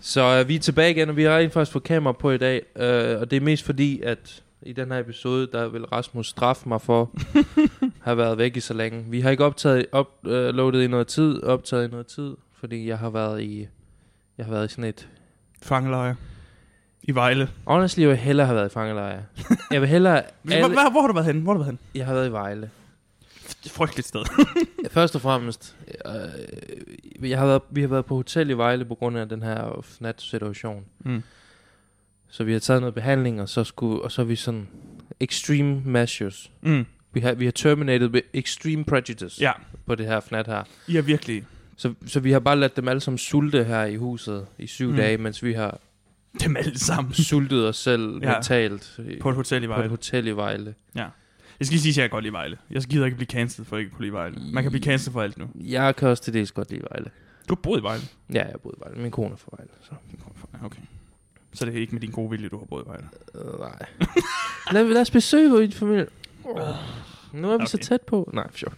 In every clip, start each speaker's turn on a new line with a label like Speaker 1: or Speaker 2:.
Speaker 1: Så øh, vi er tilbage igen, og vi har rent faktisk fået kamera på i dag. Øh, og det er mest fordi, at i den her episode, der vil Rasmus straffe mig for at have været væk i så længe. Vi har ikke optaget, uploadet i noget tid, optaget i noget tid, fordi jeg har været i, jeg har været i sådan et...
Speaker 2: Fangelejre. I Vejle.
Speaker 1: Honestly, jeg vil hellere have været i fangelejre. Jeg vil hellere...
Speaker 2: Alle...
Speaker 1: Alle,
Speaker 2: Hvor, hvor, har du været henne? Hvor har du været henne?
Speaker 1: jeg har været i Vejle.
Speaker 2: Frygteligt sted.
Speaker 1: Først og fremmest, øh, jeg har været, vi har været på hotel i Vejle på grund af den her fnat-situation.
Speaker 2: Mm.
Speaker 1: Så vi har taget noget behandling, og så, skulle, og så er vi sådan... Extreme measures.
Speaker 2: Mm.
Speaker 1: Vi har, vi har terminated med extreme prejudice
Speaker 2: Ja,
Speaker 1: på det her fnat her.
Speaker 2: I er virkelig...
Speaker 1: Så, så vi har bare ladt dem alle sammen sulte her i huset i syv
Speaker 2: Mm.
Speaker 1: mm. dage, mens vi har
Speaker 2: Dem alle sammen.
Speaker 1: sultet os selv
Speaker 2: Ja.
Speaker 1: ja. mentalt i,
Speaker 2: På et hotel i
Speaker 1: på et
Speaker 2: Vejle.
Speaker 1: hotel i Vejle.
Speaker 2: Jeg skal lige sige, at jeg godt lide Vejle. Jeg gider ikke blive cancelled for ikke at kunne lide Vejle. Man kan blive cancelled for alt nu.
Speaker 1: Jeg kan også til dels godt lide Vejle.
Speaker 2: Mm. Du har boet i Vejle.
Speaker 1: Ja, jeg boede i Vejle. Min kone er fra Vejle. Så.
Speaker 2: Okay. Så det er ikke med din gode vilje, du har boet i Vejle.
Speaker 1: Øh, nej. lad, lad os besøge vores familie.
Speaker 2: Øh.
Speaker 1: Oh. Nu er vi okay. så
Speaker 2: Okay.
Speaker 1: tæt på. Nej, for sjov.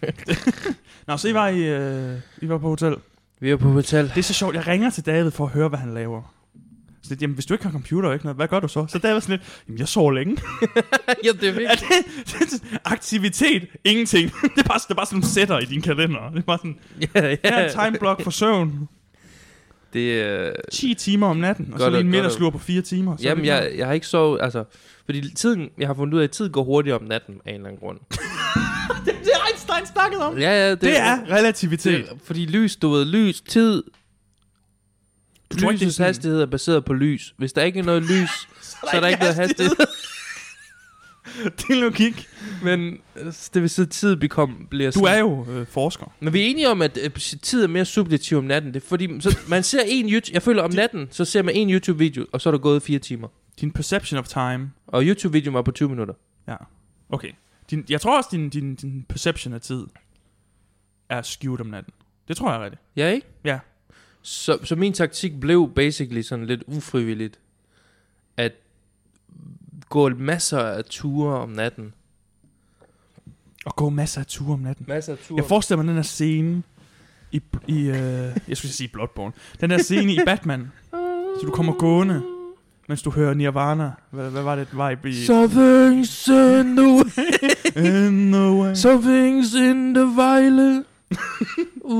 Speaker 2: Nå, så I var, i, øh, I var på hotel.
Speaker 1: Vi er på hotel.
Speaker 2: Det er så sjovt, jeg ringer til David for at høre, hvad han laver. Sådan lidt, jamen hvis du ikke har computer og ikke noget, hvad gør du så? Så David er sådan lidt, jamen jeg sover længe.
Speaker 1: ja, det er
Speaker 2: Er det, aktivitet, ingenting. det, er bare, det er bare sådan nogle sætter i din kalender. Det er bare sådan,
Speaker 1: ja,
Speaker 2: her er
Speaker 1: ja.
Speaker 2: en timeblock for søvn.
Speaker 1: Det, øh,
Speaker 2: 10 timer om natten, og så
Speaker 1: Godt
Speaker 2: lige en
Speaker 1: at-
Speaker 2: middagslur på 4 timer. Så ligesom- er
Speaker 1: Jamen,
Speaker 2: det
Speaker 1: jeg, jeg har ikke sovet, altså... Fordi tiden, jeg har fundet ud af, at tiden går hurtigt om natten af en eller anden grund.
Speaker 2: klar. Det har Einstein snakket om.
Speaker 1: Ja, ja, det,
Speaker 2: Det er relativitet.
Speaker 1: det, Fordi lys, du ved, lys, tid...
Speaker 2: Du tror ikke, det er
Speaker 1: Lysets
Speaker 2: sådan-
Speaker 1: hastighed er baseret på lys. Hvis der ikke er noget lys, så er der ikke noget hastighed.
Speaker 2: det er logik.
Speaker 1: Men øh, det vil sige, at tid bekom, bliver
Speaker 2: Du
Speaker 1: sådan-
Speaker 2: er jo øh, forsker.
Speaker 1: Men vi er enige om, at øh, tid er mere subjektiv om natten. Det er fordi, så man ser en YouTube... Jeg føler, om natten, så ser man en YouTube-video, og så er der gået fire timer.
Speaker 2: Din perception of time.
Speaker 1: Og YouTube-videoen var på 20 minutter.
Speaker 2: Ja. Okay. Din, jeg tror også, din, din, din perception af tid er skewed om natten. Det tror jeg er rigtigt.
Speaker 1: Ja, ikke?
Speaker 2: Ja.
Speaker 1: Så, så min taktik blev basically sådan lidt ufrivilligt, at gå masser af ture om natten.
Speaker 2: Og gå masser af ture om natten.
Speaker 1: Masser af ture?
Speaker 2: Jeg forestiller mig den her scene i, i øh, jeg skulle sige Bloodborne. Den der scene i Batman, så du kommer gående, mens du hører Nirvana. Hvad, hvad var det, vibe i?
Speaker 1: Something's in the way.
Speaker 2: In the way.
Speaker 1: Something's in the violet. Ooh.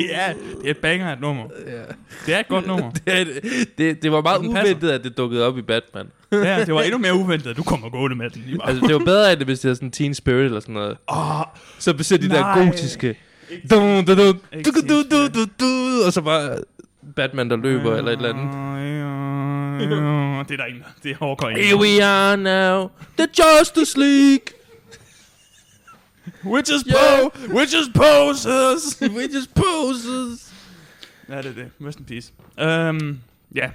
Speaker 2: Det er, det er et banger af et nummer.
Speaker 1: Uh. Ja.
Speaker 2: Det er et godt nummer.
Speaker 1: Det, er, det, det var meget
Speaker 2: Og den passer.
Speaker 1: uventet, at det dukkede op i Batman.
Speaker 2: Ja, det var endnu mere uventet, at du kommer gående med den. I bare-
Speaker 1: Altså, ah. det var bedre, end det, hvis det var sådan Teen Spirit eller sådan noget.
Speaker 2: Åh,
Speaker 1: Så besæt de
Speaker 2: Nej.
Speaker 1: der gotiske... Dun, dun, dun,
Speaker 2: Ikke
Speaker 1: du, du,
Speaker 2: Teen
Speaker 1: du, du, du, og så bare Batman, der løber eller et eller andet.
Speaker 2: Ah, Det er der ingen. Det overgår ingen.
Speaker 1: Here we are now, the Justice League.
Speaker 2: Witches
Speaker 1: Yeah.
Speaker 2: po, witches poses.
Speaker 1: We just poses.
Speaker 2: ja, det er det. Rest in peace. Øhm, ja.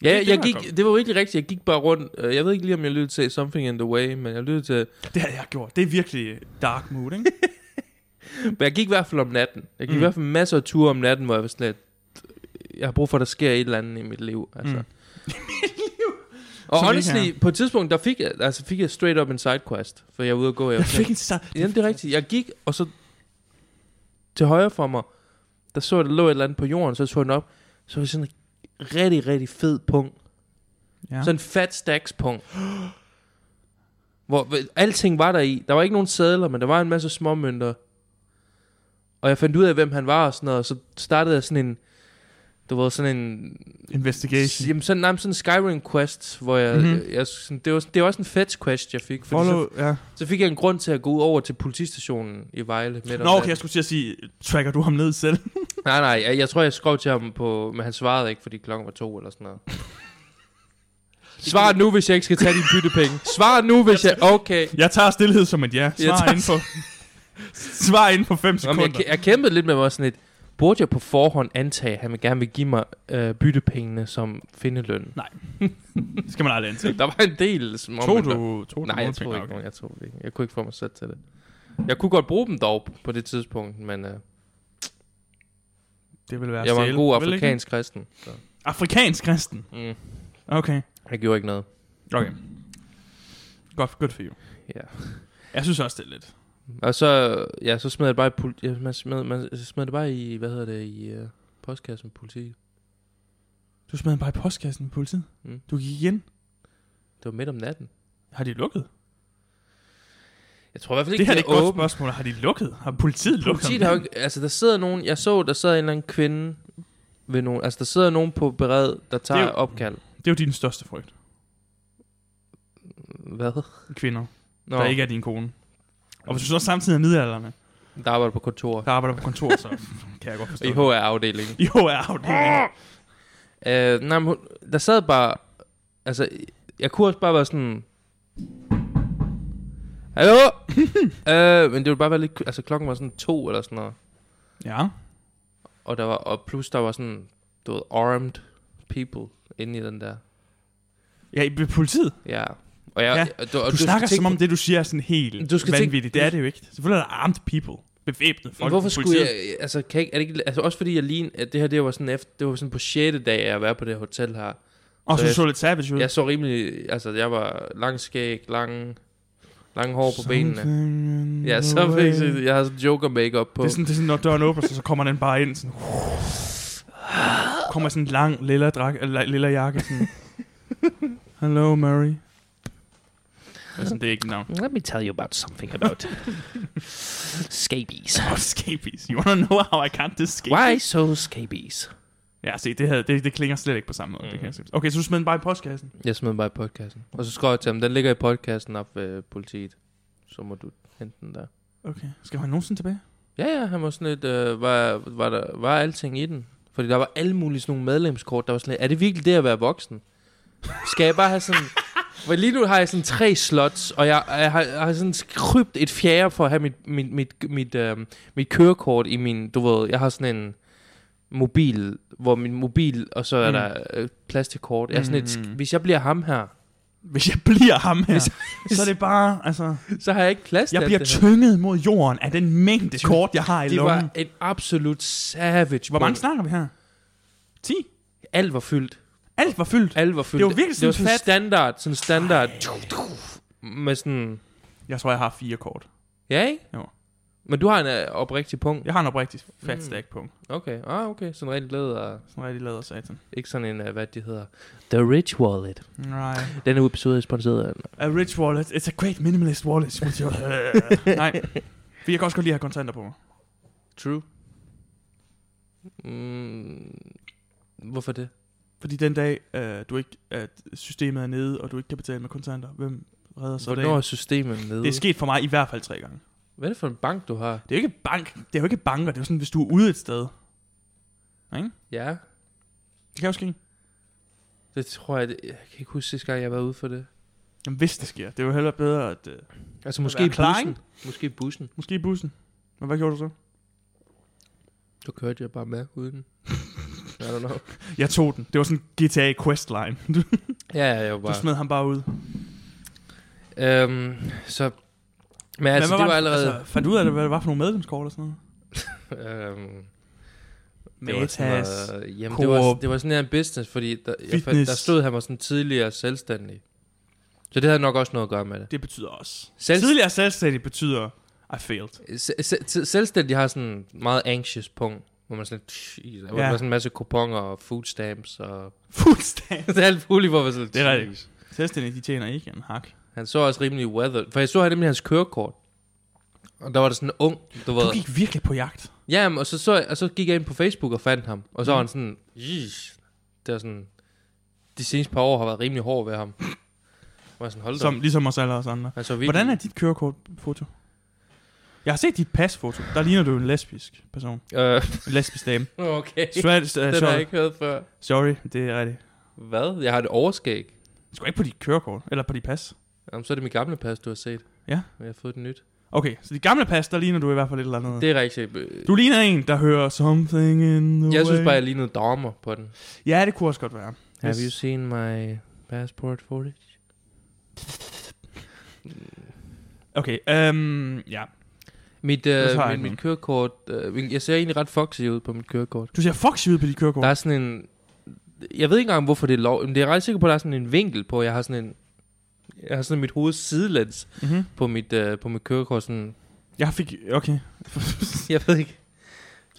Speaker 2: Det-
Speaker 1: Ja, jeg
Speaker 2: det var godt.
Speaker 1: gik, det var virkelig rigtigt. Jeg gik bare rundt. Øh, Jeg ved ikke lige, om jeg lyttede til Something in the Way, men jeg lyttede til...
Speaker 2: Det har jeg gjort. Det er virkelig dark mood, ikke?
Speaker 1: Men jeg gik i hvert fald om natten. Jeg gik
Speaker 2: Mm.
Speaker 1: i hvert fald masser af ture om natten, hvor jeg var sådan lidt... Jeg har brug for, at der sker et eller andet i mit liv. Altså.
Speaker 2: Mm.
Speaker 1: Mm. Og
Speaker 2: Som ikke
Speaker 1: honestly, på et tidspunkt, der fik jeg, altså fik jeg straight up en sidequest, for jeg var ude at gå. Jeg var
Speaker 2: jeg
Speaker 1: sådan-
Speaker 2: fik en start.
Speaker 1: Jamen, det er rigtigt. Jeg gik, og så til højre for mig, der så jeg, der lå et eller andet på jorden, så jeg så den op. Så var det sådan en rigtig, rigtig fed punkt.
Speaker 2: Ja.
Speaker 1: Ja. Sådan en fat stacks punkt. Hvor hvor alting var der i. Der var ikke nogen sædler, men der var en masse småmønter. Og jeg fandt ud af, hvem han var og sådan noget, og så startede jeg sådan en... Du ved, sådan en...
Speaker 2: Investigation.
Speaker 1: Jamen, sådan, nej, men sådan en Skyrim quest, hvor jeg...
Speaker 2: Mhm.
Speaker 1: Mm-hmm. jeg sådan, det, var, det var også en fetch quest, jeg fik. fordi så
Speaker 2: Follow, ja.
Speaker 1: så fik jeg en grund til at gå ud over til politistationen i Vejle. Midt om
Speaker 2: Nå, okay,
Speaker 1: natten.
Speaker 2: jeg skulle til at sige, tracker du ham ned selv?
Speaker 1: Nej, nej, jeg, jeg tror, jeg skrev til ham på... Men han svarede ikke, fordi klokken var to eller sådan noget. Svar nu, hvis jeg ikke skal tage dine byttepenge. Svar nu, hvis jeg... Okay.
Speaker 2: Jeg tager stillhed som et ja.
Speaker 1: Jeg
Speaker 2: Svar
Speaker 1: tager-
Speaker 2: inden for... Svar inden for 5
Speaker 1: Nå, men jeg,
Speaker 2: sekunder.
Speaker 1: kæ- jeg kæmpede lidt med mig sådan lidt... Burde jeg på forhånd antage, at han vil gerne vil give mig øh, byttepengene som findeløn?
Speaker 2: Det skal man aldrig antage.
Speaker 1: Der var en del små...
Speaker 2: Tog du, tog
Speaker 1: Nej,
Speaker 2: du
Speaker 1: jeg tror ikke, nogen. jeg tror ikke. Jeg kunne ikke få mig sat til det. Jeg kunne godt bruge dem dog på det tidspunkt, men øh,
Speaker 2: Det ville være
Speaker 1: jeg var en
Speaker 2: stjæle,
Speaker 1: god
Speaker 2: vel ikke?
Speaker 1: afrikansk kristen. Så.
Speaker 2: Afrikansk kristen.
Speaker 1: Mm.
Speaker 2: Okay.
Speaker 1: Jeg gjorde ikke noget.
Speaker 2: Okay. Godt, good for you.
Speaker 1: Ja.
Speaker 2: Jeg synes også, det er lidt.
Speaker 1: Og så, ja, så smed jeg det bare i, pol- ja, man smed, man smed det bare i, hvad hedder det, i uh, postkassen med øh, politiet.
Speaker 2: Du smed den bare i postkassen med politiet.
Speaker 1: Mm.
Speaker 2: Mm. Du gik igen.
Speaker 1: Det var midt om natten.
Speaker 2: Har de lukket?
Speaker 1: Jeg tror i hvert fald
Speaker 2: Det,
Speaker 1: ikke,
Speaker 2: her er
Speaker 1: de
Speaker 2: et godt
Speaker 1: åbne.
Speaker 2: spørgsmål. Har de lukket? Har politiet lukket?
Speaker 1: Politiet har jo ikke, altså der sidder nogen, jeg så, der sidder en eller anden kvinde ved nogen, altså der sidder nogen på bered, der tager
Speaker 2: jo-
Speaker 1: opkald.
Speaker 2: Det er jo din største frygt.
Speaker 1: Hvad?
Speaker 2: Kvinder,
Speaker 1: Nå, Mm.
Speaker 2: der ikke er din kone. Og hvis du så samtidig er midalderne,
Speaker 1: der arbejder på kontor.
Speaker 2: der arbejder på kontor, så kan jeg godt forstå
Speaker 1: I
Speaker 2: det.
Speaker 1: HR-afdelingen.
Speaker 2: I HR-afdelingen.
Speaker 1: Øh, nej, men hun, der sad bare, altså, jeg kunne også bare være sådan, Hallo? øh, men det ville bare være lidt, ku- altså klokken var sådan to eller sådan noget,
Speaker 2: Ja.
Speaker 1: og, der var, og plus der var sådan, du ved, armed people inde i den der.
Speaker 2: Ja, i politiet.
Speaker 1: Ja. Og jeg,
Speaker 2: Ja,
Speaker 1: og og
Speaker 2: Du, du
Speaker 1: skal
Speaker 2: snakker
Speaker 1: tænke
Speaker 2: som om det, du siger, er sådan helt
Speaker 1: Du
Speaker 2: du
Speaker 1: skal
Speaker 2: skal
Speaker 1: tænke-
Speaker 2: vanvittigt. Det er det jo ikke. Selvfølgelig er der armed people. Bevæbnet
Speaker 1: Men
Speaker 2: folk.
Speaker 1: hvorfor
Speaker 2: på
Speaker 1: skulle
Speaker 2: politiet.
Speaker 1: jeg, altså, kan jeg ikke, er det ikke, altså også fordi jeg lige, at det her, det var sådan efter, det var sådan på 6. dag, jeg var på det her hotel her.
Speaker 2: Og
Speaker 1: Så
Speaker 2: så
Speaker 1: jeg-
Speaker 2: så lidt savage ud.
Speaker 1: Jeg så rimelig, altså jeg var lang skæg, lang, lang hår på benene.
Speaker 2: benene.
Speaker 1: Ja, så fik jeg, sådan- jeg har sådan joker makeup på.
Speaker 2: Det er, sådan, det er sådan, når døren åbner sig, så kommer den bare ind. Sådan, kommer sådan en lang lilla, drak, eller, lilla jakke. Sådan. Hello, Mary. Altså, det er ikke et navn.
Speaker 3: Let me tell you about something about scabies.
Speaker 2: Oh, scabies. You wanna know how I can't this scabies?
Speaker 3: Why so scabies?
Speaker 2: Ja, se, det, her, det, det klinger slet ikke på samme måde. Mm. Det kan jeg sige. okay, så du smed den bare i postkassen.
Speaker 1: Jeg smed bare i podcasten. Og så skrev jeg til ham, den ligger i podcasten op ved politiet. Så må du hente den der.
Speaker 2: Okay. Skal han nogensinde tilbage?
Speaker 1: Ja, ja, han var sådan lidt, øh, var, var, der, var alting i den? Fordi der var alle mulige sådan nogle medlemskort, der var sådan lidt, er det virkelig det at være voksen? Skal jeg bare have sådan... For lige nu har jeg sådan tre slots, og jeg, jeg, har, jeg har sådan skrybt et fjerde for at have mit, mit, mit, mit, øh, mit kørekort i min... Du ved, jeg har sådan en mobil, hvor min mobil, og så er mm.
Speaker 2: Mm.
Speaker 1: der øh, plads til kort. Jeg er sådan lidt,
Speaker 2: Mm.
Speaker 1: hvis jeg bliver ham her,
Speaker 2: Hvis jeg bliver ham her, så er det bare, altså...
Speaker 1: så har jeg ikke plads til
Speaker 2: Jeg
Speaker 1: alt
Speaker 2: bliver
Speaker 1: det her.
Speaker 2: tynget mod jorden af den mængde kort, jeg har i
Speaker 1: Det
Speaker 2: lommen.
Speaker 1: var en absolut savage
Speaker 2: Hvor mange
Speaker 1: bong.
Speaker 2: snakker vi her? 10?
Speaker 1: Alt var fyldt.
Speaker 2: Alt var fyldt.
Speaker 1: Alt var fyldt.
Speaker 2: Det var virkelig
Speaker 1: det var
Speaker 2: sådan
Speaker 1: sådan
Speaker 2: fat-
Speaker 1: standard, sådan standard. Med sådan...
Speaker 2: Jeg tror, jeg har fire kort.
Speaker 1: Ja, ikke?
Speaker 2: Jo.
Speaker 1: Men du har en øh, oprigtig punkt.
Speaker 2: Jeg har en oprigtig fat
Speaker 1: Mm.
Speaker 2: stack på.
Speaker 1: Okay, ah, okay. Sådan rigtig glæde og
Speaker 2: Sådan rigtig lader satan.
Speaker 1: ikke sådan en, øh, hvad det hedder, The Rich Wallet.
Speaker 2: Right.
Speaker 1: Denne episode er sponsoreret af...
Speaker 2: A rich wallet. It's a great minimalist wallet. With your... Nej. For jeg kan også godt lide at have kontanter på mig.
Speaker 1: True. Mm, hvorfor det?
Speaker 2: Fordi den dag, øh, du ikke, at systemet er nede, og du ikke kan betale med kontanter, hvem redder så
Speaker 1: Hvornår er
Speaker 2: det?
Speaker 1: systemet nede?
Speaker 2: Det er sket for mig i hvert fald tre gange.
Speaker 1: Hvad er det for en bank, du har?
Speaker 2: Det er jo ikke bank. Det er jo ikke banker. Det er jo sådan, hvis du er ude et sted.
Speaker 1: Ja,
Speaker 2: Det kan jo ske.
Speaker 1: det tror jeg... Det, jeg kan ikke huske sidste gang, jeg var ude for det.
Speaker 2: Jamen, hvis det sker. Det er jo hellere bedre, at... Øh,
Speaker 1: Altså måske
Speaker 2: være
Speaker 1: i
Speaker 2: klar,
Speaker 1: bussen. Måske i bussen.
Speaker 2: måske i bussen. Men hvad gjorde du så?
Speaker 1: Så kørte jeg bare med uden. I don't know.
Speaker 2: Jeg tog den. Det var sådan GTA Questline. Du,
Speaker 1: Ja, ja, jeg var
Speaker 2: du
Speaker 1: bare...
Speaker 2: smed ham bare ud. Men
Speaker 1: Øhm, så... Men altså,
Speaker 2: hvad
Speaker 1: det var
Speaker 2: det-
Speaker 1: allerede...
Speaker 2: Altså, fandt du ud af, hvad det var for nogle medlemskort og sådan noget?
Speaker 1: øhm, det var
Speaker 2: Matas.
Speaker 1: sådan noget, jamen, det var,
Speaker 2: Coop,
Speaker 1: det var sådan her en business, fordi der, jeg, fandt-
Speaker 2: Fitness.
Speaker 1: der stod, han var sådan tidligere selvstændig. Så det havde nok også noget at gøre med det.
Speaker 2: Det betyder også.
Speaker 1: Selv-
Speaker 2: Selv... Tidligere selvstændig betyder, I failed.
Speaker 1: Se- se- se- Selvstændig har sådan en meget anxious punkt, hvor man sådan... Jeez, hvor der
Speaker 2: Ja.
Speaker 1: var sådan en masse kuponer og food stamps og...
Speaker 2: Fuldstændig.
Speaker 1: det er alt muligt, hvor man sådan...
Speaker 2: Det er
Speaker 1: "Jeez."
Speaker 2: rigtigt. Selvstændige, de tjener ikke en hak.
Speaker 1: Han så også rimelig weather. For jeg så nemlig hans kørekort. Og der var der sådan en ung, du ved...
Speaker 2: Du gik virkelig på jagt.
Speaker 1: Ja, men og så, så, og så gik jeg ind på Facebook og fandt ham. Og så var han sådan, Yeesh. det var sådan, de seneste par år har været rimelig hård ved ham. Og jeg sådan, hold da.
Speaker 2: Som, ligesom os alle os andre.
Speaker 1: han så virkelig,
Speaker 2: Hvordan er dit kørekortfoto? Jeg har set dit pasfoto. Der ligner du en lesbisk person.
Speaker 1: Øh,
Speaker 2: En lesbisk dame.
Speaker 1: okay,
Speaker 2: Straight, uh,
Speaker 1: den har jeg
Speaker 2: sorry.
Speaker 1: ikke hørt før.
Speaker 2: sorry, det er rigtigt.
Speaker 1: Hvad? Jeg har et overskæg.
Speaker 2: Skal ikke på dit kørekort, eller på dit pas.
Speaker 1: Jamen, så er det mit gamle pas, du har set.
Speaker 2: Ja.
Speaker 1: Og jeg har fået det nyt.
Speaker 2: Okay, så de gamle pas, der ligner du i hvert fald et eller andet.
Speaker 1: Det er rigtigt. øh,
Speaker 2: Du ligner en, der hører Something in the
Speaker 1: Jeg
Speaker 2: way.
Speaker 1: synes bare, jeg lignede dommer på den.
Speaker 2: Ja, det kunne også godt være.
Speaker 1: Have
Speaker 2: Hvis-
Speaker 1: you seen my passport footage?
Speaker 2: Okay, øhm, ja.
Speaker 1: Mit,
Speaker 2: har
Speaker 1: øh,
Speaker 2: jeg
Speaker 1: mit,
Speaker 2: ikke
Speaker 1: mit
Speaker 2: nogen.
Speaker 1: kørekort... Øh, min- jeg ser egentlig ret foxy ud på mit kørekort.
Speaker 2: Du ser foxy ud på dit kørekort.
Speaker 1: Der er sådan en... Jeg ved ikke engang, hvorfor det er lov... Men det er jeg ret sikker på, at der er sådan en vinkel på. Jeg har sådan en... Jeg har sådan mit hoved sidelæns
Speaker 2: Mm-hmm.
Speaker 1: på mit, øh, på mit kørekort. Sådan,
Speaker 2: Jeg fik... Okay.
Speaker 1: jeg ved ikke.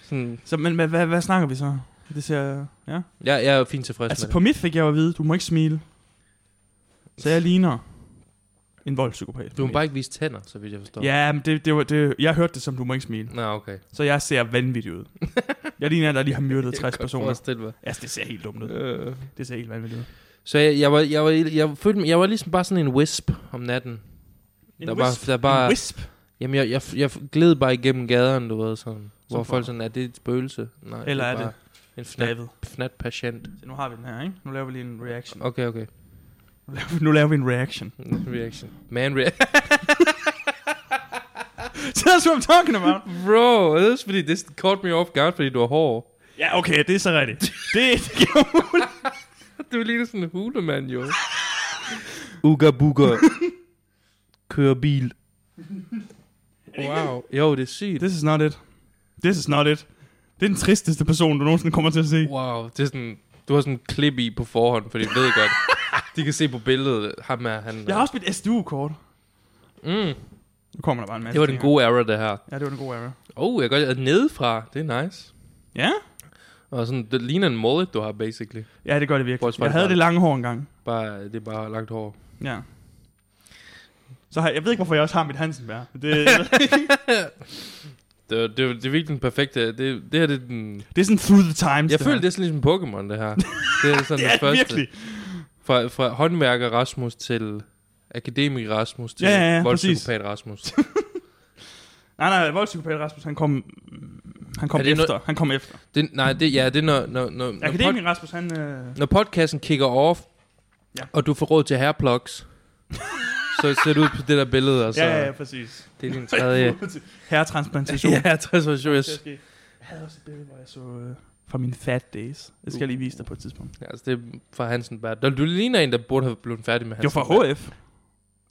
Speaker 1: Sådan,
Speaker 2: så, men hvad, hvad, hvad snakker vi så? Det ser... Ja.
Speaker 1: Jeg, jeg er jo fint tilfreds
Speaker 2: Altså
Speaker 1: med
Speaker 2: på mit fik jeg jo at vide, du må ikke smile.
Speaker 1: det.
Speaker 2: Så jeg ligner en voldspsykopat.
Speaker 1: Du må bare ikke vise tænder, så vidt jeg forstår.
Speaker 2: Ja, men det, det, var, det, jeg hørte det som, du må ikke smile.
Speaker 1: Nå, okay.
Speaker 2: Så jeg ser vanvittig ud. jeg ligner, en, der lige har myrdet 60 personer.
Speaker 1: Forestil mig.
Speaker 2: Altså, det ser helt dumt ud.
Speaker 1: Øh.
Speaker 2: Det ser helt vanvittigt ud.
Speaker 1: Så jeg, jeg, var, jeg, var, jeg, følte, mig- jeg var ligesom bare sådan en wisp om natten.
Speaker 2: En
Speaker 1: Der var-
Speaker 2: wisp.
Speaker 1: der var-
Speaker 2: En wisp.
Speaker 1: Jamen, jeg, jeg, jeg gled bare igennem gaderne, du ved, sådan. Hvor
Speaker 2: Som
Speaker 1: folk
Speaker 2: for-
Speaker 1: sådan, er det et spøgelse? Nej,
Speaker 2: Eller er
Speaker 1: bare
Speaker 2: det
Speaker 1: En fnat,
Speaker 2: David.
Speaker 1: fnat patient.
Speaker 2: Så nu har vi den her, ikke? Nu laver vi lige en reaction.
Speaker 1: Okay, okay.
Speaker 2: Nu laver vi, nu laver vi en reaction.
Speaker 1: Reaction. Man reaction.
Speaker 2: That's what I'm talking about.
Speaker 1: Bro, det er fordi, det caught me off guard, fordi du har hår.
Speaker 2: Ja, okay, det er så rigtigt. Det, det giver muligt.
Speaker 1: Du ligner sådan en hulemand, jo. Uga buga. Kører bil. Wow. Jo, det er sygt.
Speaker 2: This is not it. This is not it. Det er den tristeste person, du nogensinde kommer til at se.
Speaker 1: Wow, det er sådan... Du har sådan en klip i på forhånd, for de ved godt. De kan se på billedet, ham er han.
Speaker 2: Jeg har også mit SDU-kort.
Speaker 1: mm,
Speaker 2: Nu kommer der bare en masse
Speaker 1: det var den
Speaker 2: ting
Speaker 1: gode era, det her.
Speaker 2: her. Ja, det var den gode error.
Speaker 1: Oh, jeg kan godt lide nedefra. Det er nice.
Speaker 2: Ja?
Speaker 1: Og sådan, det ligner en mullet, du har, basically.
Speaker 2: Ja, det gør det virkelig.
Speaker 1: Vores
Speaker 2: Jeg havde
Speaker 1: folk-
Speaker 2: det lange hår engang.
Speaker 1: Bare, det er bare langt hår.
Speaker 2: Ja. Så har, jeg ved ikke, hvorfor jeg også har mit Hansenbær. Det,
Speaker 1: Det, det, det er virkelig den perfekte... Det, det her, det er den...
Speaker 2: det er sådan through the times.
Speaker 1: Jeg
Speaker 2: det
Speaker 1: føler,
Speaker 2: her.
Speaker 1: det er sådan ligesom Pokémon, det her. Det er sådan
Speaker 2: det
Speaker 1: det
Speaker 2: er
Speaker 1: første.
Speaker 2: virkelig.
Speaker 1: Fra, fra håndværker Rasmus til akademik Rasmus til
Speaker 2: Ja, ja, ja,
Speaker 1: voldspsykopat Rasmus.
Speaker 2: Nej, nej, voldspsykopat Rasmus, han kom... Han kom
Speaker 1: Er det
Speaker 2: efter. Han kom efter.
Speaker 1: Det, nej, det, ja, det er når, når, når, når, pod,
Speaker 2: Akademien Rasmus, han... Øh...
Speaker 1: når podcasten kigger off,
Speaker 2: Ja.
Speaker 1: ja. og du får råd til hairplugs, så ser du ud på det der billede, og så
Speaker 2: Ja, ja, ja, præcis.
Speaker 1: det er din tredje...
Speaker 2: Herretransplantation.
Speaker 1: ja, jeg tror, så jeg,
Speaker 2: Det skal ske. Jeg havde også et billede, hvor jeg så øh, fra mine fat days. Det skal jeg lige vise dig på et tidspunkt.
Speaker 1: altså, det er fra Hansenberg. Du, du ligner en, der burde have blevet færdig med
Speaker 2: Det var
Speaker 1: Hansenberg.
Speaker 2: fra HF.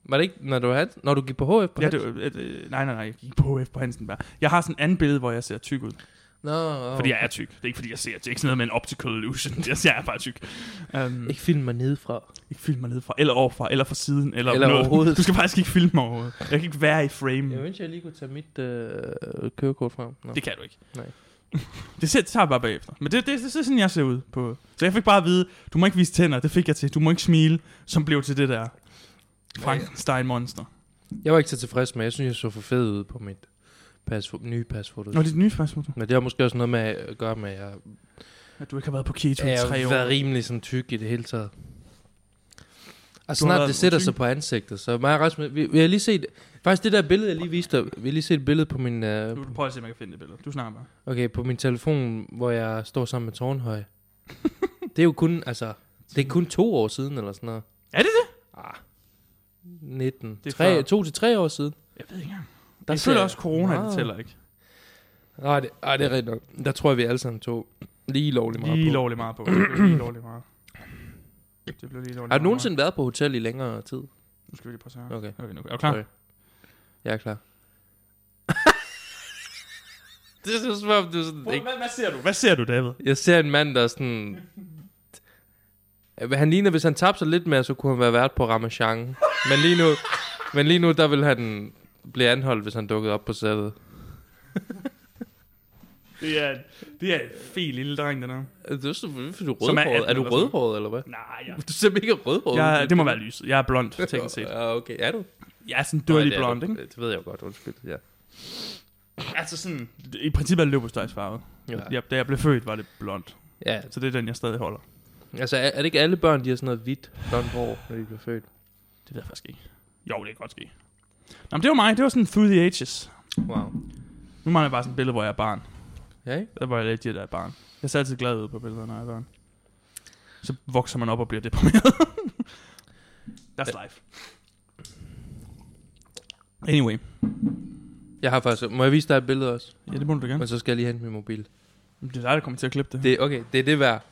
Speaker 1: Var det ikke, når du, havde, når du gik på HF? På
Speaker 2: Ja, det, var- øh, øh, nej, nej, nej. Jeg gik på HF på Hansenberg. Jeg har sådan et andet billede, hvor jeg ser tyk ud.
Speaker 1: Nå, åh.
Speaker 2: Fordi jeg er tyk. Det er ikke fordi, jeg ser. Det er ikke sådan noget med en optical illusion. Jeg ser, jeg er bare tyk. Um,
Speaker 1: Ikke film mig nedefra.
Speaker 2: ikke filme mig nedefra, eller overfra, eller fra siden, eller,
Speaker 1: Eller
Speaker 2: noget.
Speaker 1: overhovedet.
Speaker 2: Du skal faktisk ikke filme mig overhovedet. Jeg kan ikke være i frame.
Speaker 1: Jeg ønsker, jeg lige kunne tage mit øh, kørekort frem. Nå.
Speaker 2: Det kan du ikke.
Speaker 1: Nej.
Speaker 2: det, ser, det tager jeg bare bagefter. Men det, det, det, det er sådan, jeg ser ud på. Så jeg fik bare at vide, du må ikke vise tænder. Det fik jeg til. Du må ikke smile, som blev til det der Frankenstein-monster.
Speaker 1: Jeg var ikke så tilfreds med, jeg synes, jeg så for fed ud på mit pas, nye pasfoto.
Speaker 2: Nå, det er det nye spørgsmål, du.
Speaker 1: Men det har måske også noget med at gøre med, at jeg,
Speaker 2: At du ikke har været på keto
Speaker 1: at
Speaker 2: i
Speaker 1: jeg
Speaker 2: tre
Speaker 1: har
Speaker 2: år.
Speaker 1: været rimelig sådan tyk i det hele taget. Og
Speaker 2: har
Speaker 1: snart
Speaker 2: været
Speaker 1: det sætter
Speaker 2: tyk.
Speaker 1: sig på ansigtet, så mig og Rasmus, vi, vi har lige set, faktisk det der billede, jeg lige viste dig, vi har lige set et billede på min, øh,
Speaker 2: Du, du prøver at se, om jeg kan finde det billede. Du snakker bare.
Speaker 1: okay, på min telefon, hvor jeg står sammen med Tornhøj. det er jo kun, altså, det er kun to år siden, eller sådan noget.
Speaker 2: Er det
Speaker 1: det? Ah, 19.
Speaker 2: Det er
Speaker 1: Det tre,
Speaker 2: før.
Speaker 1: to til tre år siden.
Speaker 2: Jeg ved ikke engang.
Speaker 1: Der
Speaker 2: Der jeg
Speaker 1: ser
Speaker 2: føler
Speaker 1: jeg-
Speaker 2: også, corona det
Speaker 1: Meget.
Speaker 2: tæller ikke.
Speaker 1: Nej, det, ej, det er rigtigt nok. Der tror jeg, vi alle sammen tog lige lovlig meget
Speaker 2: Lige
Speaker 1: på.
Speaker 2: lovlig meget på. Det blev lige lovlig meget. Det blev lige lovlig
Speaker 1: Har
Speaker 2: meget.
Speaker 1: du nogensinde været på hotel i længere tid?
Speaker 2: Nu skal vi lige prøve at se her.
Speaker 1: Okay,
Speaker 2: Okay, nu er du klar.
Speaker 1: Sorry. jeg er klar. det er så som om, det er sådan... Ikke?
Speaker 2: Hvad, hvad ser du? Hvad ser du, David?
Speaker 1: Jeg ser en mand, der er sådan... Han ligner, hvis han tabte sig lidt mere, så kunne han være vært på Ramachan. Men lige nu, men lige nu der vil han blive anholdt, hvis han dukkede op på sættet.
Speaker 2: Det er, det er en fed lille dreng, den her.
Speaker 1: Er du, er du
Speaker 2: Som
Speaker 1: rødhåret?
Speaker 2: er
Speaker 1: Er, er
Speaker 2: 18
Speaker 1: du
Speaker 2: eller sådan.
Speaker 1: rødhåret, eller hvad?
Speaker 2: Nej, jeg...
Speaker 1: Du ser mega rødhåret. ud.
Speaker 2: jeg det må være lyset. Jeg er blond, teknisk set.
Speaker 1: Ja, okay. Er du?
Speaker 2: Jeg er sådan
Speaker 1: Nej,
Speaker 2: dirty
Speaker 1: det er
Speaker 2: blond,
Speaker 1: du.
Speaker 2: ikke?
Speaker 1: Det ved jeg jo godt, undskyld. Ja.
Speaker 2: Altså sådan... I princippet er det løbostøjsfarvet.
Speaker 1: Ja.
Speaker 2: Ja. Da jeg blev født, var det blond.
Speaker 1: ja.
Speaker 2: Så det er den, jeg stadig holder.
Speaker 1: Altså, er, er, det ikke alle børn, de har sådan noget hvidt blondt hår, når de bliver født?
Speaker 2: Det ved jeg faktisk ikke. Jo, det kan godt ske. Nå, men det var mig. Det var sådan through the ages.
Speaker 1: Wow.
Speaker 2: Nu mangler jeg bare sådan et billede, hvor jeg er barn.
Speaker 1: Ja, ikke?
Speaker 2: Der var jeg lidt der er barn. Jeg ser altid glad ud på billeder, når jeg er barn. Så vokser man op og bliver deprimeret. That's life. Anyway.
Speaker 1: Jeg har faktisk... Må jeg vise dig et billede også?
Speaker 2: Ja, det må du da gerne.
Speaker 1: Men så skal jeg lige hente min mobil.
Speaker 2: Det er dig, der kommer til at klippe det.
Speaker 1: Det, okay, det er det værd.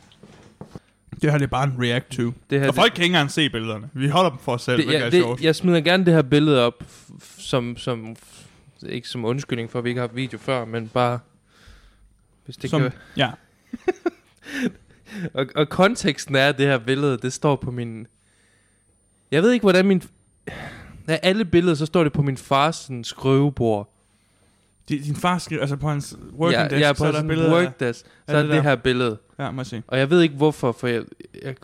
Speaker 2: Det her det er bare en react to.
Speaker 1: Det her,
Speaker 2: Og folk kan ikke engang se billederne. Vi holder dem for os selv,
Speaker 1: det,
Speaker 2: det,
Speaker 1: det,
Speaker 2: ja,
Speaker 1: jeg,
Speaker 2: er sjovt.
Speaker 1: det, jeg smider gerne det her billede op, f- f- som, som f- ikke som undskyldning for, at vi ikke har haft video før, men bare... Hvis det
Speaker 2: Som-
Speaker 1: kan,
Speaker 2: Ja.
Speaker 1: og, og konteksten er, at det her billede, det står på min... Jeg ved ikke, hvordan min... Af alle billeder, så står det på min fars sådan, skrøvebord.
Speaker 2: Din, din far skriver, altså på hans working
Speaker 1: ja,
Speaker 2: desk,
Speaker 1: ja,
Speaker 2: så er der billeder af,
Speaker 1: work desk, så er
Speaker 2: det
Speaker 1: det,
Speaker 2: der.
Speaker 1: det her billede.
Speaker 2: Ja, må jeg se.
Speaker 1: Og jeg ved ikke hvorfor, for jeg, jeg,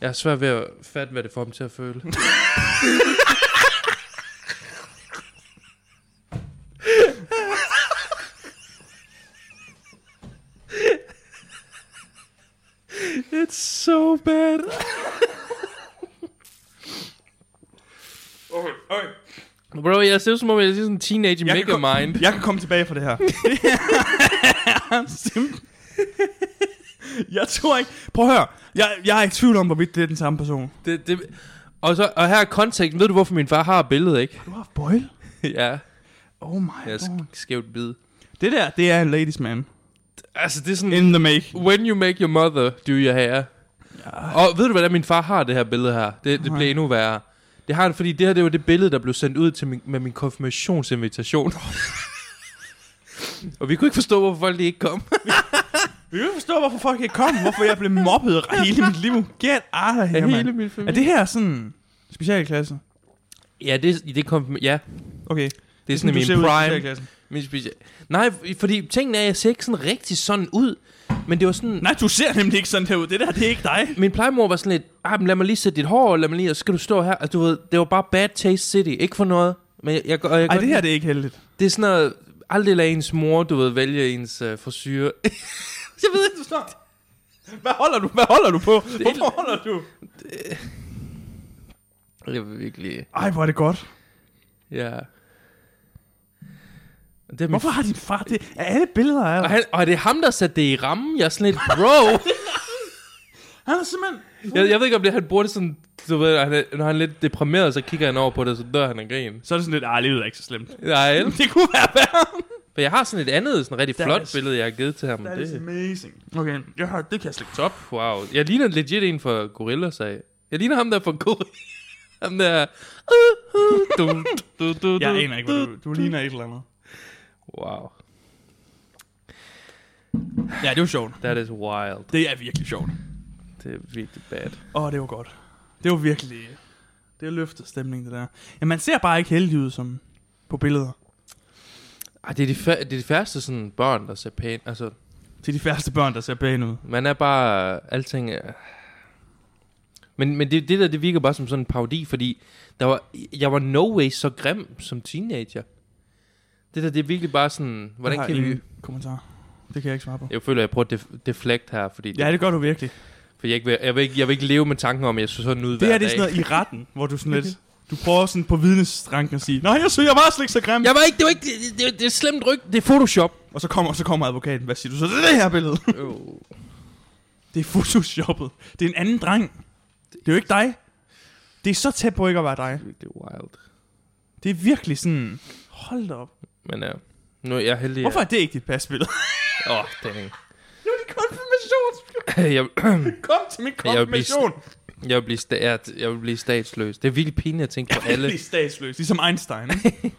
Speaker 1: jeg er svært ved at fatte, hvad det får dem til at føle. It's so bad.
Speaker 2: Okay, okay.
Speaker 1: Bro, jeg ser ud som om, jeg er sådan en teenage
Speaker 2: Jeg kan
Speaker 1: mega mind.
Speaker 2: Jeg kan komme tilbage fra det her. Simpelthen. jeg tror ikke... Prøv at høre. Jeg, jeg er i tvivl om, hvorvidt det er den samme person.
Speaker 1: Det, det, og, så, og her er konteksten. Ved du, hvorfor min far har billedet, ikke?
Speaker 2: Du har haft Boyle?
Speaker 1: ja,
Speaker 2: Oh my
Speaker 1: jeg er
Speaker 2: god.
Speaker 1: sk- skævt bid.
Speaker 2: Det der, det er en ladies man.
Speaker 1: Altså, det er sådan...
Speaker 2: In the make.
Speaker 1: When you make your mother do your hair.
Speaker 2: Ja.
Speaker 1: Og ved du, hvordan min far har det her billede her? Det, det blev endnu værre. Det har han, fordi det her, det var det billede, der blev sendt ud til min, med min konfirmationsinvitation. og vi kunne ikke forstå, hvorfor folk de ikke kom.
Speaker 2: Vi kan ikke forstå, hvorfor folk ikke kom. Hvorfor jeg blev mobbet hele mit liv. Get out of here,
Speaker 1: Af hele
Speaker 2: man.
Speaker 1: min
Speaker 2: Er
Speaker 1: familie.
Speaker 2: det her sådan... Specialklasse?
Speaker 1: Ja, det, det kom, ja,
Speaker 2: Okay.
Speaker 1: det er sådan i
Speaker 2: du
Speaker 1: min
Speaker 2: ser ud i
Speaker 1: prime.
Speaker 2: specialklassen.
Speaker 1: Min special. Nej, fordi tingene er, jeg ser ikke sådan rigtig sådan ud. Men det var sådan,
Speaker 2: Nej, du ser nemlig ikke sådan her ud. Det der, det er ikke dig.
Speaker 1: min plejemor var sådan lidt, ah, men lad mig lige sætte dit hår, lad mig lige, og så skal du stå her. Altså, du ved, det var bare bad taste city. Ikke for noget. Men jeg, jeg, og jeg,
Speaker 2: Ej,
Speaker 1: jeg
Speaker 2: det her, det er ikke heldigt.
Speaker 1: Det er sådan noget, aldrig lade ens mor, du ved, vælge ens øh, frisyr.
Speaker 2: Jeg ved ikke, du står. Hvad holder du, hvad holder du på? Hvorfor holder du?
Speaker 1: Det var virkelig,
Speaker 2: Ej, hvor er det godt.
Speaker 1: ja. Det er min
Speaker 2: Hvorfor har din far det? Er alle billeder af
Speaker 1: Og,
Speaker 2: dig?
Speaker 1: han, og det er ham, der satte det i rammen. Jeg er sådan lidt, bro.
Speaker 2: Han er simpelthen...
Speaker 1: jeg, jeg ved ikke, om det han bruger det sådan, du ved, han er, når han er lidt deprimeret, så kigger han over på det, og så dør han af grin.
Speaker 2: Så er det sådan lidt, ah, livet er ikke så slemt.
Speaker 1: Nej, vel?
Speaker 2: det kunne være værre.
Speaker 1: for jeg har sådan et andet, sådan rigtig
Speaker 2: That
Speaker 1: flot
Speaker 2: is-
Speaker 1: billede, jeg har givet til ham.
Speaker 2: That is
Speaker 1: Det,
Speaker 2: amazing. Okay, jeg har, det kan jeg slet ikke
Speaker 1: top, wow. Jeg ligner legit en for Gorilla, sag. Jeg ligner ham der for Gorilla. Ham der... Du, du, du, du,
Speaker 2: Jeg aner ikke, hvad du, du ligner et eller andet.
Speaker 1: Wow.
Speaker 2: Ja, det var sjovt.
Speaker 1: That is wild.
Speaker 2: Det er virkelig sjovt.
Speaker 1: Det er virkelig bad.
Speaker 2: Åh, oh, det var godt. Det var virkelig... Det løftede stemningen, det der. Ja, man ser bare ikke heldig ud som på billeder.
Speaker 1: Ej, det er de, fær- det er de færreste sådan, børn, der ser pænt. Altså,
Speaker 2: Til de færreste børn, der ser pæne ud.
Speaker 1: man er bare... Alting er... Men, men det, det der, det virker bare som sådan en parodi, fordi der var, jeg var no way så grim som teenager. Det der, det er virkelig bare sådan... Hvordan
Speaker 2: Jeg
Speaker 1: kan
Speaker 2: har
Speaker 1: vi...
Speaker 2: ingen Kommentar. Det kan jeg ikke svare på.
Speaker 1: Jeg føler, jeg prøver at def- deflect her, fordi
Speaker 2: Ja, det gør du virkelig.
Speaker 1: for jeg, ikke vil, jeg, vil ikke, jeg vil ikke leve med tanken om, at jeg så sådan ud
Speaker 2: Det
Speaker 1: hver
Speaker 2: her det er
Speaker 1: dag.
Speaker 2: sådan noget i retten, hvor du sådan lidt... Du prøver sådan på vidnesstranken at sige, Nej, jeg synes, jeg var slet ikke så grim.
Speaker 1: Jeg var ikke... Det var ikke... Det, det, det er slemt ryg. Det er Photoshop.
Speaker 2: Og så kommer, så kommer advokaten. Hvad siger du så til det her billede?
Speaker 1: oh.
Speaker 2: Det er photoshoppet. Det er en anden dreng. Det er jo ikke dig. Det er så tæt på ikke at være dig.
Speaker 1: Det er wild.
Speaker 2: Det er virkelig sådan... Hold da op.
Speaker 1: Men ja. Nu er jeg heldig. at-
Speaker 2: Hvorfor er det ikke dit pasbillede?
Speaker 1: Åh, oh, dang.
Speaker 2: det er dit konfirmationsbillede.
Speaker 1: jeg,
Speaker 2: Kom til min
Speaker 1: Jeg vil blive
Speaker 2: konfirmation.
Speaker 1: jeg, vil blive sta- jeg, jeg vil blive statsløs. Det er virkelig pinligt at tænke på alle.
Speaker 2: Blive statsløs. Ligesom Einstein. ikke?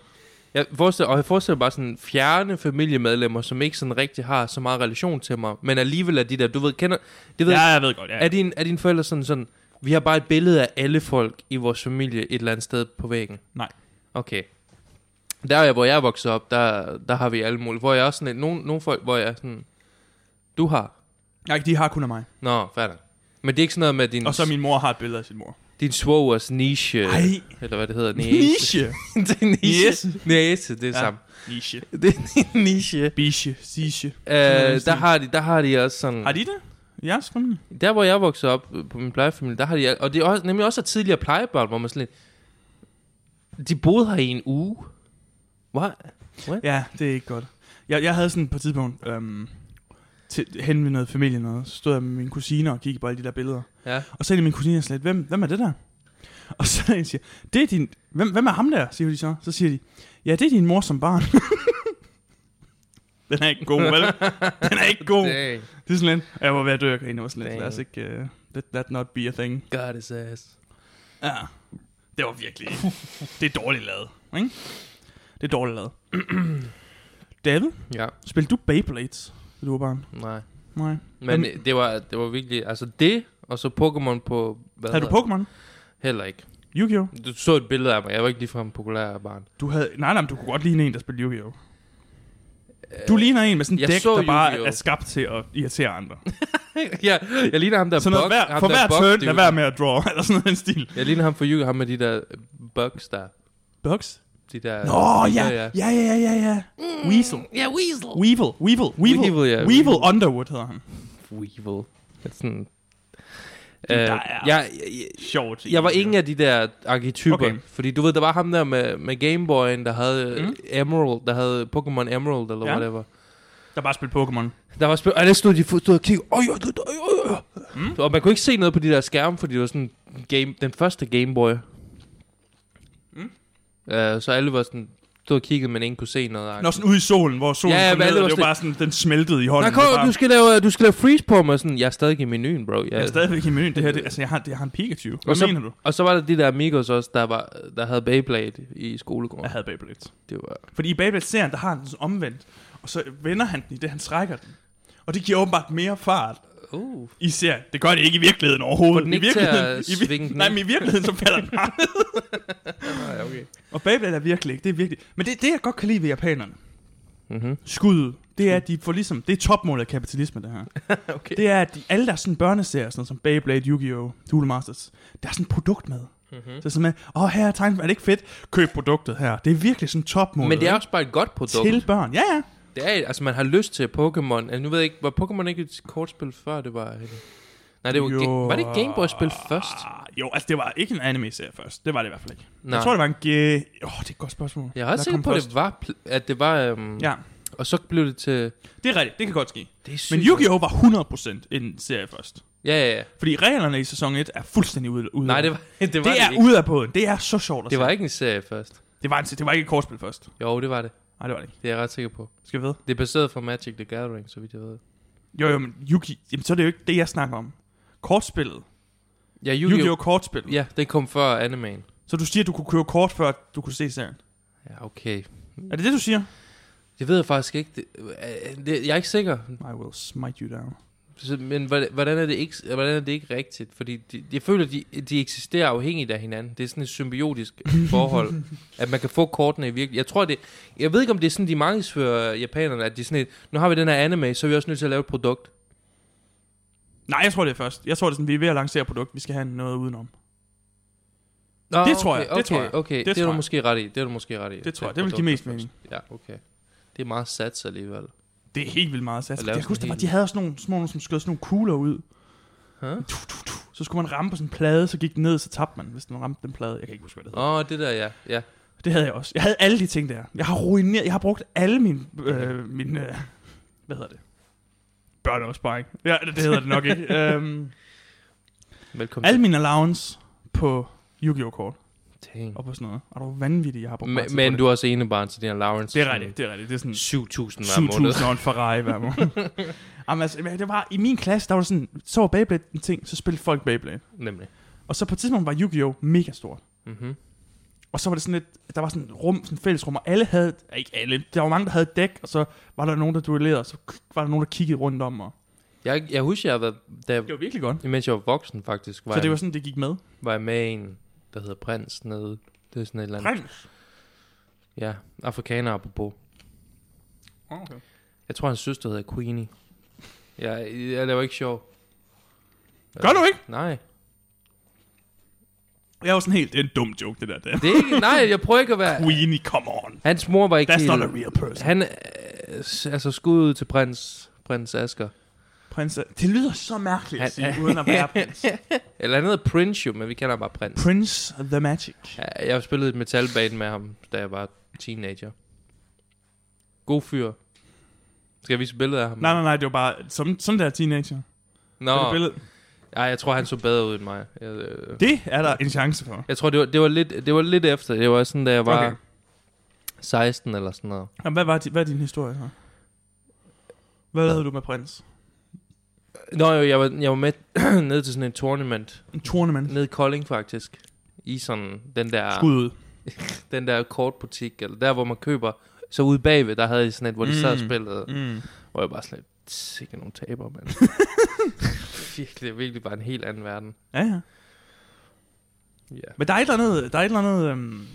Speaker 1: Jeg forestiller, og jeg forestiller bare sådan fjerne familiemedlemmer, som ikke sådan rigtig har så meget relation til mig. Men alligevel er de der, du ved, kender... Det ved,
Speaker 2: ja,
Speaker 1: ja.
Speaker 2: jeg ved godt. Ja.
Speaker 1: er, din, er dine forældre sådan sådan... Vi har bare et billede af alle folk i vores familie et eller andet sted på væggen.
Speaker 2: Nej.
Speaker 1: Okay. Der, hvor jeg voksede op, der, der har vi alle mulige. Hvor jeg også sådan lidt... Nogle, nogle folk, hvor jeg er sådan... Du har.
Speaker 2: Nej, de har kun af mig.
Speaker 1: Nå, færdig. Men det er ikke sådan noget med din,
Speaker 2: Og så min mor har et billede af sin mor.
Speaker 1: din svogers niche.
Speaker 2: Ej,
Speaker 1: Eller hvad det hedder, Øh, næse.
Speaker 2: niche.
Speaker 1: det er niche.
Speaker 2: Yes.
Speaker 1: Næse, det er ja.
Speaker 2: Ja.
Speaker 1: samme.
Speaker 2: Niche.
Speaker 1: Det er en niche.
Speaker 2: Biche. Siche.
Speaker 1: Øh,
Speaker 2: det
Speaker 1: der,
Speaker 2: sådan.
Speaker 1: har de, der har de også sådan...
Speaker 2: Har de det? Ja, skræmmende.
Speaker 1: Der, hvor jeg voksede op øh, på min plejefamilie, der har de... al- Og det er også, nemlig også tidligere plejebørn, hvor man sådan lidt... De boede her i en uge. Hvad?
Speaker 2: Ja, det er ikke godt. Jeg, jeg havde sådan på et tidspunkt, øhm, til, hen ved noget familie noget, så stod jeg med mine kusiner og kiggede på alle de der billeder.
Speaker 1: Ja.
Speaker 2: Og så sagde min kusiner slet, hvem, hvem er det der? Og så siger jeg, det er din, hvem, hvem er ham der, siger de så. Så siger de, ja, det er din mor som barn. Den er ikke god, vel? Den er ikke god.
Speaker 1: Dang.
Speaker 2: Det er sådan lidt, jeg var ved at dø, jeg griner, var sådan lidt,
Speaker 1: Dang.
Speaker 2: lad os ikke, uh, let that not be a thing.
Speaker 1: God is ass.
Speaker 2: Ja, det var virkelig, det er dårligt lavet, ikke? Det er dårligt lavet. David?
Speaker 1: Ja,
Speaker 2: Spillede du Beyblades, da du var barn?
Speaker 1: nej.
Speaker 2: Nej.
Speaker 1: Men øh, det var, det var virkelig... Altså det, og så Pokémon på... Hvad
Speaker 2: Havde du
Speaker 1: hedder det?
Speaker 2: Pokémon?
Speaker 1: Heller ikke.
Speaker 2: Yu-Gi-Oh?
Speaker 1: Du så et billede af mig. Jeg var ikke ligefrem populær barn.
Speaker 2: Du havde... Nej, nej, men du kunne godt ligne en, der spillede Yu-Gi-Oh. Du ligner en med sådan en
Speaker 1: Øh, jeg
Speaker 2: dæk,
Speaker 1: så
Speaker 2: der bare
Speaker 1: Yu-Gi-Oh!
Speaker 2: er skabt til at irritere andre.
Speaker 1: ja, jeg ligner ham, der
Speaker 2: Så noget,
Speaker 1: bug-
Speaker 2: hver,
Speaker 1: ham,
Speaker 2: for
Speaker 1: der
Speaker 2: hver
Speaker 1: bug
Speaker 2: turn, lad
Speaker 1: dude.
Speaker 2: være med at draw, eller sådan noget i den stil.
Speaker 1: Jeg ligner ham for Yu, ham med de der bugs der.
Speaker 2: Bugs?
Speaker 1: De der,
Speaker 2: Nå,
Speaker 1: de der,
Speaker 2: ja, ja, ja, ja, ja, ja. Weasel.
Speaker 3: Yeah, weasel.
Speaker 2: Weevil, Weevil, Weevil.
Speaker 1: Mm. Weevil, ja,
Speaker 2: Weevil Underwood hedder han.
Speaker 1: Weevil. Det er sådan...
Speaker 2: Der
Speaker 1: Øh,
Speaker 2: er-
Speaker 1: jeg, jeg,
Speaker 2: Sjovt.
Speaker 1: jeg var ingen af de der arketyper,
Speaker 2: Okay.
Speaker 1: okay. fordi du ved, der var ham der med, med Gameboyen, der havde
Speaker 2: Mm.
Speaker 1: mm. Emerald, der havde Pokémon Emerald, eller
Speaker 2: Ja.
Speaker 1: ja. whatever.
Speaker 2: Der bare spillede Pokémon.
Speaker 1: Der var spil, og der stod de fu- stod og kiggede, oj, oj, oj, oj.
Speaker 2: Mm.
Speaker 1: Mm. Og man kunne ikke se noget på de der skærme, fordi det var sådan game, den første Gameboy.
Speaker 2: Mm.
Speaker 1: Mm. Uh, så alle var sådan, stod og kiggede, men ingen kunne se noget.
Speaker 2: Nå, sådan ude i solen, hvor solen
Speaker 1: Ja, ja,
Speaker 2: kom
Speaker 1: men
Speaker 2: ned,
Speaker 1: alle
Speaker 2: og
Speaker 1: var
Speaker 2: det var bare sådan, den smeltede i hånden.
Speaker 1: Nej,
Speaker 2: Det var
Speaker 1: kom,
Speaker 2: bare-
Speaker 1: du skal, lave, du skal lave freeze på mig. Sådan, jeg er stadig i menuen, bro. Jeg,
Speaker 2: Jeg er stadigvæk i menuen. Det her, det, altså, jeg har, det, jeg har en Pikachu. Hvad
Speaker 1: så-
Speaker 2: mener du?
Speaker 1: Og så var der de der amigos også, der, var, der havde Beyblade i skolegården.
Speaker 2: Jeg
Speaker 1: Ja.
Speaker 2: havde Beyblades.
Speaker 1: Det var...
Speaker 2: Fordi i Beyblade-serien, der har han den sådan omvendt. Og så vender han den i det, han trækker den. Og det giver åbenbart mere fart
Speaker 1: Uh.
Speaker 2: i serien. Det gør det ikke i virkeligheden overhovedet.
Speaker 1: Får den
Speaker 2: I
Speaker 1: ikke til at
Speaker 2: virkeligheden, i, vir-
Speaker 1: svinge den
Speaker 2: Nej,
Speaker 1: ind?
Speaker 2: men i virkeligheden, så falder den bare ned.
Speaker 1: Ja, okay.
Speaker 2: Og Beyblade er virkelig ikke. Det er virkelig. Men det, det, jeg godt kan lide ved japanerne,
Speaker 1: Mm-hmm.
Speaker 2: skud, det er, at de får ligesom... Det er topmålet af kapitalisme, det her.
Speaker 1: okay.
Speaker 2: Det er, at de, alle deres sådan børneserier, sådan som Beyblade, Yu-Gi-Oh!, Duel Masters, der er sådan et produkt med.
Speaker 1: Mm-hmm.
Speaker 2: Så det er sådan med, åh, oh, her er tegn, er det ikke fedt? Køb produktet her. Det er virkelig sådan topmålet.
Speaker 1: Men det er
Speaker 2: ikke?
Speaker 1: også bare et godt produkt.
Speaker 2: Til børn, ja, ja.
Speaker 1: Det er, altså, man har lyst til Pokémon. Altså, nu ved jeg ikke, var Pokémon ikke et kortspil før, det var... øh, Nej, det var, ga- var det Game Boy-spil først?
Speaker 2: Ah, Jo, altså det var ikke en anime-serie først. Det var det i hvert fald ikke. Nej.
Speaker 1: Nej.
Speaker 2: Jeg tror, det var en... Ge- Åh, oh, det er et godt spørgsmål.
Speaker 1: Jeg er ret
Speaker 2: Hvad
Speaker 1: sikker
Speaker 2: kom
Speaker 1: på, at
Speaker 2: først?
Speaker 1: det var, pl- at det var øhm,
Speaker 2: Ja,
Speaker 1: og så blev det til...
Speaker 2: det er rigtigt. Det kan godt ske.
Speaker 1: Det er sygt.
Speaker 2: Men Yu-Gi-Oh! var 100% en serie først.
Speaker 1: Ja, ja, ja.
Speaker 2: Fordi reglerne i sæson 1 er fuldstændig ude. ude
Speaker 1: Nej, det var det, var
Speaker 2: det, det er
Speaker 1: ikke.
Speaker 2: ude af båden. Det er så sjovt at
Speaker 1: Det
Speaker 2: se.
Speaker 1: var ikke en serie først.
Speaker 2: det, var en, det var ikke et kortspil først.
Speaker 1: Jo, det var det.
Speaker 2: Nej, det var det ikke.
Speaker 1: Det er jeg ret sikker på.
Speaker 2: Skal vi ved?
Speaker 1: Det er baseret fra Magic the Gathering, så vidt jeg ved.
Speaker 2: Jo, jo, men Yuki... Jamen, så er det jo ikke det, jeg snakker om. Kortspillet.
Speaker 1: Ja, Yu-Gi-Oh!
Speaker 2: Yu-Gi-Oh! kortspillet.
Speaker 1: Ja, det kom før animen.
Speaker 2: Så du siger, at du kunne købe kort, før du kunne se serien.
Speaker 1: Ja, okay.
Speaker 2: Er det det, du siger?
Speaker 1: Det ved jeg faktisk ikke. Det, øh, det, jeg er ikke sikker.
Speaker 2: I will smite you down.
Speaker 1: Så- Men hvordan- hvordan er det ikke, hvordan er det ikke rigtigt? Fordi de, jeg føler, de, de eksisterer afhængigt af hinanden. Det er sådan et symbiotisk forhold, at man kan få kortene i virkelig. Jeg tror, det... Jeg ved ikke, om det er sådan, de markedsfører japanerne, at de er sådan et, nu har vi den her anime, så er vi også nødt til at lave et produkt.
Speaker 2: Nej, jeg tror det er først. Jeg tror, det er sådan, vi er ved at lancere et produkt. Vi skal have noget udenom.
Speaker 1: Nå,
Speaker 2: Det tror jeg,
Speaker 1: okay,
Speaker 2: det tror jeg.
Speaker 1: Okay, okay.
Speaker 2: Det
Speaker 1: Det, det er
Speaker 2: tror
Speaker 1: du
Speaker 2: jeg.
Speaker 1: måske ret i. Det er du måske ret i.
Speaker 2: Det tror jeg. Det vil give mest
Speaker 1: produktet
Speaker 2: mening.
Speaker 1: først. Ja, okay. Det er meget sats alligevel.
Speaker 2: Det er helt vildt meget sats.
Speaker 1: At
Speaker 2: Jeg
Speaker 1: lave
Speaker 2: kan huske,
Speaker 1: sådan
Speaker 2: der var,
Speaker 1: en
Speaker 2: de havde også nogle små, nogle, som skød sådan nogle kugler ud.
Speaker 1: Huh?
Speaker 2: Tu, tu, tu. Så skulle man ramme på sådan en plade, så gik den ned, så tabte man, hvis den ramte den plade. Jeg kan ikke huske, hvad det hedder.
Speaker 1: Åh, oh, det der, ja. ja.
Speaker 2: Det havde jeg også. Jeg havde alle de ting der. Jeg har ruineret, jeg har brugt alle mine, øh, mine øh, hvad hedder det? Børneopsparing. Ja, det, det hedder det nok ikke. øhm,
Speaker 1: Velkommen
Speaker 2: alle min allowance på Yu-Gi-Oh! kort
Speaker 1: til. Dang.
Speaker 2: og på sådan noget. Er du vanvittig, jeg har brugt meget
Speaker 1: Men,
Speaker 2: tid
Speaker 1: men
Speaker 2: på
Speaker 1: du er også enebarn, så din allowance
Speaker 2: det. Det er rigtigt, det er rigtigt. Det er sådan,
Speaker 1: 7000 hver måned.
Speaker 2: 7.000 og en Ferrari hver måned. Jamen, altså, men det var, I min klasse, der var det sådan, så var Beyblade en ting, så spillede folk Beyblade.
Speaker 1: Nemlig.
Speaker 2: Og så på et tidspunkt var Yu-Gi-Oh! mega stort.
Speaker 1: Mm-hmm.
Speaker 2: Og så var det sådan lidt, der var sådan et rum, sådan et fællesrum, og alle havde, ja, ikke alle, der var mange, der havde et dæk, og så var der nogen, der duellerede, og så var der nogen, der kiggede rundt om. Og...
Speaker 1: Jeg, jeg husker, jeg var, da jeg,
Speaker 2: Det var virkelig godt.
Speaker 1: imens jeg var voksen faktisk, var,
Speaker 2: Så det var
Speaker 1: jeg,
Speaker 2: sådan, det gik med.
Speaker 1: var jeg med i en, der hedder Prins nede. Det er sådan et eller andet.
Speaker 2: Prins.
Speaker 1: Ja, afrikaner apropos.
Speaker 2: Okay.
Speaker 1: Jeg tror, hans søster hedder Queenie. Jeg, jeg laver ikke sjov.
Speaker 2: Gør du ikke?
Speaker 1: Nej.
Speaker 2: Jeg var sådan helt, det er en dum joke, det der. der.
Speaker 1: Det er ikke, nej, jeg prøver ikke at være...
Speaker 2: Queenie, come on.
Speaker 1: Hans mor var ikke
Speaker 2: That's not
Speaker 1: helt...
Speaker 2: a real person.
Speaker 1: Han øh, s- altså skud ud til prins, prins Asger.
Speaker 2: Prins, er- det lyder så mærkeligt at sige, uden at være prins.
Speaker 1: Eller han hedder Prince jo, men vi kalder ham bare prins.
Speaker 2: Prince the Magic.
Speaker 1: Ja, Jeg har spillet et metalband med ham, da jeg var teenager. God fyr. Skal jeg vise et billede af ham?
Speaker 2: Mm. Nej, nej, nej, det var bare som, sådan der teenager. Det
Speaker 1: Nå,
Speaker 2: billede.
Speaker 1: Ej, jeg tror, han så bedre ud end mig. Jeg, øh,
Speaker 2: Det er der en chance for.
Speaker 1: jeg tror, det var, det, var lidt, det var lidt efter. Det var sådan, da jeg var
Speaker 2: Okay.
Speaker 1: okay. 16 eller sådan noget.
Speaker 2: Jamen, hvad, var, di- hvad er din historie her? Hvad lavede du med prins?
Speaker 1: Nå jo, jeg var, jeg var med ned til sådan en tournament.
Speaker 2: En tournament.
Speaker 1: Ned i Kolding faktisk. I sådan den der...
Speaker 2: Skud ud.
Speaker 1: den der kortbutik, eller der, hvor man køber, så ude bagved, der havde jeg sådan et, hvor de sad og
Speaker 2: Mm.
Speaker 1: spillede,
Speaker 2: Mm.
Speaker 1: hvor jeg bare sådan lidt, sikke nogle taber, mand. virkelig, virkelig bare en helt anden verden.
Speaker 2: Ja, ja.
Speaker 1: Ja.
Speaker 2: Men der er et eller andet... Der er et eller andet... Øhm,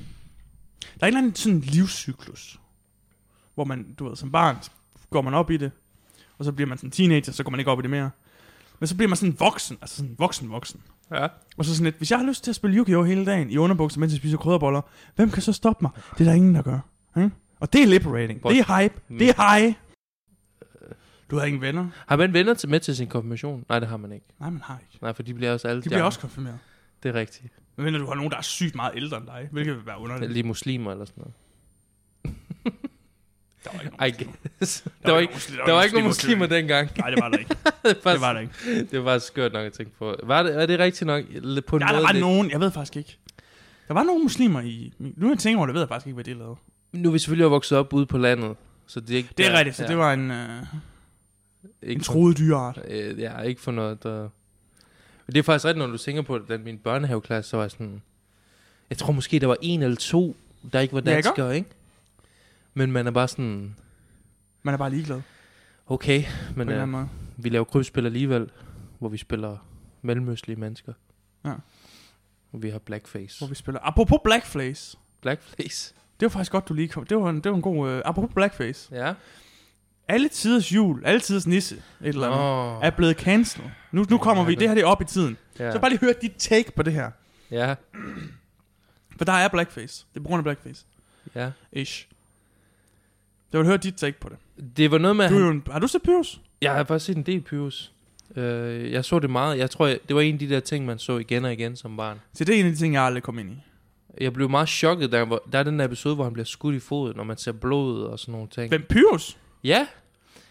Speaker 2: der er et eller andet sådan livscyklus. Hvor man, du ved, som barn går man op i det. Og så bliver man sådan teenager, så går man ikke op i det mere. Men så bliver man sådan voksen, altså sådan voksen, voksen.
Speaker 1: Ja.
Speaker 2: Og så sådan lidt, hvis jeg har lyst til at spille Yu-Gi-Oh! hele dagen i underbukser, mens jeg spiser krydderboller, hvem kan så stoppe mig? Det er der ingen, der gør. Hm? Og det er liberating.
Speaker 1: Hvor-
Speaker 2: Det er hype.
Speaker 1: Mm.
Speaker 2: Det er high. Du har ingen venner?
Speaker 1: Har man venner til med til sin konfirmation? Nej, det har man ikke.
Speaker 2: Nej, man har ikke.
Speaker 1: Nej, for de bliver også alle
Speaker 2: De bliver
Speaker 1: jamme.
Speaker 2: også konfirmeret.
Speaker 1: Det er rigtigt.
Speaker 2: Men venter, du har nogen, der er sygt meget ældre end dig, hvilket vil være underligt.
Speaker 1: Lige muslimer eller sådan noget.
Speaker 2: Der var ikke
Speaker 1: I
Speaker 2: nogen,
Speaker 1: guess. Der var ikke,
Speaker 2: nogen-
Speaker 1: der var ikke nogen
Speaker 2: muslimer
Speaker 1: muslimer dengang.
Speaker 2: til- Nej, det var der ikke.
Speaker 1: det, var,
Speaker 2: Det var der ikke.
Speaker 1: det var skørt nok at tænke på. Var det, er det rigtigt nok? Lidt På en
Speaker 2: Ja,
Speaker 1: måde,
Speaker 2: der var
Speaker 1: lidt-
Speaker 2: nogen, jeg ved faktisk ikke. Der var nogle muslimer i... Nu jeg tænker over det, ved jeg faktisk ikke, hvad de lavede.
Speaker 1: Nu er vi selvfølgelig vokset op ude på landet. Så det er ikke...
Speaker 2: Det er
Speaker 1: der-
Speaker 2: rigtigt, så
Speaker 1: ja,
Speaker 2: det var en, øh,
Speaker 1: ikke
Speaker 2: en
Speaker 1: for-
Speaker 2: truet dyreart.
Speaker 1: Øh, ja, ikke for noget, der... Men det er faktisk rigtigt, når du tænker på det, da min børnehaveklasse, så var jeg sådan... Jeg tror måske, der var en eller to, der ikke var
Speaker 2: Ja, ikke?
Speaker 1: danskere, ikke? Men man er bare sådan...
Speaker 2: Man er bare ligeglad på
Speaker 1: Okay, men
Speaker 2: en eller
Speaker 1: øh,
Speaker 2: anden måde.
Speaker 1: vi laver krybspil alligevel, hvor vi spiller mellemøstlige mennesker.
Speaker 2: Ja.
Speaker 1: Og vi har blackface.
Speaker 2: Hvor vi spiller. Apropos blackface.
Speaker 1: Blackface?
Speaker 2: Det var faktisk godt, du lige kom. Det var en, det var en god... Øh, apropos blackface.
Speaker 1: Ja.
Speaker 2: Alle tiders jul, alle tiders nisse, et eller andet,
Speaker 1: Åh,
Speaker 2: er blevet cancelled. Nu, nu kommer vi. Det her det er op i tiden.
Speaker 1: ja.
Speaker 2: Så bare lige hør dit take på det her.
Speaker 1: ja,
Speaker 2: For der er blackface. Det er på grund af blackface.
Speaker 1: ja.
Speaker 2: Ish. Jeg vil høre dit take på det.
Speaker 1: Det var noget med...
Speaker 2: Du
Speaker 1: han-
Speaker 2: er jo en, har du set Pyrus?
Speaker 1: Jeg har faktisk set en del Pyrus. Øh, jeg så det meget. Jeg tror, jeg, det var en af de der ting, man så igen og igen som barn.
Speaker 2: Så det er en af de ting, jeg aldrig kom ind i.
Speaker 1: Jeg blev meget chokket, der, hvor, der er den der episode, hvor han bliver skudt i foden, når man ser blodet og sådan nogle ting.
Speaker 2: Hvem Pyrus?
Speaker 1: Ja,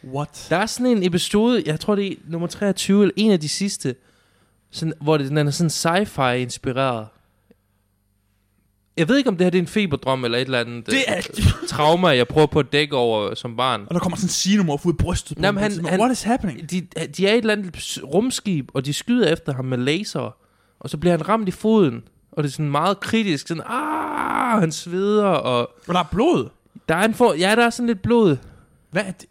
Speaker 2: What?
Speaker 1: der er sådan en episode, jeg tror det er nummer 23, eller en af de sidste, sådan, hvor det, den er sådan sci-fi inspireret. Jeg ved ikke, om det her det er en feberdrøm eller et eller andet
Speaker 2: Det er...
Speaker 1: øh, trauma, jeg prøver på at dække over som barn.
Speaker 2: Og der kommer sådan en sinomorf ud i brystet på
Speaker 1: Jamen,
Speaker 2: Jamen,
Speaker 1: han-
Speaker 2: han,
Speaker 1: han-
Speaker 2: What is happening?
Speaker 1: De, de er et eller andet s- rumskib, og de skyder efter ham med laser, og så bliver han ramt i foden, og det er sådan meget kritisk, sådan, ah, han sveder, og
Speaker 2: Og der er blod.
Speaker 1: der er en for, ja, der er sådan lidt blod.
Speaker 2: Hvad er det?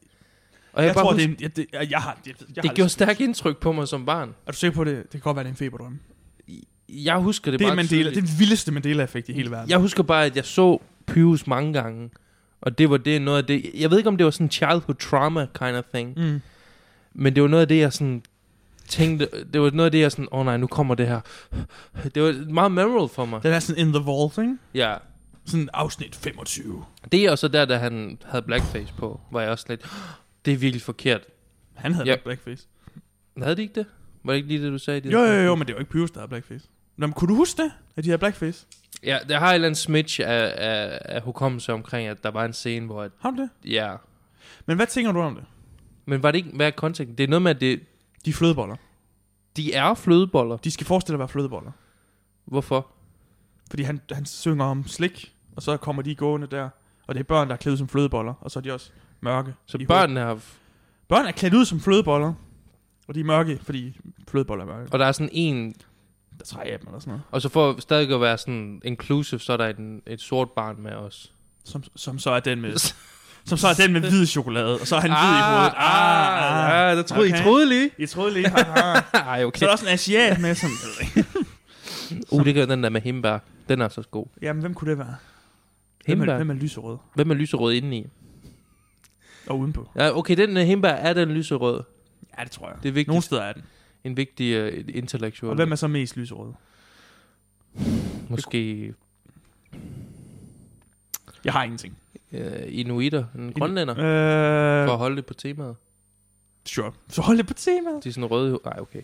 Speaker 1: Og jeg,
Speaker 2: Jeg, jeg
Speaker 1: bare
Speaker 2: tror,
Speaker 1: husker,
Speaker 2: det er en... Jeg, det, jeg, jeg har... Jeg, jeg
Speaker 1: det
Speaker 2: har
Speaker 1: gjorde stærkt indtryk på mig som barn.
Speaker 2: Er du sikker på det? Det kan godt være, det er en feberdrøm. Det,
Speaker 1: Jeg husker det,
Speaker 2: det er
Speaker 1: meget
Speaker 2: Mandela. Det
Speaker 1: tydeligt.
Speaker 2: er den vildeste Mandela-effekt i hele verden.
Speaker 1: Jeg husker bare, at jeg så Pyrus mange gange, og det var det noget af det. Jeg ved ikke, om det var sådan childhood trauma kind of thing,
Speaker 2: Mm.
Speaker 1: men det var noget af det, jeg sådan tænkte, det var noget af det, jeg sådan, åh oh, nej, nu kommer det her. Det var meget memorable for mig.
Speaker 2: Den er sådan in the vault, ikke?
Speaker 1: Ja.
Speaker 2: Sådan afsnit 25.
Speaker 1: Det er også der, da han havde blackface på, var jeg også lidt, det er virkelig forkert.
Speaker 2: Han havde
Speaker 1: Ja.
Speaker 2: yep. blackface.
Speaker 1: Havde de ikke det? Var det ikke lige det, du sagde? det
Speaker 2: Jo,
Speaker 1: der
Speaker 2: jo, jo,
Speaker 1: blackface?
Speaker 2: men det var ikke Pyrus, der havde blackface. Nå, men kunne du huske det, at de havde blackface?
Speaker 1: Ja, der har et eller andet smitch af, af, af hukommelse omkring, at der var en scene, hvor... at-
Speaker 2: Har du det?
Speaker 1: Ja,
Speaker 2: Men hvad tænker du om det?
Speaker 1: Men var det ikke, hvad er konteksten? Det er noget med, at det,
Speaker 2: De er flødeboller.
Speaker 1: de er flødeboller.
Speaker 2: De skal forestille at være flødeboller.
Speaker 1: Hvorfor?
Speaker 2: Fordi han, han synger om slik, og så kommer de gående der. Og det er børn, der er klædt ud som flødeboller, og så er de også mørke.
Speaker 1: Så
Speaker 2: i
Speaker 1: børnene har... f-
Speaker 2: hovedet. Børn er klædt ud som flødeboller, og de er mørke, fordi flødeboller er mørke.
Speaker 1: Og der er sådan en...
Speaker 2: Der er tre af dem eller sådan noget.
Speaker 1: Og så for stadig at være sådan inclusive, så er der en, et sort barn med os.
Speaker 2: Som, som så er den med... Som så er den med hvid chokolade, og så er han hvid i hovedet. Ah,
Speaker 1: ah, ah, der troede, okay. I
Speaker 2: Okay.
Speaker 1: troede lige.
Speaker 2: I troede lige, haha.
Speaker 1: Ej, okay.
Speaker 2: Så er der også en asiat med, som...
Speaker 1: Uh, det gør den der med himbær. Den er så god.
Speaker 2: Jamen, hvem kunne det være? Hvem er,
Speaker 1: Himbær?
Speaker 2: hvem er lyserød?
Speaker 1: Hvem er lyserød indeni?
Speaker 2: Og udenpå.
Speaker 1: Ja, okay, den uh, himbær er den lyserød.
Speaker 2: Ja, det tror jeg.
Speaker 1: Det er vigtigt.
Speaker 2: Nogle steder er den.
Speaker 1: En vigtig uh,
Speaker 2: Og
Speaker 1: intellektuel.
Speaker 2: hvem er så mest lyserød?
Speaker 1: Måske
Speaker 2: Jeg har ingenting.
Speaker 1: uh, inuiter. En grønlænder.
Speaker 2: Øh,
Speaker 1: For at holde det på temaet.
Speaker 2: sure. Så hold det på temaet.
Speaker 1: De er sådan røde... i ho- Ej, okay.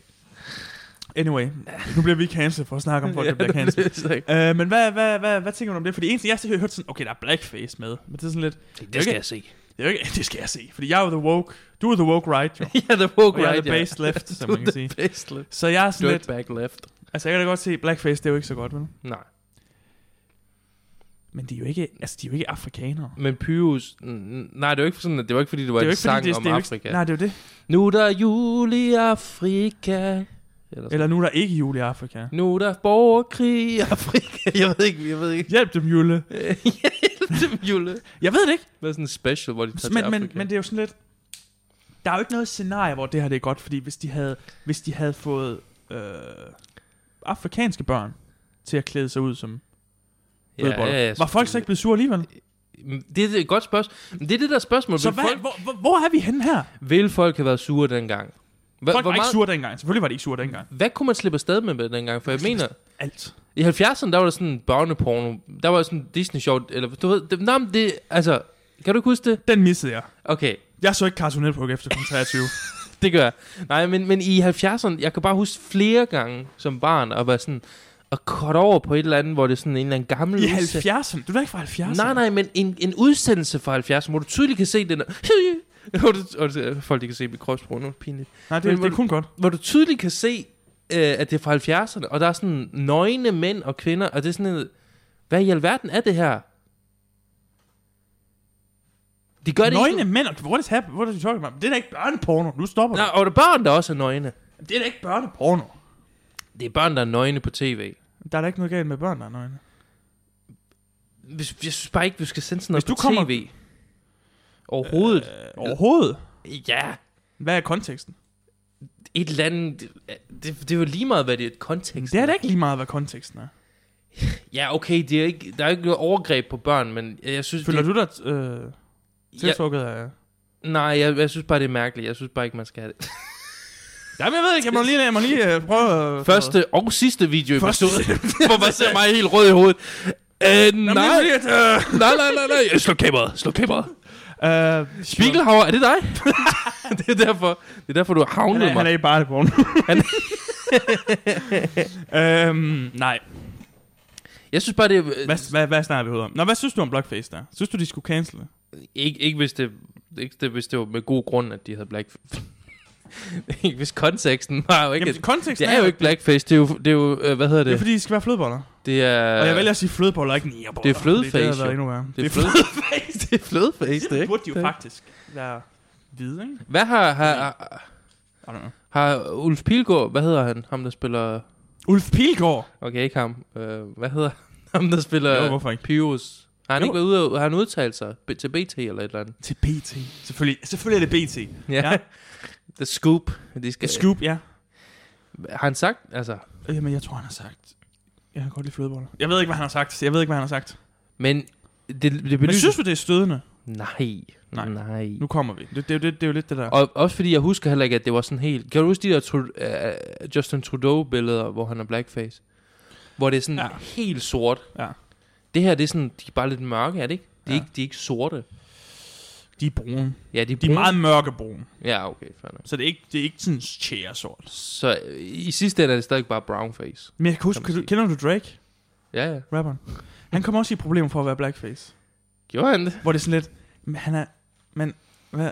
Speaker 2: Anyway, nu bliver vi cancelled for at snakke om folk, der bliver cancelled.
Speaker 1: det,
Speaker 2: Øh, men hvad, hvad, hvad, hvad tænker du om det? Fordi en ting, jeg har hørt sådan, okay, der er blackface med, men det er sådan lidt,
Speaker 1: det skal jeg se.
Speaker 2: det, er jo ikke, det skal jeg se, fordi jeg er jo the woke, du er the woke right, jo.
Speaker 1: ja, the woke
Speaker 2: Og jeg er
Speaker 1: right,
Speaker 2: the based left, som man kan sige.
Speaker 1: Based left.
Speaker 2: Så jeg er sådan lidt,
Speaker 1: Dirtbag left.
Speaker 2: altså jeg kan da godt se, blackface, det er jo ikke så godt, vel?
Speaker 1: Nej.
Speaker 2: Men de er jo ikke, altså de er jo ikke afrikanere.
Speaker 1: Men Pyrus... mm, Nej, det var ikke sådan, at det var ikke fordi, det var
Speaker 2: Det er
Speaker 1: det en sang
Speaker 2: jo ikke, fordi, det,
Speaker 1: om
Speaker 2: det er jo
Speaker 1: Afrika.
Speaker 2: Ikke, nej, det er jo det.
Speaker 1: Nu er der jul i Afrika. Eller, Eller
Speaker 2: Eller nu er der ikke jul i Afrika.
Speaker 1: nu er der borgerkrig i Afrika. Jeg ved ikke, jeg ved ikke.
Speaker 2: Hjælp dem, Jule.
Speaker 1: Hjælp dem, Jule.
Speaker 2: Jeg ved det ikke.
Speaker 1: Hvad er sådan en special, hvor de tager til
Speaker 2: men,
Speaker 1: Afrika?
Speaker 2: men, men det er jo sådan lidt... Der er jo ikke noget scenarie, hvor det her det er godt, fordi hvis de havde, hvis de havde fået øh, afrikanske børn til at klæde sig ud som ja,
Speaker 1: ja, ja, ja,
Speaker 2: var folk så ikke blevet sure alligevel?
Speaker 1: Det er et godt spørgsmål. Det er det der spørgsmål.
Speaker 2: Så
Speaker 1: vil,
Speaker 2: hvad,
Speaker 1: folk,
Speaker 2: hvor, hvor, hvor er vi henne her?
Speaker 1: vil folk have været sure dengang? Hva,
Speaker 2: Folk var ikke sure dengang. Selvfølgelig var de ikke sure dengang.
Speaker 1: Hvad kunne man slippe afsted med, med dengang? For jeg mener,
Speaker 2: Alt.
Speaker 1: i 70'erne, der var der sådan en børneporno. Der var sådan en Disney-show. Eller, du ved, det, nej, men det, altså, kan du ikke huske det?
Speaker 2: Den missede jeg.
Speaker 1: Okay,
Speaker 2: Jeg så ikke Cartoon Network efter kun 23.
Speaker 1: det gør jeg. Nej, men, men i 70'erne, jeg kan bare huske flere gange som barn at være sådan, at cut over på et eller andet, hvor det er sådan en eller anden gammel
Speaker 2: I
Speaker 1: udsendelse.
Speaker 2: 70'erne? Du er da ikke fra 70'erne?
Speaker 1: Nej, nej, men en, en udsendelse fra 70'erne, hvor du tydeligt kan se den... Hvor du, og det, folk de kan se mit kropsprog nu, pinligt.
Speaker 2: Nej, det,
Speaker 1: Men-
Speaker 2: det er kun godt.
Speaker 1: Hvor du tydeligt kan se, øh, at det er fra 70'erne, og der er sådan nøgne mænd og kvinder, og det er sådan noget... Hvad i alverden er det her? De gør det
Speaker 2: Nøgne
Speaker 1: ikke...
Speaker 2: mænd, og- what is happening? What are you talking about? Det er da ikke børneporno. Nu stopper
Speaker 1: Nej, og der er børn, der også er nøgne.
Speaker 2: du. Det er da ikke børneporno.
Speaker 1: Det er børn, der er nøgne på tv.
Speaker 2: Der er da ikke noget galt med børn, der er nøgne.
Speaker 1: Hvis, jeg synes bare ikke, vi skal sende sådan noget
Speaker 2: Hvis
Speaker 1: på
Speaker 2: du kommer-
Speaker 1: tv. Overhovedet. Øh,
Speaker 2: Øh, overhovedet.
Speaker 1: Ja,
Speaker 2: Hvad er konteksten?
Speaker 1: et eller andet... Det, det, det er jo lige meget, hvad det er et kontekst.
Speaker 2: Det er da ikke lige meget, hvad konteksten er.
Speaker 1: Ja, okay, det er ikke, der er ikke noget overgreb på børn, men jeg synes...
Speaker 2: Føler
Speaker 1: det,
Speaker 2: du dig øh,
Speaker 1: jeg,
Speaker 2: tiltrukket af...
Speaker 1: Nej, jeg, jeg synes bare, det er mærkeligt. Jeg synes bare ikke, man skal have det.
Speaker 2: Jamen, jeg ved ikke. Jeg må lige, jeg må lige øh, prøve... Øh,
Speaker 1: Første og sidste video i
Speaker 2: Første-
Speaker 1: episode, hvor man ser mig helt rød i hovedet. Øh, nej,
Speaker 2: Jamen, nej.
Speaker 1: nej,
Speaker 2: Lige, at, øh,
Speaker 1: nej, nej, nej. Slå kameraet, slå kameraet.
Speaker 2: øh,
Speaker 1: Spiegelhauer, er det dig? det, er derfor, det er derfor, du har
Speaker 2: Han
Speaker 1: havnet
Speaker 2: er, han
Speaker 1: mig.
Speaker 2: er i barneporno. øhm, nej.
Speaker 1: Jeg synes bare, det er...
Speaker 2: Hvad, hvad, hvad snakker vi overhovedet om? Nå, hvad synes du om Blockface der? Synes du, de skulle cancele? det?
Speaker 1: Ikke, ikke, hvis det, ikke det, hvis det var med god grund, at de havde black... ikke hvis konteksten var jo ikke...
Speaker 2: Jamen,
Speaker 1: Jamen,
Speaker 2: konteksten
Speaker 1: det er jo ikke blackface, det er jo, det er jo øh, hvad hedder
Speaker 2: Det er
Speaker 1: det?
Speaker 2: fordi, de skal være flødeboller.
Speaker 1: Det er...
Speaker 2: Og jeg vælger at sige flødeboller, ikke nierboller.
Speaker 1: det er flødeface,
Speaker 2: fordi Det, havde
Speaker 1: jo.
Speaker 2: været endnu værre.
Speaker 1: Det er
Speaker 2: fløde-
Speaker 1: flødeface. det er flødeface, det er
Speaker 2: Det
Speaker 1: ikke?
Speaker 2: burde de jo faktisk være hvide, ikke?
Speaker 1: Hvad har, har,
Speaker 2: I don't know.
Speaker 1: har Ulf Pilgaard, hvad hedder han? Ham, der spiller...
Speaker 2: Ulf Pilgaard.
Speaker 1: Okay, ikke ham. Øh, hvad hedder ham, der spiller
Speaker 2: Jo, hvorfor ikke?
Speaker 1: Pyrus? Har han
Speaker 2: Jo.
Speaker 1: ikke været ude og- har han udtalt sig B- til BT eller et eller andet?
Speaker 2: Til BT. Selvfølgelig, selvfølgelig er det BT.
Speaker 1: Ja.
Speaker 2: Ja.
Speaker 1: ja. The Scoop. De skal,
Speaker 2: Øh, Scoop, ja.
Speaker 1: Har han sagt, altså...
Speaker 2: Øh, Jamen, jeg tror, han har sagt... Jeg kan godt lide flødeboller. Jeg ved ikke, hvad han har sagt. Jeg ved ikke, hvad han har sagt.
Speaker 1: Men det, det
Speaker 2: Men
Speaker 1: belyser...
Speaker 2: synes du, det er stødende?
Speaker 1: Nej.
Speaker 2: Nej.
Speaker 1: Nej.
Speaker 2: Nu kommer vi. Det, det, det, det er jo lidt det der.
Speaker 1: Og også fordi jeg husker heller ikke, at det var sådan helt... Kan du huske de der Tru- uh, Justin Trudeau-billeder, hvor han er blackface? Hvor det er sådan
Speaker 2: Ja.
Speaker 1: ja. helt sort.
Speaker 2: Ja.
Speaker 1: Det her, det er sådan... De er bare lidt mørke, er det ikke? De er,
Speaker 2: Ja.
Speaker 1: ja. ikke, de er ikke sorte.
Speaker 2: De er brune.
Speaker 1: Ja, de er,
Speaker 2: De er
Speaker 1: brune.
Speaker 2: meget mørkebrune.
Speaker 1: Ja, okay, fair nok.
Speaker 2: Så det er ikke, det er ikke sådan tjæresort.
Speaker 1: Så øh, i sidste ende er det stadig bare brownface.
Speaker 2: Men jeg kan huske,
Speaker 1: Kan man
Speaker 2: kan du,
Speaker 1: sige.
Speaker 2: kender du Drake,
Speaker 1: Ja, ja.
Speaker 2: rapperen? Han kom også i problemer for at være blackface.
Speaker 1: Gjorde han det?
Speaker 2: Hvor det er sådan lidt, men han er, men hvad,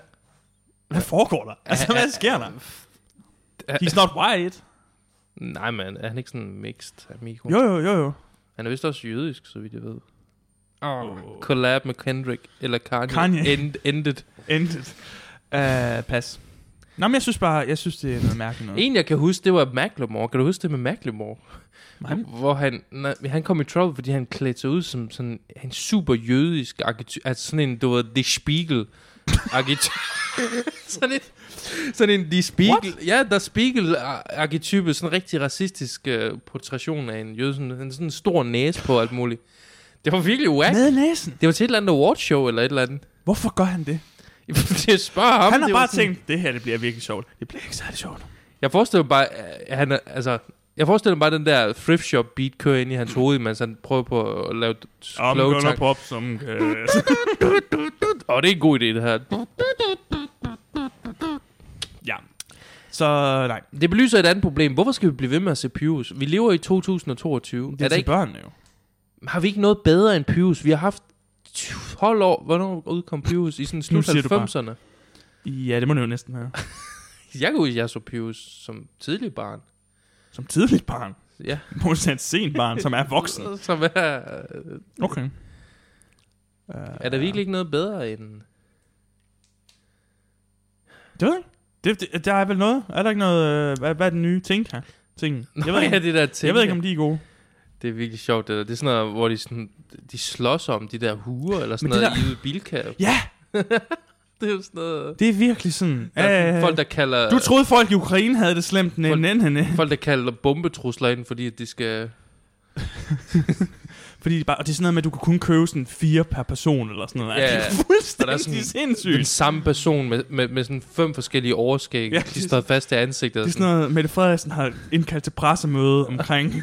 Speaker 2: hvad foregår der? Altså, hvad sker der? He's not white.
Speaker 1: Nej, man. Er han ikke sådan mixed amigo?
Speaker 2: Jo, jo, jo, jo.
Speaker 1: Han er vist også jødisk, så vidt jeg ved. Oh. Collab med Kendrick eller Kanye,
Speaker 2: Kanye.
Speaker 1: End, ended.
Speaker 2: Intet. Uh, pas. Nå, men jeg synes bare, jeg synes, det er noget mærkeligt noget.
Speaker 1: En, jeg kan huske, det var Macklemore. Kan du huske det med Macklemore?
Speaker 2: Han-
Speaker 1: Hvor han, nej, han kom i trouble, fordi han klædte sig ud som sådan en super jødisk arketyp. Altså sådan en, du ved, The Spiegel arketyp. sådan en, sådan en, The Spiegel. What? Ja, der Spiegel arketype, sådan en rigtig racistisk uh, portrætion af en jøde. Sådan, han sådan en stor næse på og alt muligt. Det var virkelig wack.
Speaker 2: Med næsen.
Speaker 1: Det var til et eller andet awardshow eller et eller andet.
Speaker 2: Hvorfor gør han det?
Speaker 1: Jeg spørger ham.
Speaker 2: Han har
Speaker 1: det var
Speaker 2: bare
Speaker 1: sådan-
Speaker 2: tænkt, det her det bliver virkelig sjovt. Det bliver ikke særlig sjovt.
Speaker 1: Jeg forestiller mig bare, at han er, altså, jeg forestiller mig bare, at den der thrift shop beat kører ind i hans hoved, mens han prøver på at lave et
Speaker 2: I'm
Speaker 1: slow
Speaker 2: gonna
Speaker 1: tank.
Speaker 2: pop some gas.
Speaker 1: Åh, det er en god idé, det her.
Speaker 2: ja. Så nej.
Speaker 1: Det belyser et andet problem. Hvorfor skal vi blive ved med at se Pyrus? Vi lever i 2022.
Speaker 2: Det er,
Speaker 1: er der
Speaker 2: til
Speaker 1: ikke,
Speaker 2: børnene jo.
Speaker 1: har vi ikke noget bedre end Pyrus? Vi har haft 12 år. Hvornår udkom Pyrus? I sådan slut
Speaker 2: siger du bare.
Speaker 1: 90'erne.
Speaker 2: Ja, det må det jo næsten være.
Speaker 1: Jeg kan huske, at jeg så Pyrus som tidlig barn.
Speaker 2: Som tidligt barn.
Speaker 1: Ja.
Speaker 2: Modsat sent barn, som er voksen.
Speaker 1: Som er,
Speaker 2: Okay. Uh,
Speaker 1: er der virkelig ikke noget bedre end...
Speaker 2: Det ved jeg ikke. det, det, Der er vel noget? Er der ikke noget... Øh, hvad, hvad er den nye ting her? Tingen. Jeg,
Speaker 1: Nå ja,
Speaker 2: ved ikke,
Speaker 1: det der ting.
Speaker 2: jeg ved ikke, om de er gode.
Speaker 1: Det er virkelig sjovt, det der. Det er sådan noget, hvor de, sådan, de slås om de der huer, eller sådan
Speaker 2: Men det
Speaker 1: noget, der... i ude bilkab.
Speaker 2: Ja,
Speaker 1: Det er jo sådan noget...
Speaker 2: det er virkelig sådan...
Speaker 1: Der er sådan
Speaker 2: Øh,
Speaker 1: folk, der kalder,
Speaker 2: du troede, folk i Ukraine havde det slemt. Næ,
Speaker 1: Folk-
Speaker 2: næ, næ, næ.
Speaker 1: folk, der kalder bombetrusler ind, fordi de skal...
Speaker 2: Fordi det bare, og det er sådan noget med, at du kan kun købe sådan fire per person, eller sådan noget.
Speaker 1: Ja,
Speaker 2: det
Speaker 1: ja.
Speaker 2: er
Speaker 1: Og der er
Speaker 2: fuldstændig
Speaker 1: sådan-
Speaker 2: sådan,
Speaker 1: Den
Speaker 2: sindssygt.
Speaker 1: samme person med, med, med sådan fem forskellige overskæg,
Speaker 2: Ja,
Speaker 1: ja,
Speaker 2: det-
Speaker 1: de står fast i ansigtet.
Speaker 2: Det
Speaker 1: og
Speaker 2: er sådan noget, Mette Frederiksen har indkaldt til pressemøde omkring...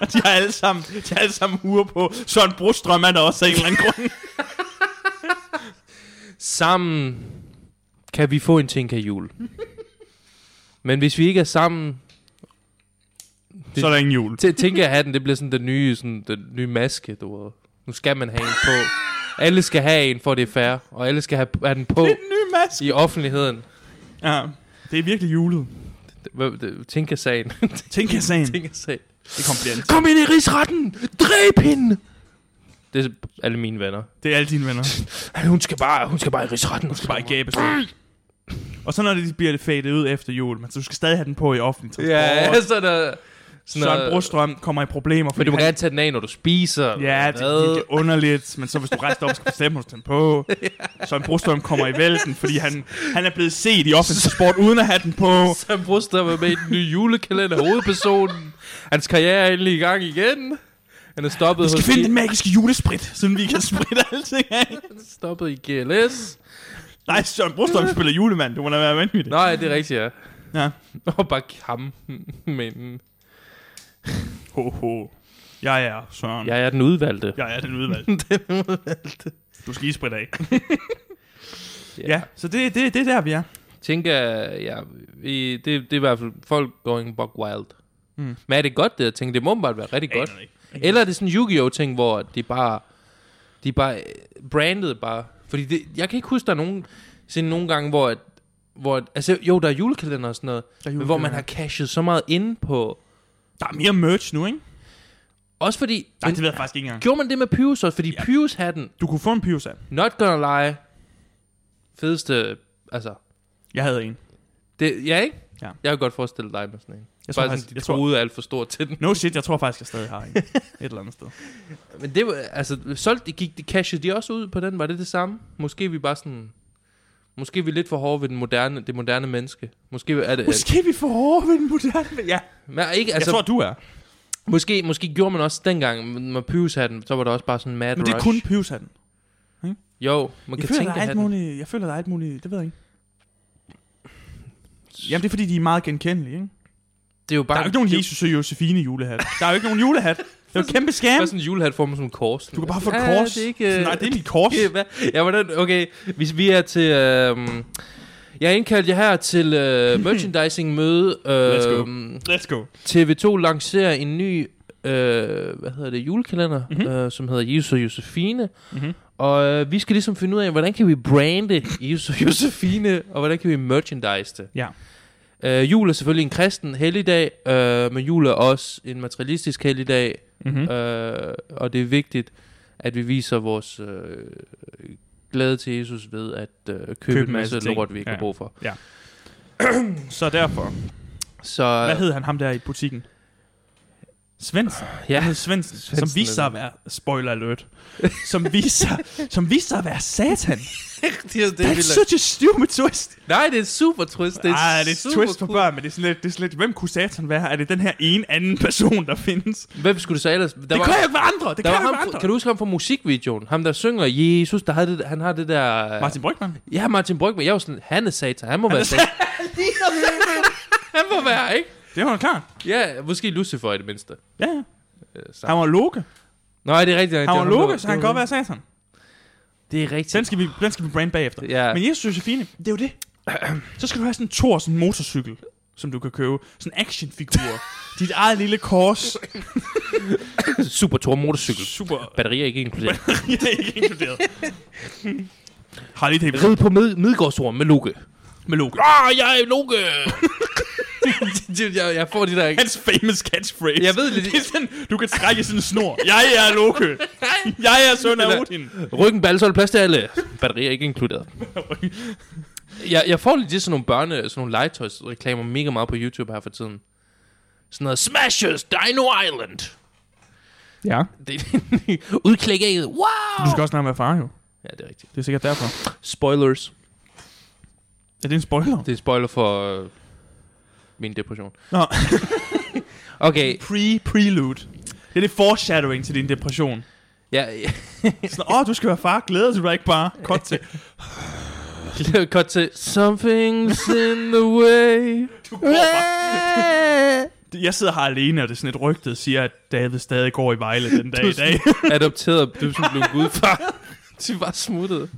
Speaker 2: og de har alle sammen, de har alle sammen uger på. Søren Brostrøm er der også af en eller anden grund.
Speaker 1: Sammen kan vi få en Tinka jul. Men hvis vi ikke er sammen,
Speaker 2: Så er der ingen jul.
Speaker 1: til Tinka hatten, det bliver sådan den nye, sådan, den nye maske, du ved. Nu skal man have en på. Alle skal have en, for det er fair. Og alle skal have, have den på
Speaker 2: En ny maske.
Speaker 1: i offentligheden.
Speaker 2: Ja, det er virkelig julet.
Speaker 1: Hvad- det- Tinka-sagen.
Speaker 2: Tænk jer sagen.
Speaker 1: Tinka-sagen.
Speaker 2: Det kom bliver en-
Speaker 1: Kom ind i rigsretten! Dræb hende! Det er alle mine venner.
Speaker 2: Det er alle dine venner.
Speaker 1: Ej, Hun skal bare, hun skal bare i rigsretten. Hun skal
Speaker 2: Bare i gabestol. Og så når det bliver det fadet ud efter jul, men så du skal stadig have den på i offentlig transport.
Speaker 1: Ja, sådan noget.
Speaker 2: Søren Brostrøm kommer i problemer,
Speaker 1: Men
Speaker 2: fordi
Speaker 1: du må
Speaker 2: han-
Speaker 1: gerne tage den af, når du spiser. eller
Speaker 2: Ja, det,
Speaker 1: hvad?
Speaker 2: det, det er underligt, men så hvis du rejser dig op, skal du bestemme, hos den på. Så en Brostrøm kommer i vælten, fordi han, han er blevet set i offentlig sport uden at have den på.
Speaker 1: Søren Brostrøm er med i den nye julekalender, hovedpersonen. Hans karriere er endelig i gang igen. Han er stoppet
Speaker 2: Vi skal
Speaker 1: hos
Speaker 2: finde
Speaker 1: G-
Speaker 2: den magiske julesprit, så vi kan spritte alting af.
Speaker 1: stoppet i GLS.
Speaker 2: Nej, Søren Brostrøm spiller julemand, du må da være vanvittig.
Speaker 1: Nej, det er rigtigt, ja.
Speaker 2: Ja.
Speaker 1: Og bare ham. Men
Speaker 2: Ho, ho. Jeg er Søren.
Speaker 1: jeg er den udvalgte.
Speaker 2: Jeg er den udvalgte. den udvalgte. Du skal lige spritte af.
Speaker 1: Ja.
Speaker 2: ja. ja, så det, det, det er der, vi er.
Speaker 1: Tænker, ja, i, det, det er i hvert fald folk going buck wild.
Speaker 2: Mm.
Speaker 1: Men er det godt det? Jeg tænker, det må bare være rigtig godt.
Speaker 2: Aner det ikke.
Speaker 1: Mm-hmm. Eller er det sådan en Yu-Gi-Oh! ting, hvor de bare, de bare øh, branded bare. Fordi det, jeg kan ikke huske, der er nogen, sådan nogle gange, hvor, at- hvor at- altså, jo, der er julekalender og sådan noget,
Speaker 2: Der er
Speaker 1: men hvor man
Speaker 2: julekalender.
Speaker 1: har cashet så meget ind på.
Speaker 2: Der er mere merch nu, ikke?
Speaker 1: Også fordi,
Speaker 2: Nej, det ved jeg faktisk ikke engang.
Speaker 1: gjorde man det med Pyrus også? Fordi
Speaker 2: Ja.
Speaker 1: ja. Pyrus hatten,
Speaker 2: Du kunne få en pyrus af.
Speaker 1: not gonna lie, fedeste, altså,
Speaker 2: Jeg havde en.
Speaker 1: det, ja ikke?
Speaker 2: Ja.
Speaker 1: Jeg kan godt forestille dig med sådan en.
Speaker 2: Jeg
Speaker 1: Jeg
Speaker 2: tror
Speaker 1: tror,
Speaker 2: faktisk-
Speaker 1: faktisk, de
Speaker 2: jeg tror-
Speaker 1: troede alt for stort til den.
Speaker 2: No shit, jeg tror faktisk, jeg stadig har en. Et eller andet sted.
Speaker 1: Men det var, altså, solgte, gik de cashede de også ud på den? Var det det samme? Måske er vi bare sådan... Måske er vi lidt for hårde ved den moderne, det moderne menneske. Måske er det...
Speaker 2: Måske vi får hårde ved den moderne. Ja,
Speaker 1: Men ikke, Øh, altså,
Speaker 2: altså, jeg tror, du er.
Speaker 1: måske, måske gjorde man også dengang, når Pyrus havde den, så var der også bare sådan mad
Speaker 2: Men det er
Speaker 1: rush.
Speaker 2: kun pyrus af den.
Speaker 1: Jo, man
Speaker 2: Jeg
Speaker 1: kan
Speaker 2: føler,
Speaker 1: tænke
Speaker 2: der er
Speaker 1: at
Speaker 2: alt
Speaker 1: have den.
Speaker 2: muligt, jeg føler, der er alt muligt. Det ved jeg ikke. Jamen, det er fordi, de er meget genkendelige, ikke?
Speaker 1: Det er jo
Speaker 2: Der
Speaker 1: bare...
Speaker 2: er jo ikke nogen
Speaker 1: det
Speaker 2: Jesus og Josefine julehat. Der er jo ikke nogen julehat. Det er jo et kæmpe
Speaker 1: Det er
Speaker 2: scam.
Speaker 1: bare sådan en julehat formet som en kors.
Speaker 2: Du kan bare få et
Speaker 1: Ja,
Speaker 2: kors.
Speaker 1: det er ikke... øh,
Speaker 2: Nej, det er mit kors.
Speaker 1: Okay, hvad? Ja, hvordan, okay, hvis vi er til... Øh, jeg indkaldte jer her til øh, merchandising-møde.
Speaker 2: Let's go.
Speaker 1: Øh,
Speaker 2: Let's go.
Speaker 1: TV2 lancerer en ny, øh, hvad hedder det, julekalender,
Speaker 2: Mhm.
Speaker 1: mm-hmm. øh, som hedder Jesus og Josefine.
Speaker 2: Mhm.
Speaker 1: Mm-hmm. Og øh, vi skal ligesom finde ud af, hvordan kan vi brande Jesus og Josefine, og hvordan kan vi merchandise det.
Speaker 2: Ja.
Speaker 1: Øh, jul er selvfølgelig en kristen helligdag, øh, men jul er også en materialistisk helligdag,
Speaker 2: Mm-hmm.
Speaker 1: øh, og det er vigtigt, at vi viser vores øh, glæde til Jesus ved at øh, købe, købe en masse
Speaker 2: ting.
Speaker 1: lort, vi ikke
Speaker 2: Ja.
Speaker 1: har brug for.
Speaker 2: Så derfor.
Speaker 1: Så
Speaker 2: Hvad hed han ham der i butikken? Svendsen.
Speaker 1: Ah, ja,
Speaker 2: Han hed Svendsen, som
Speaker 1: Svendsen
Speaker 2: viste sig at være... Spoiler alert. Som viste sig, som viste sig at være satan.
Speaker 1: det er, det er
Speaker 2: That's such a stupid twist.
Speaker 1: Nej, det er super twist. Det er
Speaker 2: Ej, Ah, det er
Speaker 1: super
Speaker 2: et twist for
Speaker 1: cool.
Speaker 2: børn, men det er, sådan lidt, det er sådan lidt, hvem kunne satan være? Er det den her ene anden person, der findes? Der
Speaker 1: Hvem skulle det så ellers? Der
Speaker 2: det
Speaker 1: var,
Speaker 2: kan jo ikke være andre! Det
Speaker 1: der
Speaker 2: kan jo
Speaker 1: var
Speaker 2: ikke være
Speaker 1: ham,
Speaker 2: andre!
Speaker 1: kan du huske ham fra musikvideoen? Ham, der synger Jesus, der havde det, han har det der...
Speaker 2: Martin Brygman?
Speaker 1: Ja, Martin Brygman. Jeg var sådan, han er satan. Han må være satan. han må være, ikke?
Speaker 2: Det var klart.
Speaker 1: Ja, måske Lucifer i det mindste.
Speaker 2: Ja, ja.
Speaker 1: Øh, så-
Speaker 2: Han var Loke.
Speaker 1: Nej, det er rigtigt.
Speaker 2: Han
Speaker 1: det
Speaker 2: var
Speaker 1: der
Speaker 2: Loke, så han
Speaker 1: det var-
Speaker 2: kan godt være satan.
Speaker 1: Det er rigtigt.
Speaker 2: Den skal vi, den skal vi brande bagefter.
Speaker 1: Ja.
Speaker 2: Men Jesus og Josefine, det er jo det. Så skal du have sådan en Thor, sådan en motorcykel, som du kan købe. Sådan en actionfigur. Dit eget lille kors.
Speaker 1: Super tor motorcykel.
Speaker 2: Super.
Speaker 1: Batterier ikke inkluderet.
Speaker 2: Jeg er ikke inkluderet. Harley Davidson
Speaker 1: Rid på med, Midgårdsorm med Loke.
Speaker 2: med Loke.
Speaker 1: Ah, jeg er Loke! jeg, jeg får de der...
Speaker 2: Hans famous catchphrase.
Speaker 1: Jeg ved lidt-
Speaker 2: det er sådan, du kan trække i sådan en snor. Jeg er Loke. Jeg er søn af
Speaker 1: Eller-
Speaker 2: Odin.
Speaker 1: Ryggen, balsol, plads til alle. Batterier ikke inkluderet. jeg, jeg får lige sådan nogle børne, sådan nogle legetøjsreklamer mega meget på YouTube her for tiden. Sådan noget, Smashes Dino Island.
Speaker 2: Ja.
Speaker 1: Det, udklik ægget. Wow!
Speaker 2: Du skal også snart være far, jo.
Speaker 1: Ja, det er rigtigt.
Speaker 2: Det er sikkert derfor.
Speaker 1: Spoilers.
Speaker 2: Er det en spoiler?
Speaker 1: Det er spoiler for øh, min depression.
Speaker 2: Nå.
Speaker 1: Okay,
Speaker 2: Pre-prelude. Det er det foreshadowing til din depression.
Speaker 1: Ja,
Speaker 2: Sådan, åh, oh, du skal være far, glæder du dig ikke bare? Kort til.
Speaker 1: ja. Cut til Something's in the way.
Speaker 2: Du går bare. Jeg sidder her alene, og det er sådan et rygte, der siger, at David stadig går i Vejle den dag i dag.
Speaker 1: Adopteret, du som blev gudfar. De var smuttet.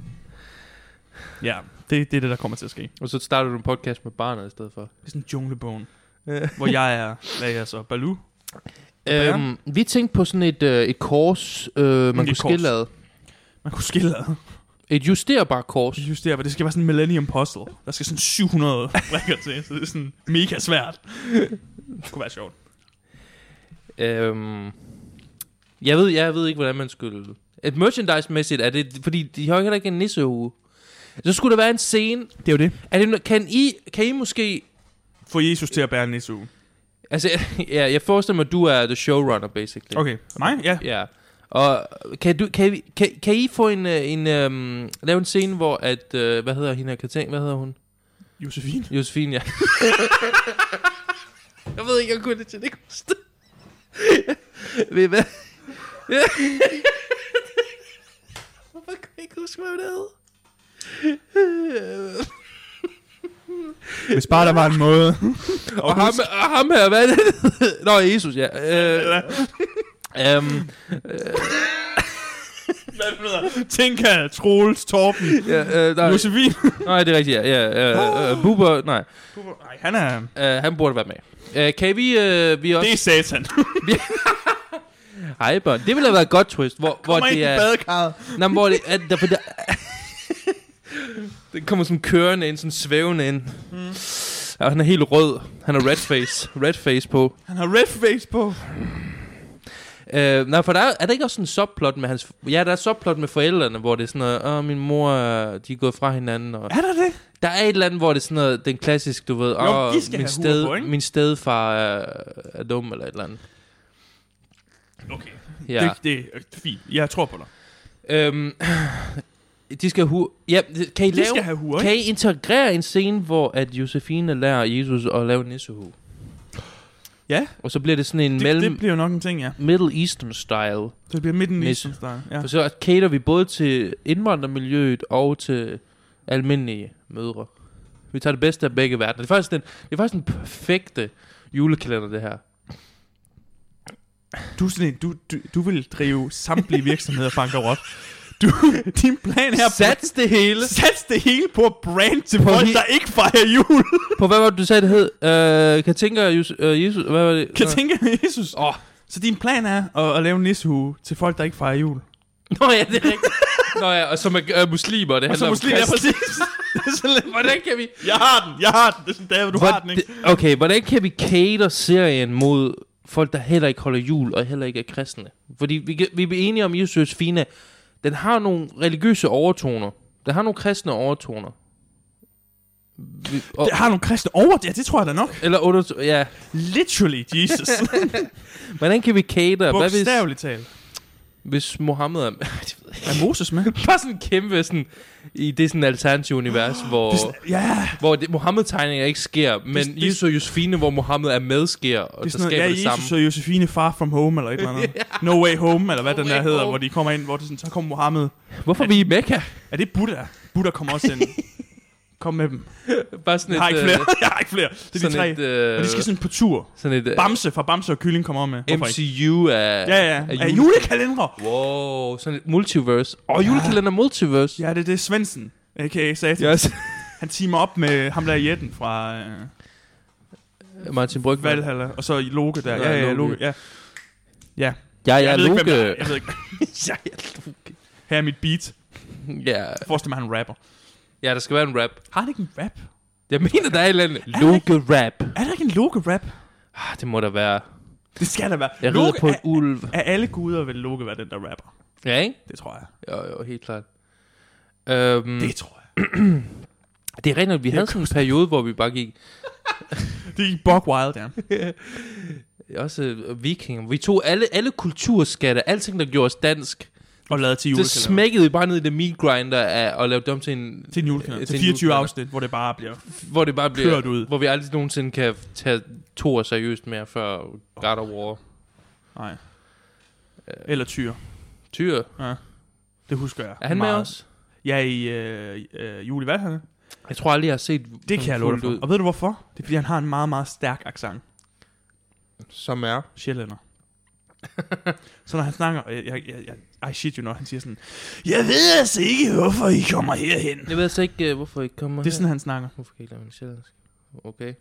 Speaker 2: ja, det, det er det, der kommer til at ske.
Speaker 1: Og så starter du en podcast med barnet i stedet for.
Speaker 2: Det er sådan en junglebogen, hvor jeg er, hvad er jeg så, Baloo? Hvad
Speaker 1: Øhm, vi tænkte på sådan et, øh, et kors, øh, man kunne
Speaker 2: et kors.
Speaker 1: skille ad.
Speaker 2: Man kunne skille ad.
Speaker 1: Et justerbart kors.
Speaker 2: Jeg synes, det, er, det skal være sådan en Millennium Puzzle. Der skal sådan 700 brækker til, så det er sådan mega svært. Det skulle være sjovt.
Speaker 1: Øhm, jeg, ved, jeg ved ikke, hvordan man skulle... Et merchandise-mæssigt er det... Fordi de har jo heller ikke en nissehue. Så skulle der være en scene...
Speaker 2: Det er jo det.
Speaker 1: Er det, no- kan, I, kan I måske...
Speaker 2: Få Jesus til at bære en næste uge.
Speaker 1: Altså, ja, jeg forestiller mig, at du er the showrunner, basically.
Speaker 2: Okay. Mig? Ja.
Speaker 1: Ja. Og kan, du, kan, vi- kan, kan I få en, øh, en øhm, lave en scene, hvor at, øh, hvad hedder hende, her? kan tænke, hvad hedder hun?
Speaker 2: Josefine.
Speaker 1: Josefine, ja. jeg ved ikke, jeg kunne det til det koste. Ved I hvad? Ja. Hvorfor kan jeg ikke huske, hvad det hed? Øh,
Speaker 2: Hvis bare der var en måde.
Speaker 1: Og ham, og ham her, hvad er det? Nå, Jesus, ja. Øh, øhm,
Speaker 2: Tænk af Troels, Torben,
Speaker 1: ja øh, nej,
Speaker 2: Josefine.
Speaker 1: nej, det er rigtigt, ja. ja øh, øh, Bubber, nej.
Speaker 2: Nej, han er...
Speaker 1: Øh, han burde være med. Øh, kan vi, øh, vi
Speaker 2: Det
Speaker 1: også...
Speaker 2: er satan.
Speaker 1: Hej, børn. Det ville have været et godt twist, hvor, hvor
Speaker 2: Kommer ind
Speaker 1: det
Speaker 2: i
Speaker 1: er...
Speaker 2: badekarret.
Speaker 1: Nå, men hvor det er... Der, for der, den kommer sådan kørende ind, sådan svævende ind. Mm. Og han er helt rød. Han har red face. Red face på.
Speaker 2: Han har red face på.
Speaker 1: Øh, nej, for der er, er der ikke også sådan en subplot med hans... Ja, der er subplot med forældrene, hvor det er sådan noget... Åh, min mor, øh, de er gået fra hinanden. Og
Speaker 2: Er der det?
Speaker 1: der er et eller andet, hvor det er sådan noget... Den klassiske, du ved... Åh,
Speaker 2: de skal
Speaker 1: min,
Speaker 2: have huer på, ikke?"
Speaker 1: min stedfar er, er dum, eller et eller andet.
Speaker 2: Okay.
Speaker 1: Ja.
Speaker 2: Ja. Det, det er fint. Jeg tror på dig.
Speaker 1: Øhm, de skal hu... Ja, kan I,
Speaker 2: De
Speaker 1: lave,
Speaker 2: skal have huer,
Speaker 1: kan I integrere en scene, hvor at Josefine lærer Jesus at lave nissehu?
Speaker 2: Ja.
Speaker 1: Og så bliver det sådan en det,
Speaker 2: Det,
Speaker 1: mellem,
Speaker 2: det bliver jo nok en ting, ja.
Speaker 1: Middle Eastern style.
Speaker 2: Det bliver midten i
Speaker 1: Næste.
Speaker 2: som starter. Ja.
Speaker 1: Ja. For så cater vi både til indvandrermiljøet og til almindelige mødre. Vi tager det bedste af begge verdener. Det er faktisk den, det er faktisk den perfekte julekalender, det her.
Speaker 2: Du, er sådan en, du, du, du vil drive samtlige virksomheder bankerot. Du, din plan er
Speaker 1: Sats det hele
Speaker 2: Sats det hele på at brand til
Speaker 1: På
Speaker 2: folk,
Speaker 1: he-
Speaker 2: der ikke fejrer jul.
Speaker 1: på, hvad var det, du sagde, det hed? Øh, kan tænke, Jesus, øh, Jesus, hvad var det?
Speaker 2: kan tænke Jesus.
Speaker 1: Åh.
Speaker 2: Så din plan er at, at lave en nissehue til folk, der ikke fejrer jul.
Speaker 1: Nå ja, det er rigtigt. Nå ja, og som er øh, muslimer, det
Speaker 2: Og så
Speaker 1: handler
Speaker 2: muslim,
Speaker 1: om
Speaker 2: ja
Speaker 1: kristne.
Speaker 2: præcis. Det er sådan lidt-
Speaker 1: Hvordan kan vi...
Speaker 2: jeg har den, jeg har den. Det er sådan, David, du har den, ikke?
Speaker 1: Hvordan- Okay, hvordan kan vi cater serien mod folk, der heller ikke holder jul og heller ikke er kristne? Fordi vi, kan- vi er enige om, at Jesus Fina, den har nogle religiøse overtoner. Den har nogle kristne overtoner. Vi, og,
Speaker 2: Det har nogle kristne over det, ja, det tror jeg da nok.
Speaker 1: eller under, ja.
Speaker 2: Literally, Jesus.
Speaker 1: Hvordan kan vi cater? Hvad hvis,
Speaker 2: Bogstaveligt talt.
Speaker 1: hvis Mohammed er... Det ved jeg ikke.
Speaker 2: Er Moses med?
Speaker 1: Bare sådan en kæmpe sådan, i det sådan alternative univers, hvor...
Speaker 2: Ah. Det er sådan, ja,
Speaker 1: hvor det, Mohammed-tegninger ikke sker, men
Speaker 2: det-
Speaker 1: Jesus og Josefine, hvor Mohammed er med, sker, og det
Speaker 2: Det er
Speaker 1: der
Speaker 2: sådan
Speaker 1: sker
Speaker 2: noget, ja,
Speaker 1: det samme.
Speaker 2: Jesus og Josefine far from home, eller et eller andet. No way home, eller hvad
Speaker 1: No
Speaker 2: den
Speaker 1: way
Speaker 2: der hedder,
Speaker 1: home.
Speaker 2: hvor de kommer ind, hvor det er sådan, så kommer Mohammed.
Speaker 1: Hvorfor er vi i Mekka?
Speaker 2: Er det Buddha? Buddha kommer også ind. Kom med dem.
Speaker 1: Bare sådan
Speaker 2: Jeg har
Speaker 1: et,
Speaker 2: ikke
Speaker 1: øh,
Speaker 2: flere. Jeg har ikke flere. Det er de
Speaker 1: sådan
Speaker 2: tre.
Speaker 1: et, øh,
Speaker 2: Og de skal sådan på tur.
Speaker 1: sådan et øh,
Speaker 2: Bamse fra Bamse og Kylling kommer med. Hvorfor ikke?
Speaker 1: MCU af,
Speaker 2: Ja, ja.
Speaker 1: af
Speaker 2: Er
Speaker 1: jule-
Speaker 2: julekalendere.
Speaker 1: Wow, sådan et multiverse. Og oh, julekalender multiverse.
Speaker 2: Ja, det, det er Svendsen. A.k.a. Satan.
Speaker 1: Yes.
Speaker 2: Han teamer op med ham der Jetten fra øh,
Speaker 1: Martin Brygman.
Speaker 2: Valhalla. Og så Loke der. Ja,
Speaker 1: Ja,
Speaker 2: ja,
Speaker 1: Loke.
Speaker 2: Loke. Ja.
Speaker 1: Ja, ja, øh,
Speaker 2: jeg ved ikke,
Speaker 1: Loke.
Speaker 2: hvem der er. Jeg ved ikke.
Speaker 1: ja, ja, Loke.
Speaker 2: Her er mit beat.
Speaker 1: Ja.
Speaker 2: Forestil mig, han rapper.
Speaker 1: ja, der skal være en rap.
Speaker 2: Har han ikke en rap?
Speaker 1: Jeg mener, der er et eller andet.
Speaker 2: der ikke-
Speaker 1: Loke-rap.
Speaker 2: Er der ikke en Loke-rap?
Speaker 1: Ah, det må der være.
Speaker 2: Det skal der være.
Speaker 1: Jeg rider på
Speaker 2: er,
Speaker 1: en ulv.
Speaker 2: af alle guder vil Loke være den, der rapper.
Speaker 1: Ja, ikke?
Speaker 2: Det tror jeg.
Speaker 1: Jo, jo, helt klart. Øhm,
Speaker 2: Det tror jeg.
Speaker 1: Det er rent, at vi havde sådan en periode, hvor vi bare gik
Speaker 2: Det er Buck Wild, ja.
Speaker 1: også øh, vikinger. Vi tog alle, alle kulturskatte, alting, der gjorde os dansk.
Speaker 2: Og lavet til
Speaker 1: Det
Speaker 2: julekalender.
Speaker 1: smækkede vi bare ned i det meat grinder af, og lavede dem til en...
Speaker 2: Til en julekalender.
Speaker 1: øh,
Speaker 2: Til
Speaker 1: en
Speaker 2: 24
Speaker 1: julekalender,
Speaker 2: afsnit, hvor det bare bliver
Speaker 1: Hvor det bare bliver...
Speaker 2: kørt ud.
Speaker 1: Hvor vi aldrig nogensinde kan tage to seriøst mere før God of War.
Speaker 2: Nej.
Speaker 1: Øh,
Speaker 2: Eller Tyr.
Speaker 1: Tyr.
Speaker 2: Ja. Det husker jeg.
Speaker 1: Er han
Speaker 2: meget.
Speaker 1: med os?
Speaker 2: Ja, i øh, øh, Julie Valhalla.
Speaker 1: Jeg tror aldrig, jeg har set
Speaker 2: Det kan jeg love dig
Speaker 1: fuldt
Speaker 2: for. Og ved du hvorfor? Det er, fordi han har en meget, meget stærk accent.
Speaker 1: Som er.
Speaker 2: Sjællænder. så når han snakker, og jeg, jeg, jeg, jeg, I shit you not, han siger sådan, Jeg ved altså ikke, hvorfor I kommer herhen.
Speaker 1: Jeg ved altså ikke, øh, hvorfor I kommer
Speaker 2: Det er
Speaker 1: her.
Speaker 2: sådan, han snakker.
Speaker 1: Hvorfor kan I ikke lave en sjællandsk? Okay.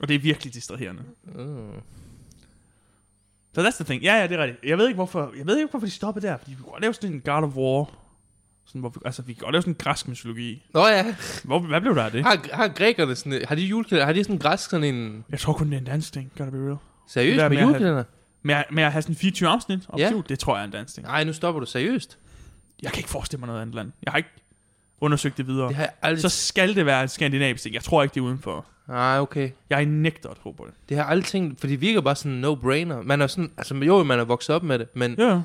Speaker 2: Og det er virkelig distraherende.
Speaker 1: Uh.
Speaker 2: Så that's the thing. Ja, ja, det er rigtigt. Jeg ved ikke, hvorfor, jeg ved ikke, hvorfor de stopper der. Fordi vi kunne godt lave sådan en God of War. Sådan, hvor vi, altså, vi kan godt lave sådan en græsk mytologi.
Speaker 1: Nå ja,
Speaker 2: Hvor, hvad blev der af det?
Speaker 1: har, har grækerne sådan et- Har de julekalender? Har de sådan en græsk sådan en...
Speaker 2: Jeg tror kun, det er en dansk ting. Gotta be real. Det
Speaker 1: Seriøst med
Speaker 2: der med at have-
Speaker 1: julekalender?
Speaker 2: Med, at- med at have sådan 24 afsnit op
Speaker 1: Ja.
Speaker 2: yeah. det tror jeg er en dansk ting.
Speaker 1: Nej, nu stopper du seriøst.
Speaker 2: Jeg kan ikke forestille mig noget andet land. Jeg har ikke undersøgt det videre.
Speaker 1: Det
Speaker 2: Det
Speaker 1: har jeg aldrig...
Speaker 2: så skal det være en skandinavisk ting. Jeg tror ikke, det er udenfor.
Speaker 1: Nej, okay.
Speaker 2: Jeg nægter at tro på det.
Speaker 1: Det har jeg aldrig tænkt, for det virker bare sådan en no-brainer. Man er sådan, altså jo, man er vokset op med det, men det
Speaker 2: Ja, ja.
Speaker 1: men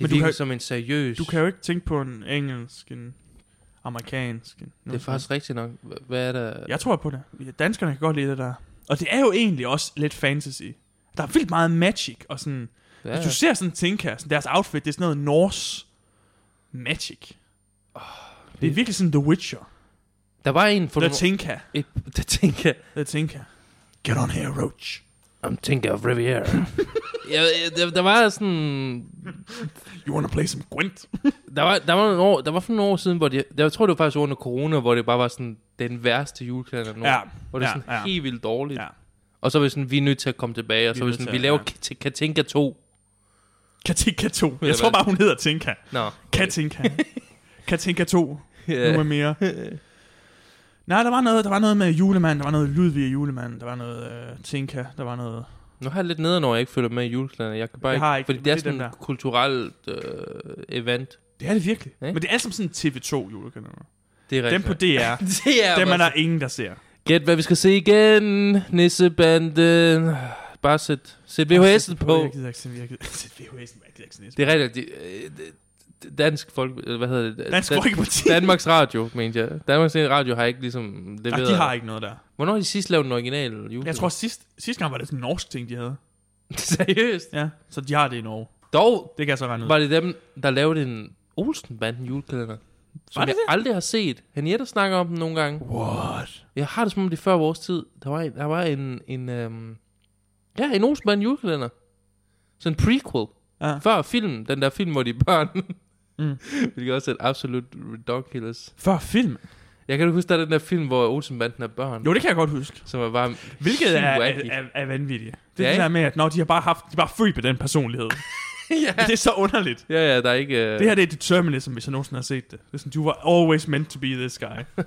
Speaker 2: du
Speaker 1: virker
Speaker 2: kan-
Speaker 1: som en seriøs...
Speaker 2: Du kan jo ikke tænke på en engelsk, en amerikansk. En
Speaker 1: Det er faktisk rigtigt nok. H- Hvad er der?
Speaker 2: Jeg tror på det. Ja, Danskerne kan godt lide det der. Og det er jo egentlig også lidt fantasy. Der er vildt meget magic, og sådan...
Speaker 1: Hvad
Speaker 2: Ja.
Speaker 1: er
Speaker 2: Hvis Altså, du ser sådan Tinka, sådan deres outfit, det er sådan noget Norse magic. Oh, det er virkelig sådan The Witcher.
Speaker 1: der? der var en for...
Speaker 2: The Tinka.
Speaker 1: et, der tænker jeg...
Speaker 2: The Tinka. Get on here, Roach.
Speaker 1: I'm thinking of Riviera. jeg, jeg, der, der, var sådan...
Speaker 2: You wanna play some Gwent?
Speaker 1: Der var, der var, nogle år, der var for nogle år siden, hvor de, der, jeg tror, det var faktisk under corona, hvor det bare var sådan den værste julekalender nu.
Speaker 2: Ja,
Speaker 1: Hvor det er
Speaker 2: ja,
Speaker 1: sådan
Speaker 2: ja.
Speaker 1: helt vildt dårligt.
Speaker 2: Ja.
Speaker 1: Og så var det sådan, vi er nødt til at komme tilbage, og
Speaker 2: Vi
Speaker 1: så
Speaker 2: er
Speaker 1: var det
Speaker 2: nødt
Speaker 1: sådan,
Speaker 2: til
Speaker 1: vi
Speaker 2: at-
Speaker 1: laver
Speaker 2: ja.
Speaker 1: Kat- Katinka 2.
Speaker 2: Katinka 2.
Speaker 1: Eller
Speaker 2: Jeg tror
Speaker 1: hvad?
Speaker 2: bare, hun hedder Tinka.
Speaker 1: Nå.
Speaker 2: Katinka. Katinka 2.
Speaker 1: Ja.
Speaker 2: Nu med mere. Nej, der var, noget, der var noget med julemand, der var noget Ludvig og julemand, der var noget øh, Tinka, der var noget...
Speaker 1: Nu har jeg lidt nede, når jeg ikke følger med i juleklæderne. Jeg kan bare
Speaker 2: Jeg
Speaker 1: ikke,
Speaker 2: har ikke,
Speaker 1: fordi
Speaker 2: men
Speaker 1: det er
Speaker 2: det er
Speaker 1: sådan
Speaker 2: den
Speaker 1: et kulturelt øh, event.
Speaker 2: Det er det virkelig.
Speaker 1: Ja.
Speaker 2: Men det er alt sammen sådan TV2 julekalender.
Speaker 1: Det er
Speaker 2: Dem
Speaker 1: rigtigt.
Speaker 2: på DR,
Speaker 1: det er
Speaker 2: dem er
Speaker 1: bare-
Speaker 2: der ingen, der ser.
Speaker 1: Gæt, hvad vi skal se igen. Nissebanden. Bare sæt, sæt VHS'en på.
Speaker 2: Altså, Jeg gider ikke se jeg gider- Altså, sæt VHS'en på, jeg gider ikke se
Speaker 1: Det er rigtigt. De, øh, det- det- dansk folk... eller Hvad hedder det?
Speaker 2: Dansk
Speaker 1: Dan-
Speaker 2: Folkeparti.
Speaker 1: Danmarks Radio, mener jeg. Danmarks Radio har ikke ligesom
Speaker 2: Nej,
Speaker 1: leveret.
Speaker 2: de har ikke noget der.
Speaker 1: Hvornår har de sidst lavet en original julekalender?
Speaker 2: Jeg tror, sidst, sidste gang var det sådan en norsk ting, de havde.
Speaker 1: Seriøst?
Speaker 2: Ja, så de har det i Norge.
Speaker 1: Dog
Speaker 2: Det kan jeg så regne ud.
Speaker 1: var det dem, der lavede en Olsenbanden julekalender. Som
Speaker 2: Var det
Speaker 1: jeg aldrig har set. Henriette snakker om den nogle gange.
Speaker 2: What?
Speaker 1: Jeg har det som om det er før vores tid. Der var en, der var en, en øhm, ja, en Olsenbanden julekalender. Sådan en prequel.
Speaker 2: Ja.
Speaker 1: Før filmen, den der film, hvor de er børn.
Speaker 2: Mm.
Speaker 1: Hvilket også er et absolut redonkulous.
Speaker 2: Før film?
Speaker 1: Jeg kan du huske, der er den der film, hvor Olsenbanden er børn.
Speaker 2: Jo, det kan jeg godt huske.
Speaker 1: Som er bare
Speaker 2: Hvilket
Speaker 1: sygt
Speaker 2: er,
Speaker 1: wacky.
Speaker 2: er, er, er vanvittigt. Det
Speaker 1: Ja,
Speaker 2: er det
Speaker 1: ikke?
Speaker 2: der med, at når de har bare haft, de er bare født med den personlighed.
Speaker 1: ja.
Speaker 2: Det er så underligt.
Speaker 1: ja, ja, der er ikke... Øh,
Speaker 2: Det her det er determinism, hvis jeg nogensinde har set det. Det er sådan, you were always meant to be this guy.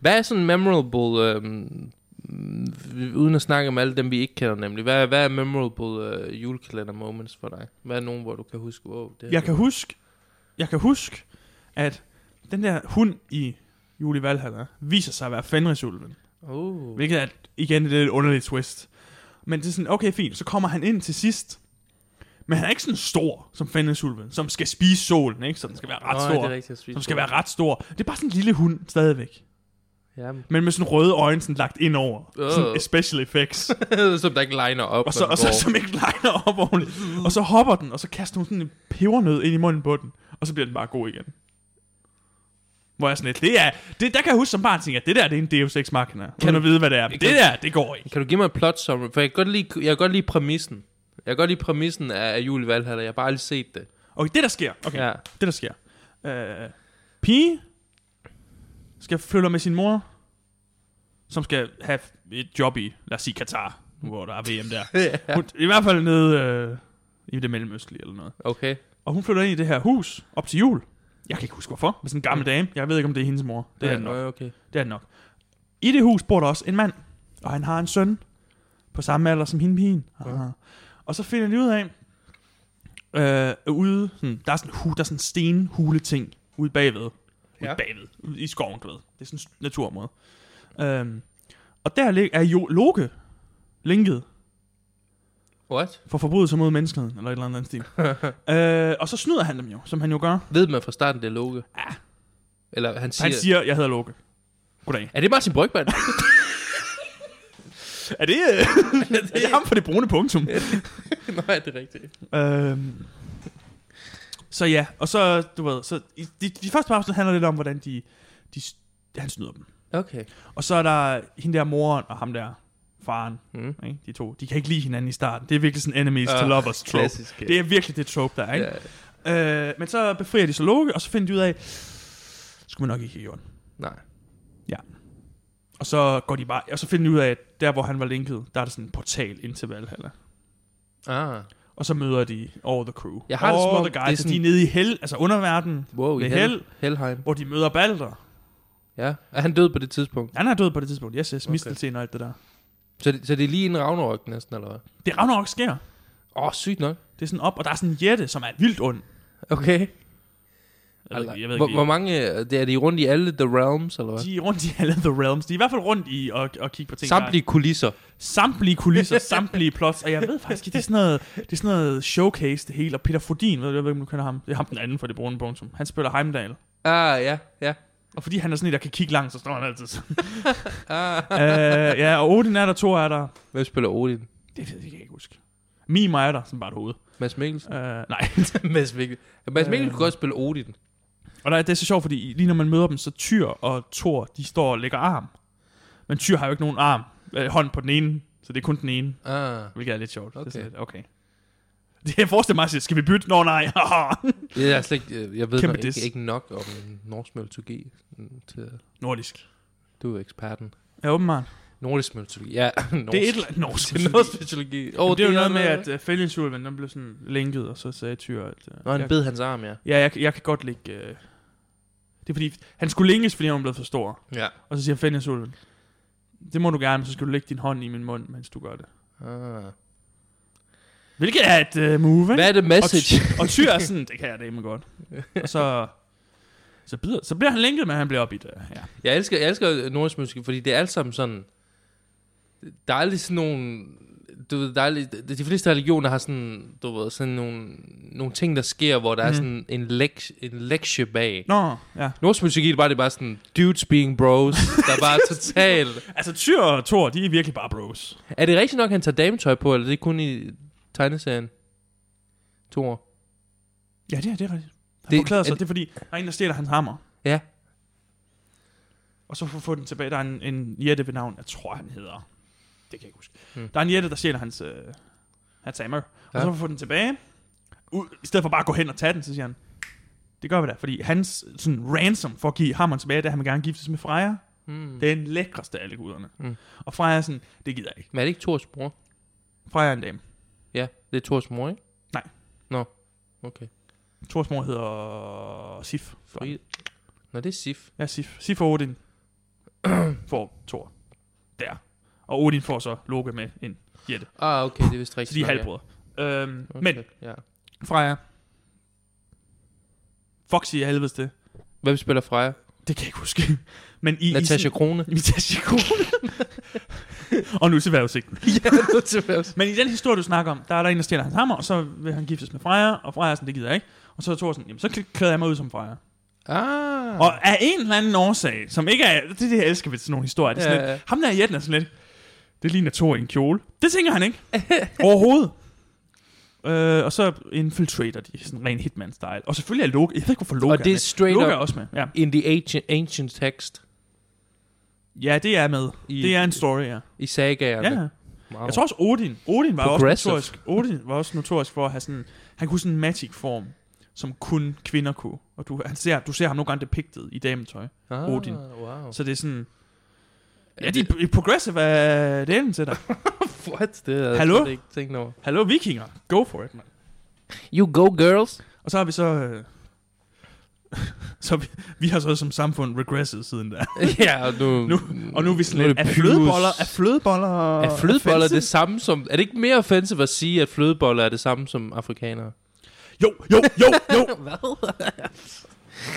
Speaker 1: Hvad er sådan en memorable, øhm, mm, uden at snakke om alle dem, vi ikke kender nemlig, hvad, hvad er memorable øh, julekalender moments for dig? Hvad er nogen, hvor du kan huske, wow, det her-
Speaker 2: Jeg kan huske, jeg kan huske, at den der hund i Julie Valhalla viser sig at være Fenrisulven.
Speaker 1: Oh.
Speaker 2: Hvilket er igen et lidt underligt twist. Men det er sådan, okay fint, så kommer han ind til sidst. Men han er ikke sådan stor som Fenrisulven, som skal spise solen, ikke? Så den skal være ret
Speaker 1: Nå, ja,
Speaker 2: stor.
Speaker 1: det er rigtigt, jeg spiser
Speaker 2: som
Speaker 1: det.
Speaker 2: skal være ret stor. Det er bare sådan en lille hund stadigvæk. Men med sådan røde øjne sådan lagt ind over.
Speaker 1: Øh.
Speaker 2: Sådan special effects.
Speaker 1: Jamen, som der ikke liner op.
Speaker 2: Og så,
Speaker 1: når den
Speaker 2: og så
Speaker 1: går.
Speaker 2: som ikke liner op ordentligt. Og så hopper den, og så kaster hun sådan en pebernød ind i munden på den. Og så bliver den bare god igen. Hvor jeg sådan lidt, det er, det, der kan jeg huske som barn, tænker, jeg, det der, det er en Deus Ex Machina. Kan du vide, hvad det er? Men
Speaker 1: kan-
Speaker 2: Det der, det går ikke.
Speaker 1: Kan du give mig et plot summary? For jeg kan godt lide, jeg kan godt lide præmissen. Jeg kan godt lide præmissen af, af Julie Valhalla. Jeg har bare aldrig set det.
Speaker 2: Okay, det der sker. Okay,
Speaker 1: Ja.
Speaker 2: ja. det der sker. Øh, pige skal flytte med sin mor, som skal have et job i, lad os sige, Katar, hvor der er VM der.
Speaker 1: ja.
Speaker 2: Hun, I hvert fald nede øh, i det mellemøstlige eller noget.
Speaker 1: Okay.
Speaker 2: Og hun flytter ind i det her hus op til jul. Jeg kan ikke huske hvorfor, men sådan en gammel dame. Jeg ved ikke, om det er hendes mor. Det er
Speaker 1: ja,
Speaker 2: det nok.
Speaker 1: nå, Okay.
Speaker 2: Det er det nok. I det hus bor der også en mand, og han har en søn på samme alder som hende pigen. Aha. Og så finder de ud af, øh, ude, sådan, der, er sådan, hu, der er sådan en stenhule ting ude bagved. Ude
Speaker 1: Ja.
Speaker 2: ja. bagved. Ude i skoven, du ved. Det er sådan en naturområde. Øhm, og der lig- er jo Loke linket
Speaker 1: What?
Speaker 2: for forbrydelser mod menneskeheden, eller et eller andet andet stil. øh, og så snyder han dem jo, som han jo gør.
Speaker 1: Ved man fra starten, det er Loke? Ja. Eller han siger...
Speaker 2: Han siger, jeg hedder Loke. Goddag.
Speaker 1: Er det Martin Brygman?
Speaker 2: Er det, øh, er det ham for det brune punktum?
Speaker 1: Nej, det er rigtigt.
Speaker 2: Øhm. Så ja, og så, du ved, så i- de, de første par afsnit handler lidt om, hvordan de, de, han snyder dem.
Speaker 1: Okay.
Speaker 2: Og så er der hende der moren og ham der faren,
Speaker 1: Mm.
Speaker 2: ikke? de to. De kan ikke lide hinanden i starten. Det er virkelig sådan enemies uh, to
Speaker 1: Ah,
Speaker 2: lovers trope.
Speaker 1: Klassisk.
Speaker 2: Det er virkelig det trope, der er, ikke?
Speaker 1: Ja.
Speaker 2: Yeah. Øh, men så befrier de så Loke, og så finder de ud af, skulle man nok ikke have gjort.
Speaker 1: Nej.
Speaker 2: Og så går de bare, og så finder de ud af, at der hvor han var linket, der er der sådan en portal ind til Valhalla.
Speaker 1: Ah.
Speaker 2: Og så møder de all the crew.
Speaker 1: Jeg har det
Speaker 2: all
Speaker 1: som om, det
Speaker 2: the guys,
Speaker 1: er
Speaker 2: det er
Speaker 1: sådan-
Speaker 2: de er nede i hel, altså underverdenen,
Speaker 1: Wow, i
Speaker 2: Med
Speaker 1: Hel-
Speaker 2: held.
Speaker 1: Helheim.
Speaker 2: hvor de møder Balder.
Speaker 1: Ja. Er han død på det tidspunkt?
Speaker 2: Han er død på det tidspunkt. Yes, yes,
Speaker 1: Okay.
Speaker 2: mistelten og alt det der.
Speaker 1: Så det, så det er lige en Ragnarok næsten, eller hvad?
Speaker 2: Det rammer nok sker.
Speaker 1: Åh, oh, sygt nok.
Speaker 2: Det er sådan op, og der er sådan en jætte, som er vildt ond.
Speaker 1: Okay.
Speaker 2: Jeg ved, ikke- jeg ved
Speaker 1: hvor,
Speaker 2: ikke,
Speaker 1: hvor mange... øh, Det er de rundt i alle The Realms, eller hvad?
Speaker 2: de er rundt i alle The Realms. De er i hvert fald rundt i og, og kigge på ting. der-
Speaker 1: Samtlige kulisser.
Speaker 2: samtlige kulisser, samtlige plots, og jeg ved faktisk, det er sådan noget, det er sådan noget showcase det hele, og Peter Frodin, ved du, jeg ved ikke, om du kender ham, det er ham den anden for det brune punktum, han spiller Heimdall.
Speaker 1: Ah, ja, ja.
Speaker 2: Og fordi han er sådan en, der kan kigge langt, så står han altid sådan.
Speaker 1: Ah.
Speaker 2: øh, ja, og Odin er der, to er der.
Speaker 1: Hvem spiller Odin?
Speaker 2: Det ved jeg ikke, jeg kan huske. Mima er der, sådan bare et hoved.
Speaker 1: Mads Mikkelsen?
Speaker 2: Øh, nej.
Speaker 1: Mads Mikkelsen. Mads Mikkelsen
Speaker 2: Øh.
Speaker 1: kunne godt spille Odin.
Speaker 2: Og der, det er så sjovt, fordi lige når man møder dem, så Tyr og Thor, de står og lægger arm. Men Tyr har jo ikke nogen arm, øh, hånd på den ene, så det er kun den ene,
Speaker 1: Ah.
Speaker 2: hvilket er lidt sjovt. Det er
Speaker 1: Okay.
Speaker 2: sådan lidt, okay. Det jeg forestiller mig, at jeg siger, skal vi bytte? Nå nej,
Speaker 1: Jeg, er slet ikke, øh, jeg ved
Speaker 2: Kæmpe
Speaker 1: nok, ikke,
Speaker 2: diss.
Speaker 1: ikke nok om norsk mytologi. mm, Til, at-
Speaker 2: Nordisk.
Speaker 1: du er eksperten.
Speaker 2: Ja, åbenbart.
Speaker 1: Nordisk mytologi. Ja, norsk.
Speaker 2: Det er et eller andet norsk.
Speaker 1: Det er norsk mytologi.
Speaker 2: Oh,
Speaker 1: Åh,
Speaker 2: det, er jo
Speaker 1: er
Speaker 2: noget med, at uh, Fælgensulven, den blev sådan lænket, og så sagde Tyr, at... Uh,
Speaker 1: Nå, han
Speaker 2: jeg,
Speaker 1: bed hans arm, ja.
Speaker 2: Ja, jeg, jeg kan godt ligge... Uh, det er fordi, han skulle linkes, fordi han var blevet for stor.
Speaker 1: Ja.
Speaker 2: Og så siger Fælgensulven, det må du gerne, men så skal du lægge din hånd i min mund, mens du gør det.
Speaker 1: Ah.
Speaker 2: Hvilket er et uh, move, ikke?
Speaker 1: Hvad er det message?
Speaker 2: Og, ty- og Tyr er sådan, det kan jeg da ikke godt. Og så... Så, bider, så bliver han lænket, men han bliver op i det. Ja.
Speaker 1: Jeg elsker, jeg elsker nordisk musik, fordi det er alt sammen sådan... Der er aldrig sådan nogle... Du ved, der er aldrig, de, de fleste religioner har sådan, du ved, sådan nogle, nogle ting, der sker, hvor der mm. er
Speaker 2: Mhm.
Speaker 1: sådan en, lek, en lektie bag.
Speaker 2: Nå, ja.
Speaker 1: Nordisk musik det er bare, det er bare sådan, dudes being bros, der er bare totalt...
Speaker 2: Altså, Tyr og Thor, de er virkelig bare bros.
Speaker 1: Er det rigtigt nok, at han tager dametøj på, eller er det kun i tegneserien? To år.
Speaker 2: Ja, det er det er rigtigt.
Speaker 1: Det-
Speaker 2: Han det, forklæder sig,
Speaker 1: er-
Speaker 2: det er fordi, der er en, der stjæler hans hammer.
Speaker 1: Ja.
Speaker 2: Og så for at få den tilbage, der er en, en jætte ved navn, jeg tror han hedder. Det kan jeg ikke huske.
Speaker 1: Hmm.
Speaker 2: Hmm. Der er en jætte, der stjæler hans, øh, hans hammer.
Speaker 1: Ja.
Speaker 2: Og så for at få den tilbage, ud, i stedet for bare at gå hen og tage den, så siger han, det gør vi da. Fordi hans sådan, ransom for at give hammeren tilbage, det er, at han vil gerne giftes med Freja.
Speaker 1: Hmm.
Speaker 2: Det er den lækreste af alle guderne.
Speaker 1: Hmm.
Speaker 2: Og Freja er sådan, det gider jeg ikke.
Speaker 1: Men er det ikke Thors bror?
Speaker 2: Freja er en dame.
Speaker 1: Ja, det er Thors mor, ikke?
Speaker 2: Nej.
Speaker 1: Nå, okay.
Speaker 2: Thors mor hedder Sif.
Speaker 1: Fri. Nå, det er Sif.
Speaker 2: Ja, Sif. Sif og Odin får Thor. Der. Og Odin får så Loke med ind.
Speaker 1: Ah, okay, det er vist rigtigt.
Speaker 2: Så de er
Speaker 1: nok, ja.
Speaker 2: halvbrødre. Øhm,
Speaker 1: Okay,
Speaker 2: Men
Speaker 1: Ja.
Speaker 2: Freja. Foxy er helvedes det.
Speaker 1: Hvem spiller Freja?
Speaker 2: Det kan jeg ikke huske. Men i...
Speaker 1: Natasha Krone.
Speaker 2: I, Natasha Krone. og nu til vejrudsigten.
Speaker 1: ja, nu til vævs.
Speaker 2: Men i den historie, du snakker om, der er der en, der stjæler hans hammer, og så vil han giftes med Freja, og Freja er sådan, det gider jeg ikke. Og så er Thor sådan, jamen så kl- klæder jeg mig ud som Freja.
Speaker 1: Ah.
Speaker 2: Og af en eller anden årsag, som ikke er... Det er det, jeg elsker ved sådan nogle historier. Det er sådan
Speaker 1: Ja,
Speaker 2: lidt,
Speaker 1: ja.
Speaker 2: Ham der i jætten er sådan lidt... Det ligner Thor i en kjole. Det tænker han ikke. Overhovedet. Øh, og så infiltrater de sådan ren hitman-style. Og selvfølgelig er Loke... Jeg ved ikke, hvorfor Loke
Speaker 1: Og det
Speaker 2: er
Speaker 1: er
Speaker 2: med.
Speaker 1: straight
Speaker 2: Loke er
Speaker 1: up
Speaker 2: også med. Ja,
Speaker 1: in the ancient, ancient text
Speaker 2: ja det er med.
Speaker 1: I-
Speaker 2: det er en story, ja.
Speaker 1: i sagaerne.
Speaker 2: ja. ja.
Speaker 1: Wow.
Speaker 2: Jeg tror også Odin. Odin var også
Speaker 1: Progressive.
Speaker 2: notorisk. Odin var også notorisk for at have sådan... Han kunne sådan en magic form, som kun kvinder kunne. Og du, han ser, du ser ham nogle gange depicted i dametøj.
Speaker 1: ah,
Speaker 2: Odin.
Speaker 1: Wow.
Speaker 2: Så det er sådan... Ja,
Speaker 1: Er
Speaker 2: de
Speaker 1: det-
Speaker 2: er progressive af delen til dig.
Speaker 1: What? Det havde jeg
Speaker 2: Hallo?
Speaker 1: slet ikke tænkt over.
Speaker 2: Hallo vikinger, go for it, man.
Speaker 1: You go, girls.
Speaker 2: Og så har vi så... Øh, så vi, vi har så som samfund regresset siden da.
Speaker 1: ja, og nu...
Speaker 2: Nu- Og nu er vi sådan lidt...
Speaker 1: det pyrus.
Speaker 2: Er flødeboller... Er flødeboller...
Speaker 1: Er flødeboller det
Speaker 2: offensive?
Speaker 1: samme som... Er det ikke mere offensive at sige, at flødeboller er det samme som afrikanere?
Speaker 2: Jo, jo, jo, jo.
Speaker 1: Hvad?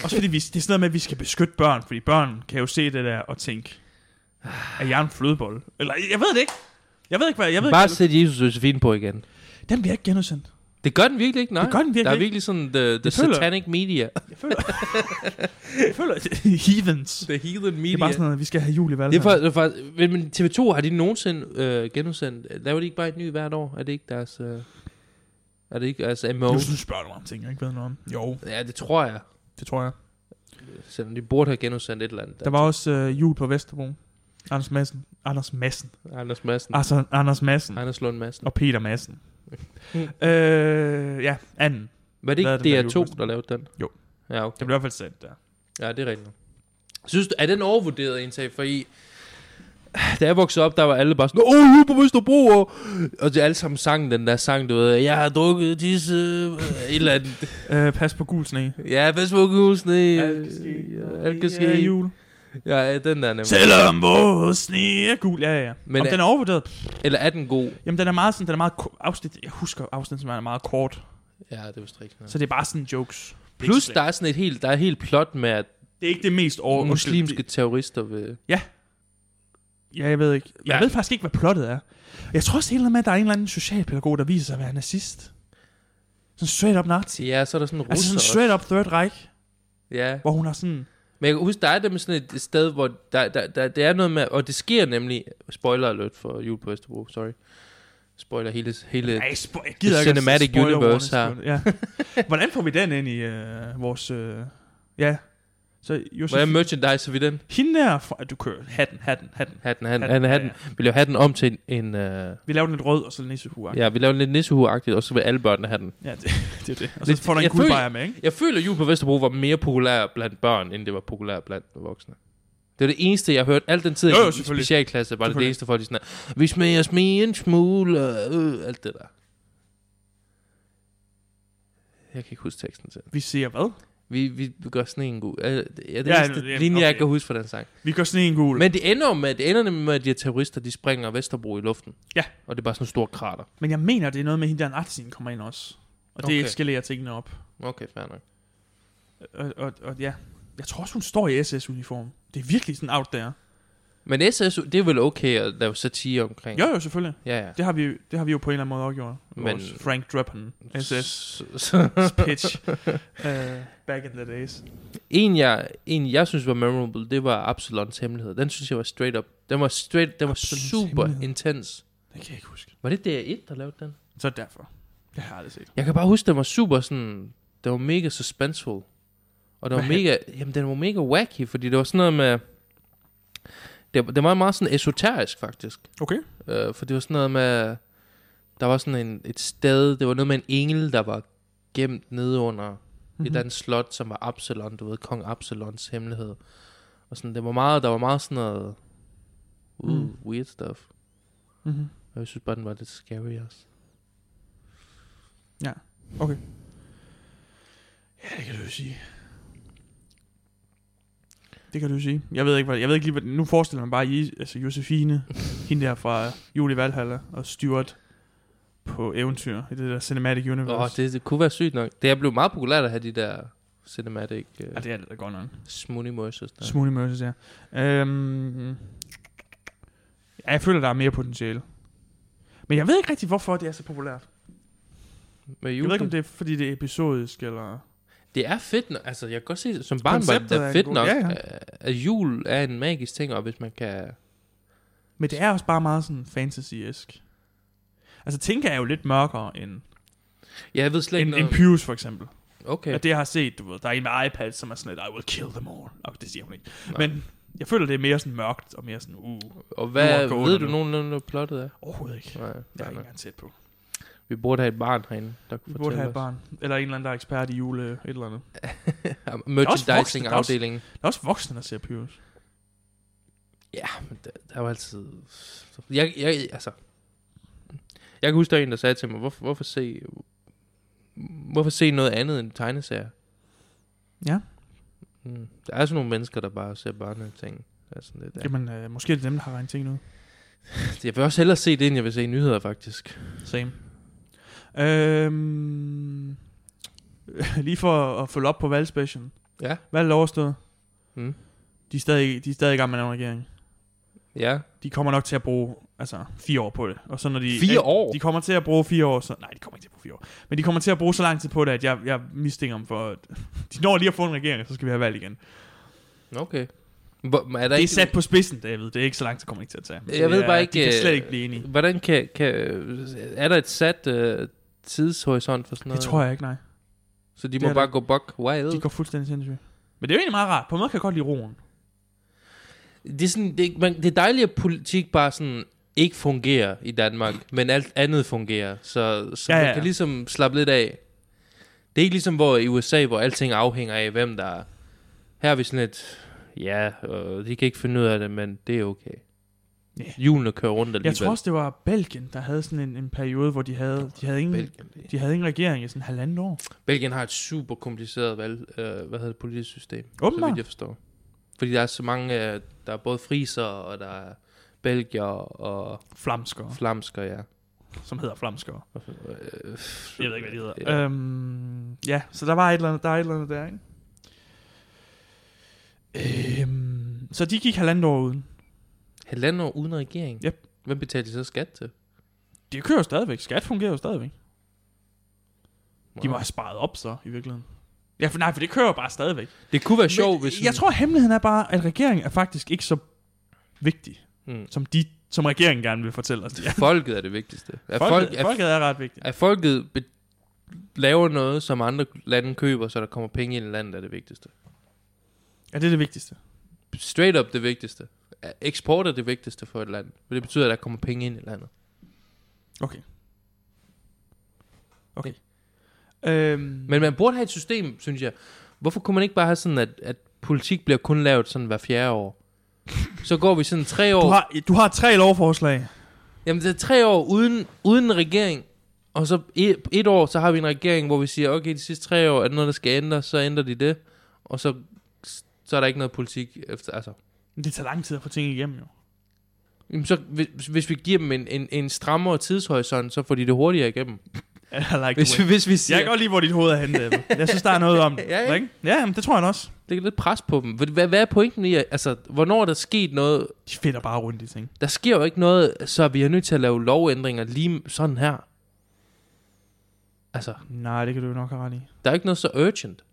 Speaker 2: Også fordi vi, det er sådan noget med, at vi skal beskytte børn. Fordi børn kan jo se det der og tænke... Er jeg en flødebolle? Eller jeg ved det ikke. Jeg ved ikke, hvad... Jeg ved
Speaker 1: Bare
Speaker 2: ikke,
Speaker 1: sæt Jesus og Josefine på igen.
Speaker 2: den bliver ikke genudsendt.
Speaker 1: Det Det gør den virkelig ikke, nej.
Speaker 2: Det gør den virkelig
Speaker 1: Der er
Speaker 2: ikke.
Speaker 1: virkelig sådan the, the
Speaker 2: Jeg føler-
Speaker 1: satanic media.
Speaker 2: Jeg føler, jeg føler heathens.
Speaker 1: The heathen
Speaker 2: Det
Speaker 1: media.
Speaker 2: er bare sådan noget, at vi skal have jul i
Speaker 1: det er for,
Speaker 2: Valhalla.
Speaker 1: det er for, men men TV2 har de nogensinde øh, genudsendt. Laver de ikke bare et nyt hvert år? Er det ikke deres... Øh, er det ikke deres MO?
Speaker 2: Nu synes du spørger du mig om ting, jeg ikke ved noget om. Jo,
Speaker 1: Ja, det tror jeg.
Speaker 2: det tror jeg.
Speaker 1: Selvom de burde have genudsendt et eller andet.
Speaker 2: Der var også øh, jul på Vesterbro. Anders Madsen. Anders Madsen.
Speaker 1: Anders Madsen.
Speaker 2: Altså, Anders Madsen.
Speaker 1: Anders Lund Madsen.
Speaker 2: Og Peter Madsen. øh, ja, anden.
Speaker 1: Var det ikke
Speaker 2: Hvad er den der
Speaker 1: DR2, der lavede den?
Speaker 2: Jo.
Speaker 1: Ja, okay.
Speaker 2: Det blev i hvert fald sendt der.
Speaker 1: Ja, det er rigtigt. Synes du, er den overvurderet indtag? Fordi, da jeg voksede op, der var alle bare sådan, Åh, ude på Vesterbro, og, og de alle sammen sang den der sang, du ved, jeg har drukket disse, øh, et eller andet,
Speaker 2: Øh, pas på gul sne.
Speaker 1: ja, hvad smuk husene, Øh, alt kan
Speaker 2: Ja,
Speaker 1: ske,
Speaker 2: jul.
Speaker 1: ja, ja, den der nemlig.
Speaker 2: Selvom vores sne er gul. Ja, ja, ja.
Speaker 1: Men
Speaker 2: Men Om
Speaker 1: er-
Speaker 2: den er overvurderet?
Speaker 1: Eller er den god?
Speaker 2: Jamen, den er meget sådan, den er meget ko- afsnit. Jeg husker afsnit, som er meget kort.
Speaker 1: Ja, det var strikt.
Speaker 2: Så det er bare sådan jokes. Det er
Speaker 1: Plus,
Speaker 2: ikke så
Speaker 1: der er sådan et helt, der er et helt plot med, at
Speaker 2: slemt. Det er ikke det mest over...
Speaker 1: muslimske terrorister vil...
Speaker 2: Ja, jeg ved ikke. Jeg
Speaker 1: Ja.
Speaker 2: ja. ved faktisk ikke, hvad plottet er. Jeg tror også, det er et eller andet med, at der er en eller anden socialpædagog, der viser sig at være nazist. Sådan straight up nazi.
Speaker 1: Ja, så er der sådan en
Speaker 2: Altså
Speaker 1: russer
Speaker 2: sådan
Speaker 1: også.
Speaker 2: straight up Third Reich,
Speaker 1: Ja.
Speaker 2: hvor hun har sådan...
Speaker 1: Men jeg kan huske, der er dem sådan et sted, hvor der, der, der, der er noget med, og det sker nemlig, spoiler alert for Jul på Østerbro, sorry. Spoiler hele, hele
Speaker 2: Ej, spo- jeg gider ikke at
Speaker 1: Cinematic
Speaker 2: spoil
Speaker 1: Universe
Speaker 2: warnings på det. Ja. Hvordan får vi den ind i øh, vores... Øh, ja. Så
Speaker 1: hvordan
Speaker 2: Josef,
Speaker 1: merchandise vi den?
Speaker 2: hende der... Fra, du kører hatten, hatten, hatten.
Speaker 1: Hatten, hatten,
Speaker 2: Hatten,
Speaker 1: hatten, hatten.
Speaker 2: ja.
Speaker 1: Vi laver hatten om til en, en uh,
Speaker 2: Vi laver den lidt rød, og så lidt nissehue. Ja.
Speaker 1: ja, vi laver den lidt nissehuagtigt, og så vil alle børnene have den.
Speaker 2: ja, det, det er det. Og så
Speaker 1: Lidt-
Speaker 2: får du en
Speaker 1: jeg føler-
Speaker 2: guldbejer med, ikke?
Speaker 1: Jeg føler, at Jul på Vesterbro var mere populær blandt børn, end det var populær blandt voksne. Det var det eneste, jeg hørte. Alt den tid,
Speaker 2: Jo, jo,
Speaker 1: jeg gik i
Speaker 2: selvfølgelig.
Speaker 1: specialklasse, var det det
Speaker 2: Selvfølgelig.
Speaker 1: eneste folk, de sådan her, vi smager smige en smule, øh, alt det der. Jeg kan ikke huske teksten til.
Speaker 2: Vi ser hvad?
Speaker 1: Vi, vi gør sneen god. Øh, Ja, det
Speaker 2: Ja,
Speaker 1: er ja,
Speaker 2: ja,
Speaker 1: linje, jeg
Speaker 2: okay.
Speaker 1: kan huske fra den sang.
Speaker 2: Vi gør sneen gul. Men,
Speaker 1: Men det ender jo med, det ender nemlig med, at de her terrorister, de springer Vesterbro i luften.
Speaker 2: Ja.
Speaker 1: Og det er bare sådan en stor krater.
Speaker 2: Men jeg mener, det er noget med, at hende der nazien kommer ind også. Og det
Speaker 1: Okay.
Speaker 2: okay. skiller jeg tingene op.
Speaker 1: Okay, fair nok.
Speaker 2: Og, og, og ja, jeg tror også, hun står i SS-uniform. Det er virkelig sådan out der.
Speaker 1: Men SS, det er vel okay at lave satire omkring?
Speaker 2: Jo, jo, selvfølgelig.
Speaker 1: Ja, ja.
Speaker 2: Det har vi, det har vi jo på en eller anden måde også gjort. Vores
Speaker 1: Men-
Speaker 2: Frank Drebin, SS
Speaker 1: Så- så-
Speaker 2: pitch. uh, back in the days.
Speaker 1: en, jeg, en, jeg synes var memorable, det var Absalons hemmelighed. Den synes jeg var straight up. Den var, straight, den var
Speaker 2: Absalons
Speaker 1: super
Speaker 2: Hemmelighed. intens.
Speaker 1: intens.
Speaker 2: Det kan jeg ikke huske.
Speaker 1: Var det DR1, der lavede den?
Speaker 2: Så derfor. Det har jeg aldrig set.
Speaker 1: Jeg kan bare huske, den var super sådan... Den var mega suspenseful. Og den var
Speaker 2: Hvad?
Speaker 1: mega... Jamen, den var mega wacky, fordi det var sådan noget med... Det, det var meget sådan esoterisk, faktisk.
Speaker 2: Okay.
Speaker 1: Øh, for det var sådan noget med... Der var sådan en, et sted... Det var noget med en engel, der var gemt nede under mm-hmm.
Speaker 2: Mhm.
Speaker 1: et eller andet slot, som var Absalon, du ved, kong Absalons hemmelighed. Og sådan, det var meget, der var meget sådan noget... Uh,
Speaker 2: Mm.
Speaker 1: mm. weird stuff.
Speaker 2: Mm-hmm.
Speaker 1: Og jeg synes bare, den var lidt scary også.
Speaker 2: Okay. Ja, det kan du jo sige. Det kan du jo sige. Jeg ved ikke, hvad, jeg ved ikke lige, hvad, nu forestiller man bare Je, altså Josefine, hende der fra Julie Valhalla og Stuart på eventyr i det der Cinematic Universe.
Speaker 1: Åh, oh, det, det kunne være sygt nok. Det er blevet meget populært at have de der cinematic uh,
Speaker 2: ja, det er det da godt nok.
Speaker 1: smoothie moises der.
Speaker 2: Ja. Smoothie Moses, ja. Øhm, ja, jeg føler, der er mere potentiale. Men jeg ved ikke rigtig, hvorfor det er så populært.
Speaker 1: Med
Speaker 2: Jeg ved ikke, om
Speaker 1: jule.
Speaker 2: det er, fordi det er episodisk, eller...
Speaker 1: Det er fedt nok. Altså, jeg kan godt se, som barn var
Speaker 2: Konceptet
Speaker 1: det
Speaker 2: er
Speaker 1: er
Speaker 2: en
Speaker 1: fedt
Speaker 2: god-
Speaker 1: nok,
Speaker 2: Ja,
Speaker 1: ja,
Speaker 2: ja.
Speaker 1: ja. at jul er en magisk ting, og hvis man kan...
Speaker 2: Men det er også bare meget sådan fantasy-esk. Altså, Tinka er jo lidt mørkere end,
Speaker 1: Ja, jeg ved slet ikke
Speaker 2: end, end
Speaker 1: noget.
Speaker 2: Pius, for eksempel.
Speaker 1: Okay.
Speaker 2: Okay. Og det, jeg har set, du ved, der er en med iPad, som er sådan lidt, I will kill them all. Og det siger hun ikke.
Speaker 1: Nej.
Speaker 2: Men jeg føler, det er mere sådan mørkt, og mere sådan, uh,
Speaker 1: Og
Speaker 2: Nu
Speaker 1: hvad
Speaker 2: er gåden
Speaker 1: ved du
Speaker 2: nu.
Speaker 1: nogenlunde, hvad plottet er?
Speaker 2: overhovedet ikke.
Speaker 1: Nej,
Speaker 2: Jeg er
Speaker 1: nej,
Speaker 2: ikke
Speaker 1: nej.
Speaker 2: engang tæt på.
Speaker 1: Vi burde have et barn herinde, der
Speaker 2: Vi
Speaker 1: kunne
Speaker 2: burde
Speaker 1: fortælle
Speaker 2: have et
Speaker 1: os.
Speaker 2: barn. Eller en eller anden, der er ekspert i jule et eller andet.
Speaker 1: Ja,
Speaker 2: voksne, der er også-
Speaker 1: Merchandising-afdelingen.
Speaker 2: Der er også voksne, der ser Pius.
Speaker 1: Ah, Men der, der var altid... Jeg, jeg, altså... Jeg kan huske, der var en, der sagde til mig, hvorfor, hvorfor se... Hvorfor se noget andet end tegneserier?
Speaker 2: Ja.
Speaker 1: Mm. Der er sådan nogle mennesker, der bare ser børne ting. Det er sådan lidt,
Speaker 2: Ja.
Speaker 1: ja.
Speaker 2: Jamen, øh, måske er det dem, der har regnet ting ud.
Speaker 1: Jeg vil også hellere se det, end jeg vil se nyheder, faktisk.
Speaker 2: Same. Øhm, lige for at følge op på valgspecialen.
Speaker 1: Ja.
Speaker 2: Valget er overstået.
Speaker 1: Mm.
Speaker 2: De er stadig, de er stadig i gang med den regering.
Speaker 1: Ja.
Speaker 2: De kommer nok til at bruge altså fire år på det. Og så når de,
Speaker 1: Fire
Speaker 2: ikke-
Speaker 1: år?
Speaker 2: De kommer til at bruge fire år, så, nej, de kommer ikke til at bruge fire år. Men de kommer til at bruge så lang tid på det, at jeg, jeg mistænker dem for, at de når lige at få en regering, og så skal vi have valg igen.
Speaker 1: Okay. Hvor, men er der
Speaker 2: Det er
Speaker 1: ikke,
Speaker 2: sat på spidsen, David. Det er ikke så langt, så kommer ikke til at tage. Men
Speaker 1: Jeg
Speaker 2: det
Speaker 1: ved
Speaker 2: er,
Speaker 1: bare ikke,
Speaker 2: De kan
Speaker 1: øh,
Speaker 2: slet ikke blive enige.
Speaker 1: Hvordan kan, kan... Er der et sat øh, tidshorisont for sådan noget?
Speaker 2: Det tror jeg ikke, nej.
Speaker 1: Så de
Speaker 2: det
Speaker 1: må
Speaker 2: er
Speaker 1: bare
Speaker 2: der.
Speaker 1: gå buck wild?
Speaker 2: De går fuldstændig sindssygt. Men det er jo egentlig meget rart. På en måde kan jeg godt lide roen.
Speaker 1: Det er, sådan, det, er ikke- man, det er dejligt, at politik bare sådan ikke fungerer i Danmark, men alt andet fungerer, så, så
Speaker 2: Ja,
Speaker 1: ja, ja.
Speaker 2: ja, ja.
Speaker 1: man kan ligesom slappe lidt af. Det er ikke ligesom hvor i USA, hvor alting afhænger af, hvem der er. Her er vi sådan lidt, ja, øh, de kan ikke finde ud af det, men det er okay.
Speaker 2: Ja.
Speaker 1: Yeah. Hjulene kører rundt alligevel.
Speaker 2: Jeg tror også, det var Belgien, der havde sådan en, en periode, hvor de havde, de havde ingen,
Speaker 1: Belgien, det-
Speaker 2: de havde ingen regering i sådan halvandet år.
Speaker 1: Belgien har et super kompliceret valg, øh, hvad hedder det, politisk system, så
Speaker 2: Åbenbart.
Speaker 1: vidt jeg forstår. Fordi der er så mange, øh, der er både friser, og der er belgier og
Speaker 2: Flamskere,
Speaker 1: flamsker, ja.
Speaker 2: som hedder flamskere.
Speaker 1: Øh,
Speaker 2: Jeg ved ikke, hvad de hedder.
Speaker 1: Ja.
Speaker 2: Ja, øhm, ja så der var et eller andet der, er et eller andet der ikke? Øhm, så de gik halvandet år uden.
Speaker 1: Halvandet år uden regering?
Speaker 2: Yep.
Speaker 1: Hvem betaler de så skat til?
Speaker 2: Det kører jo stadigvæk. Skat fungerer jo stadigvæk. De må have sparet op så, i virkeligheden. Ja, for nej, for det kører jo bare stadigvæk.
Speaker 1: Det kunne være sjovt,
Speaker 2: Men
Speaker 1: hvis...
Speaker 2: Jeg tror, hemmeligheden er bare, at regeringen er faktisk ikke så vigtig,
Speaker 1: Mm.
Speaker 2: som, de, som regeringen gerne vil fortælle os. Ja.
Speaker 1: Folket er det vigtigste. At folk,
Speaker 2: Folket,
Speaker 1: at,
Speaker 2: folket er ret vigtigt.
Speaker 1: at folket be- laver noget, som andre lande køber, så der kommer penge ind i landet, er det vigtigste.
Speaker 2: Ja, det er det vigtigste.
Speaker 1: Straight up det vigtigste. At Eksport er det vigtigste for et land. For det betyder, at der kommer penge ind i landet.
Speaker 2: Okay. Okay. Øhm,
Speaker 1: Men man burde have et system, synes jeg. Hvorfor kunne man ikke bare have sådan, at, at politik bliver kun lavet sådan hver fjerde år? Så går vi sådan tre år...
Speaker 2: du, har, du har tre lovforslag.
Speaker 1: Jamen, det er tre år uden, uden en regering, og så et, et år, så har vi en regering, hvor vi siger, okay, de sidste tre år, er der noget, der skal ændres, så ændrer de det, og så, så er der ikke noget politik efter, altså.
Speaker 2: Men Det tager lang tid at få ting igennem, jo.
Speaker 1: Jamen, så, hvis, hvis vi giver dem en, en, en strammere tidshorisont, så får de det hurtigere igennem.
Speaker 2: I like
Speaker 1: Hvis,
Speaker 2: the
Speaker 1: vi,
Speaker 2: way.
Speaker 1: hvis vi
Speaker 2: Jeg
Speaker 1: siger,
Speaker 2: kan godt lide, hvor dit hoved er henne, David. Jeg synes, der er noget om det.
Speaker 1: Ja, ikke?
Speaker 2: ikke? ja men det tror jeg også.
Speaker 1: det er lidt pres på dem. Hvad, hvad er pointen i, at- altså, hvornår er der sket noget?
Speaker 2: De finder bare rundt i ting.
Speaker 1: Der sker jo ikke noget, så vi er nødt til at lave lovændringer lige sådan her. Altså,
Speaker 2: Nej, det kan du jo nok have ret i.
Speaker 1: der er ikke noget så urgent.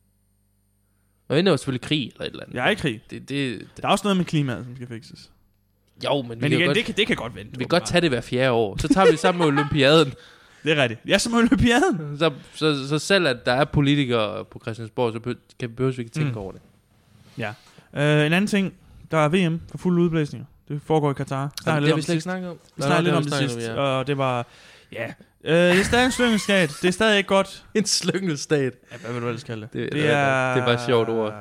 Speaker 1: Og endelig er jo selvfølgelig krig eller et eller andet.
Speaker 2: Jeg er i krig.
Speaker 1: Det, det,
Speaker 2: Der er også noget med klimaet, som skal fikses.
Speaker 1: Jo, men,
Speaker 2: Men
Speaker 1: vi,
Speaker 2: igen,
Speaker 1: kan godt,
Speaker 2: det, kan, det kan godt vente.
Speaker 1: vi kan godt tage det hver fjerde år. Så tager vi det sammen med olympiaden.
Speaker 2: Det er rigtigt. Ja, som olympiaden.
Speaker 1: Så, så, så selv at der er politikere på Christiansborg, så behøver, kan, behøver vi ikke tænke
Speaker 2: Mm.
Speaker 1: mm. over det.
Speaker 2: Uh, en anden ting. Der er VM for fulde udblæsninger. Det foregår i Katar.
Speaker 1: Det
Speaker 2: Snakker
Speaker 1: har
Speaker 2: lidt om
Speaker 1: vi
Speaker 2: det
Speaker 1: slet ikke
Speaker 2: sidst.
Speaker 1: snakket om.
Speaker 2: Vi snakkede lidt om det sidst, og det var... Ja. Øh, det er stadig en slyngestat. Det er stadig ikke godt.
Speaker 1: En slyngelstat.
Speaker 2: Ja, hvad vil du ellers kalde det?
Speaker 1: Det- det er- det er bare et sjovt ord.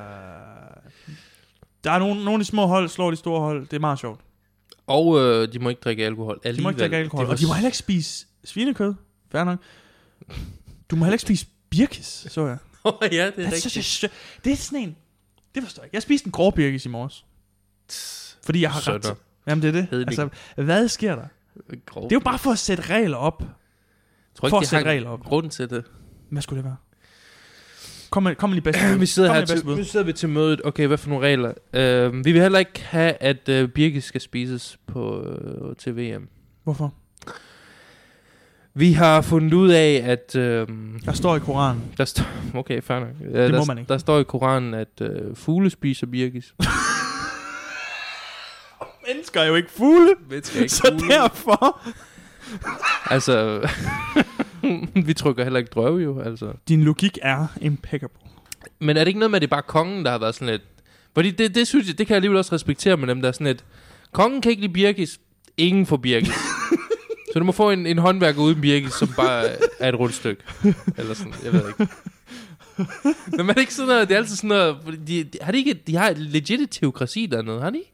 Speaker 2: Der er nogle, nogle af de små hold, slår de store hold. Det er meget sjovt.
Speaker 1: Og øh, de må ikke drikke alkohol. Alligevel.
Speaker 2: De må ikke drikke alkohol.
Speaker 1: Det var
Speaker 2: Og de må heller ikke spise svinekød. Fair nok. Du må heller ikke spise birkes, så jeg.
Speaker 1: Åh, ja, det er
Speaker 2: Det er,
Speaker 1: rigtigt.
Speaker 2: så, det er sådan en... Det forstår jeg ikke. Jeg spiste en grå birkes i morges. Fordi jeg har ret.
Speaker 1: Sønder.
Speaker 2: Jamen det er det.
Speaker 1: Hedvig.
Speaker 2: Altså, hvad sker der?
Speaker 1: Grov.
Speaker 2: Det er jo bare for at sætte regler op.
Speaker 1: tror
Speaker 2: for
Speaker 1: ikke,
Speaker 2: at sætte
Speaker 1: de har
Speaker 2: regler op.
Speaker 1: en grund til det.
Speaker 2: Hvad skulle det være? Kom med, kom med lige bedste bud.
Speaker 1: vi sidder
Speaker 2: kom
Speaker 1: her
Speaker 2: med dit bedste
Speaker 1: til,
Speaker 2: bud.
Speaker 1: nu sidder vi til mødet. Okay, hvad for nogle regler? Øh, vi vil heller ikke have, at øh, birke skal spises på øh, til VM.
Speaker 2: Hvorfor?
Speaker 1: Vi har fundet ud af, at... Øh,
Speaker 2: Der står i Koranen.
Speaker 1: Der står, okay, fair nok. Ja,
Speaker 2: Det
Speaker 1: der,
Speaker 2: må man ikke.
Speaker 1: Der står i Koranen, at øh, fugle spiser birkis.
Speaker 2: Mennesker er jo ikke fugle.
Speaker 1: Mennesker er ikke
Speaker 2: så
Speaker 1: fugle.
Speaker 2: derfor...
Speaker 1: altså, vi trykker heller ikke drøve jo, altså.
Speaker 2: Din logik er impeccable.
Speaker 1: Men er det ikke noget med, at det er bare kongen, der har været sådan lidt... Fordi det, det synes jeg, det kan jeg alligevel også respektere med dem, der er sådan lidt... Kongen kan ikke lide birkis. Ingen får birkis. Så du må få en, en håndværker uden birkis, som bare er et rundstykke. Eller sådan, jeg ved ikke. Men er det ikke sådan noget, det er altid sådan noget... fordi De, de, har de, ikke, de har et legit et teokrati dernede, har de ikke?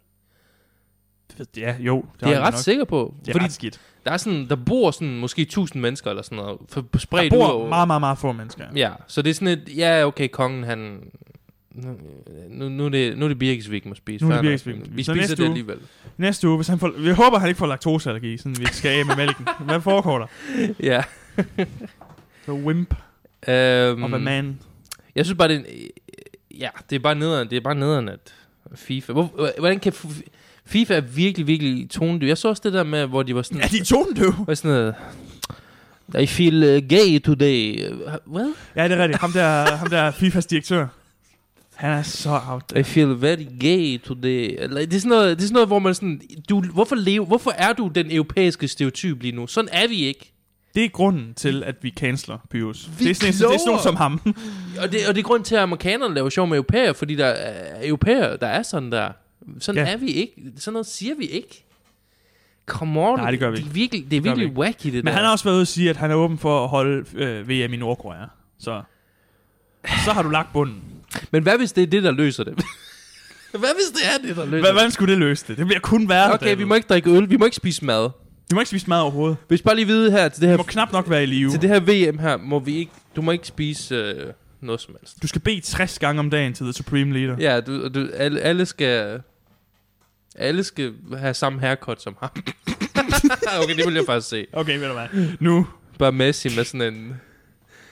Speaker 2: Ja, jo.
Speaker 1: Det er jeg ret
Speaker 2: nok.
Speaker 1: sikker på.
Speaker 2: Det er
Speaker 1: fordi
Speaker 2: ret skidt.
Speaker 1: der, er sådan, der bor sådan måske 1000 mennesker eller sådan noget. For, på
Speaker 2: Der
Speaker 1: spredt
Speaker 2: bor
Speaker 1: ud over-
Speaker 2: meget, meget, meget få mennesker.
Speaker 1: Ja, så det er sådan et, ja okay, kongen han... Nu, nu, nu, er, det, nu er det birkes, vi ikke må spise.
Speaker 2: Nu er det
Speaker 1: Fair nok.
Speaker 2: birkes, vi ikke må
Speaker 1: Vi
Speaker 2: spise. Så
Speaker 1: spiser
Speaker 2: næste
Speaker 1: det
Speaker 2: uge-
Speaker 1: alligevel.
Speaker 2: Næste uge, hvis han får... Vi håber, han ikke får laktoseallergi, sådan vi skal af med mælken. Hvad foregår der?
Speaker 1: Ja.
Speaker 2: The wimp
Speaker 1: Øhm,
Speaker 2: mm. of a man.
Speaker 1: Jeg synes bare, det er, en- ja, det er bare nederen, det er bare nederen, at FIFA... Hvor, hvordan kan... f- FIFA er virkelig, virkelig tonedyr. Jeg så også det der med, hvor de var sådan...
Speaker 2: Ja, de er tonedøve.
Speaker 1: var sådan noget, I feel uh, gay today. Uh, well,
Speaker 2: Ja, det er rigtigt. Ham der, ham der er FIFAs direktør. Han er så out.
Speaker 1: I feel very gay today. Eller, det, er sådan noget, det er sådan noget, hvor man sådan... Du, hvorfor, leve, hvorfor er du den europæiske stereotyp lige nu? Sådan er vi ikke.
Speaker 2: Det er grunden til, at vi canceler Pyrus.
Speaker 1: Vi
Speaker 2: Det er sådan, en- det er sådan nogen
Speaker 1: kloger.
Speaker 2: som ham.
Speaker 1: Og det, og det er grund til, at amerikanerne laver sjov med europæer, fordi der er europæer, der er sådan der. Sådan
Speaker 2: Ja.
Speaker 1: ja. er vi ikke. Sådan noget siger vi ikke. Come on.
Speaker 2: Nej, det gør vi
Speaker 1: Det
Speaker 2: ikke.
Speaker 1: er virkelig, det er
Speaker 2: Det gør vi
Speaker 1: virkelig wacky, det
Speaker 2: Men
Speaker 1: der.
Speaker 2: han har også været ude at sige, at han er åben for at holde øh, VM i Nordkorea. Så, så har du lagt bunden.
Speaker 1: Men hvad hvis det er det, der løser det? hvad hvis det er det, der løser
Speaker 2: Hva-
Speaker 1: det?
Speaker 2: Hvordan skulle det løse det? Det bliver kun værre.
Speaker 1: Okay,
Speaker 2: David.
Speaker 1: vi må ikke drikke øl. Vi må ikke spise mad.
Speaker 2: vi må ikke spise mad overhovedet.
Speaker 1: Vi skal bare lige vide her til det
Speaker 2: Vi
Speaker 1: her
Speaker 2: må knap nok være i live.
Speaker 1: Til det her VM her, må vi ikke, du må ikke spise øh, noget som helst.
Speaker 2: Du skal bede 60 gange om dagen til The Supreme Leader.
Speaker 1: Ja, du, du, alle, alle skal... Alle skal have samme haircut som ham. okay, det vil jeg faktisk se.
Speaker 2: Okay, ved du hvad? Nu.
Speaker 1: Bare Messi med sådan en,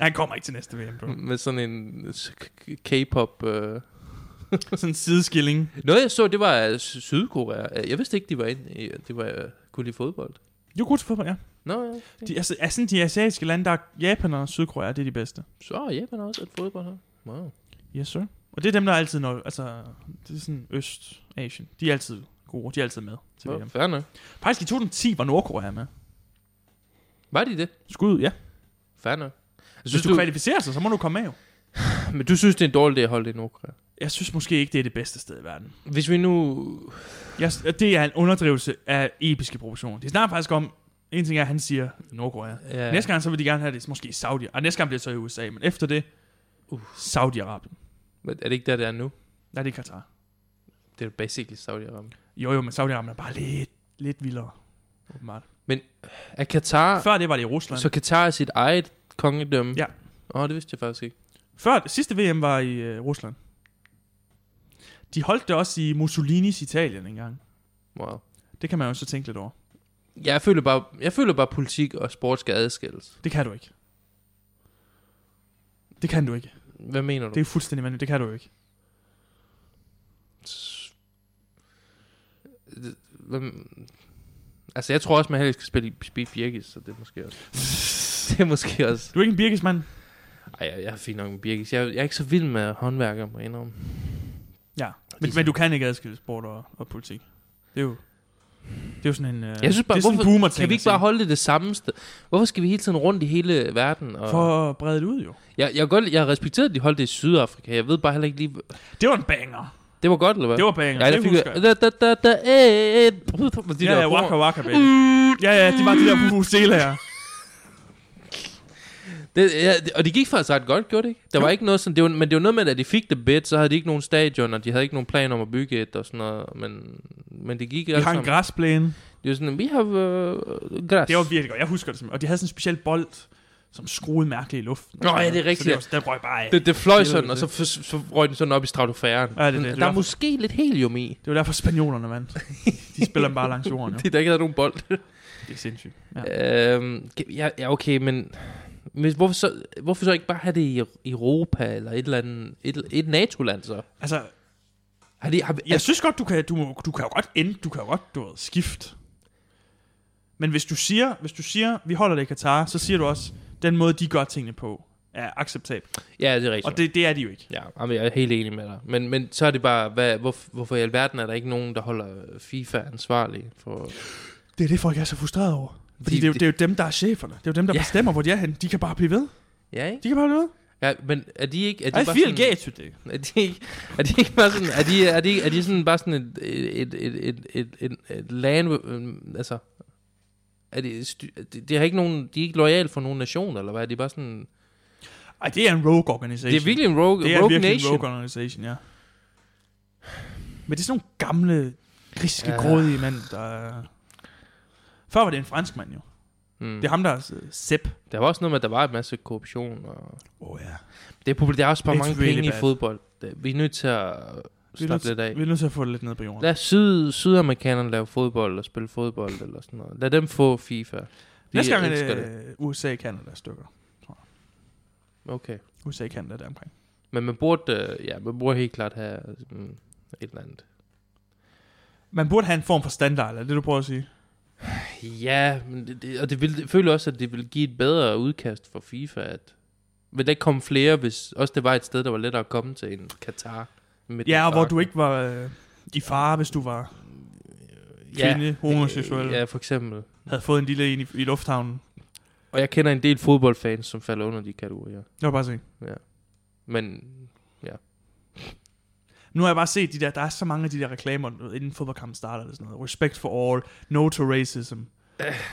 Speaker 2: Han kommer ikke til næste VM, bro.
Speaker 1: med sådan en s- k- K-pop... Øh.
Speaker 2: Sådan en sideskilling.
Speaker 1: Noget jeg så, det var øh, Sy- Sydkorea. Jeg vidste ikke, de var inde i, det var øh, kunne lide fodbold.
Speaker 2: Jo, god til fodbold, ja.
Speaker 1: Nå, ja.
Speaker 2: De, altså, er sådan de asiatiske lande, der er Japan og Sydkorea, det er de bedste.
Speaker 1: Så Japan har også et fodbold her. Wow.
Speaker 2: Yes, sir. Og det er dem, der altid når, altså, det er sådan Øst-Asien. De er altid gode, de er altid med til
Speaker 1: Nå,
Speaker 2: VM.
Speaker 1: fair nok.
Speaker 2: Faktisk i 2010 var Nordkorea med.
Speaker 1: Var de det?
Speaker 2: Skud, ja.
Speaker 1: Fair nok. Jeg
Speaker 2: Hvis
Speaker 1: Synes
Speaker 2: du,
Speaker 1: du,
Speaker 2: kvalificerer sig, så må du komme med jo.
Speaker 1: men du synes, det er en dårlig idé at holde det i Nordkorea.
Speaker 2: Jeg synes måske ikke, det er det bedste sted i verden.
Speaker 1: Hvis vi nu
Speaker 2: Jeg, det er en underdrivelse af episke proportioner. Det snakker faktisk om, en ting er, at han siger Nordkorea.
Speaker 1: Ja.
Speaker 2: Ja. Næste gang, så vil de gerne have det måske i Saudi. Og næste gang bliver det så i USA, men efter det, uh. Saudi-Arabien.
Speaker 1: Men er det ikke der, det er nu?
Speaker 2: Nej, det er Katar.
Speaker 1: Det er basically Saudi-Arabien.
Speaker 2: Jo, jo, men Saudi-Arabien er bare lidt, lidt vildere, åbenbart.
Speaker 1: Er Katar...
Speaker 2: Før det var det i Rusland.
Speaker 1: Så Katar er sit eget kongedømme?
Speaker 2: Ja.
Speaker 1: Åh, oh, det vidste jeg faktisk ikke.
Speaker 2: Før, sidste VM var i øh, Rusland. De holdt det også i Mussolinis Italien engang.
Speaker 1: Wow.
Speaker 2: Det kan man jo så tænke lidt over.
Speaker 1: Jeg føler bare, jeg føler bare at politik og sport skal adskilles.
Speaker 2: Det kan du ikke. Det kan du ikke.
Speaker 1: Hvad mener du?
Speaker 2: Det er fuldstændig vanvittigt. Det kan du ikke.
Speaker 1: Hvem... Altså, jeg tror også, man helst skal spille, spille birkis, så det er måske også... det er måske også...
Speaker 2: Du er ikke en birkesmand.
Speaker 1: Ej, jeg, jeg er fint nok med birkis. Jeg, jeg er ikke så vild med håndværker, må jeg indrømme.
Speaker 2: Ja. Men, men du kan ikke adskille sport og, og politik. Det er jo... Det er jo sådan en... Øh,
Speaker 1: Jeg synes bare,
Speaker 2: det er sådan en
Speaker 1: hvorfor-
Speaker 2: boomer
Speaker 1: Kan vi ikke bare holde det det samme sted? Hvorfor skal vi hele tiden rundt i hele verden? Og...
Speaker 2: For at brede det ud, jo.
Speaker 1: Jeg, jeg, kan godt, jeg respekterer, at de holdt det i Sydafrika. Jeg ved bare heller ikke lige...
Speaker 2: Det var en banger.
Speaker 1: Det var godt, eller hvad?
Speaker 2: Det var banger.
Speaker 1: Ja,
Speaker 2: det
Speaker 1: det fik
Speaker 2: husker jeg.
Speaker 1: jeg. Da, da, da, da, eh, de
Speaker 2: ja,
Speaker 1: der
Speaker 2: ja,
Speaker 1: ord.
Speaker 2: waka waka, baby. Ja, ja, de var de der pufuselaer.
Speaker 1: Det, ja, det- og det gik faktisk ret godt, gjorde det ikke? Der var ikke noget sådan, det var, men det var noget med, at de fik det bedt, så havde de ikke nogen stadion, og de havde ikke nogen plan om at bygge et og sådan noget, men, men det gik
Speaker 2: De har en
Speaker 1: sammen.
Speaker 2: græsplæne.
Speaker 1: Det var sådan, vi har uh, græs.
Speaker 2: Det var virkelig godt. Jeg husker det simpelthen. Og de havde sådan en speciel bold, som skruede mærkeligt i luften.
Speaker 1: Nå, ja, det er rigtigt,
Speaker 2: Så det var, der røg bare af. Det,
Speaker 1: det, det fløj
Speaker 2: Helvede,
Speaker 1: sådan, og så, f- så røg den sådan op i stratosfæren.
Speaker 2: Ja, det er det. Det
Speaker 1: Der
Speaker 2: var-
Speaker 1: er måske lidt helium i.
Speaker 2: det var derfor, spanjolerne vandt. De spiller dem bare langs jorden, jo.
Speaker 1: Det der ikke havde nogen bold.
Speaker 2: Det er sindssygt. Ja.
Speaker 1: Øhm, ja, ja, okay, men men hvorfor så, hvorfor så ikke bare have det i Europa eller et eller andet, et, et NATO-land så?
Speaker 2: Altså,
Speaker 1: Har de, har,
Speaker 2: jeg synes godt, du kan, du, må- du kan jo godt ende, du kan jo godt du ved, skift. Men hvis du siger, hvis du siger, vi holder det i Katar, så siger du også, den måde, de gør tingene på, er acceptabel.
Speaker 1: ja, det er rigtigt.
Speaker 2: Og det, det er de jo ikke.
Speaker 1: Ja, jamen, jeg er helt enig med dig. Men, men så er det bare, hvad, hvor, hvorfor i alverden er der ikke nogen, der holder FIFA ansvarlig for...
Speaker 2: Det er det, folk er så frustreret over. Fordi
Speaker 1: De-
Speaker 2: det, er jo,
Speaker 1: de-
Speaker 2: det er jo dem, der er cheferne. Det er jo dem, der
Speaker 1: Ja.
Speaker 2: bestemmer, hvor de er henne. De kan bare blive ved.
Speaker 1: Ja, ikke?
Speaker 2: De kan bare blive ved.
Speaker 1: Ja, men er de ikke... Er de
Speaker 2: I
Speaker 1: bare
Speaker 2: feel
Speaker 1: sådan,
Speaker 2: gay today.
Speaker 1: Er de ikke, er de ikke bare sådan... Er de, er de, er de sådan bare sådan et, et, et, et, et, et, et land... øh, Altså... Er de, sty- er de, de, har ikke nogen, de er ikke lojale for nogen nation, eller hvad? Er de bare sådan...
Speaker 2: Ej, det er en rogue organisation.
Speaker 1: Det er virkelig en rogue,
Speaker 2: det er
Speaker 1: rogue
Speaker 2: virkelig
Speaker 1: nation.
Speaker 2: en rogue organisation, ja. Men det er sådan nogle gamle, griske,
Speaker 1: Ja.
Speaker 2: ja. grådige mænd, der... Før var det en fransk mand jo.
Speaker 1: Mm.
Speaker 2: Det er ham, der er øh, Sepp.
Speaker 1: Der var også noget med, at der var en masse korruption. Og
Speaker 2: Åh oh, ja.
Speaker 1: det er, problem, der er også bare
Speaker 2: It's
Speaker 1: mange
Speaker 2: really
Speaker 1: penge
Speaker 2: bad.
Speaker 1: i fodbold. Det- Vi er nødt til at
Speaker 2: Vi er, nødt,
Speaker 1: slappe lidt af.
Speaker 2: vi er nødt til at få det lidt ned på jorden.
Speaker 1: Lad syd, sydamerikanerne lave fodbold og spille fodbold eller sådan noget. Lad dem få FIFA. De
Speaker 2: Næste gang øh, er
Speaker 1: elsker
Speaker 2: det, det. USA, Canada stykker.
Speaker 1: Okay.
Speaker 2: USA, Canada der omkring.
Speaker 1: Men man burde, øh, ja, man burde helt klart have mm, et eller andet.
Speaker 2: Man burde have en form for standard, er det du prøver at sige?
Speaker 1: Ja, men det, det, og det vil, jeg føler også, at det vil give et bedre udkast for FIFA. At, vil der ikke komme flere, hvis også det var et sted, der var lettere at komme til en Katar? midt i
Speaker 2: Ja, og hvor
Speaker 1: ørkenen?
Speaker 2: du ikke var øh, i fare, hvis du var kvinde, ja. homoseksuel,
Speaker 1: øh, Ja,
Speaker 2: ja.
Speaker 1: for eksempel.
Speaker 2: havde fået en lille en i, i lufthavnen.
Speaker 1: Og jeg kender en del fodboldfans, som falder under de kategorier.
Speaker 2: Jeg var bare se.
Speaker 1: Men
Speaker 2: Nu har jeg bare set de der, der er så mange af de der reklamer, du ved, inden fodboldkampen starter eller sådan noget. Respect for all, no to racism.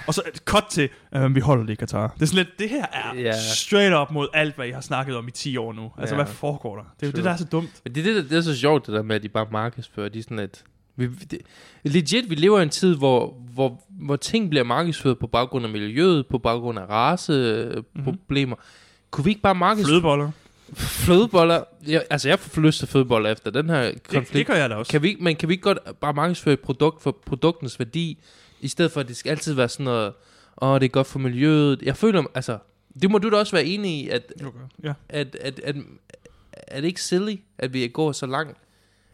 Speaker 2: Og så et cut til, øh, vi holder det i Katar. Det er sådan lidt, det her er
Speaker 1: Ja.
Speaker 2: straight up mod alt, hvad I har snakket om i 10 år nu. Altså,
Speaker 1: Ja.
Speaker 2: hvad foregår der? Det er jo
Speaker 1: True.
Speaker 2: det, der er så dumt.
Speaker 1: Men det, er det, der- det er så sjovt, det der med, at de bare markedsfører. De er sådan lidt... Vi, det, legit, vi lever i en tid, hvor, hvor, hvor ting bliver markedsført på baggrund af miljøet, på baggrund af
Speaker 2: Mhm.
Speaker 1: raceproblemer. Mm-hmm. Kunne vi ikke bare markedsføre
Speaker 2: Flødeboller.
Speaker 1: flødeboller? Jeg, altså, jeg får lyst til flødeboller efter den her konflikt.
Speaker 2: Det, det, gør jeg da også.
Speaker 1: Kan vi, ikke- men kan vi ikke godt bare markedsføre et produkt for produktens værdi, i stedet for, at det skal altid være sådan noget, åh, oh, det er godt for miljøet. Jeg føler, altså, det må du da også være enig i, at,
Speaker 2: Okay. Ja.
Speaker 1: at, at, at, er det ikke silly, at vi går så langt?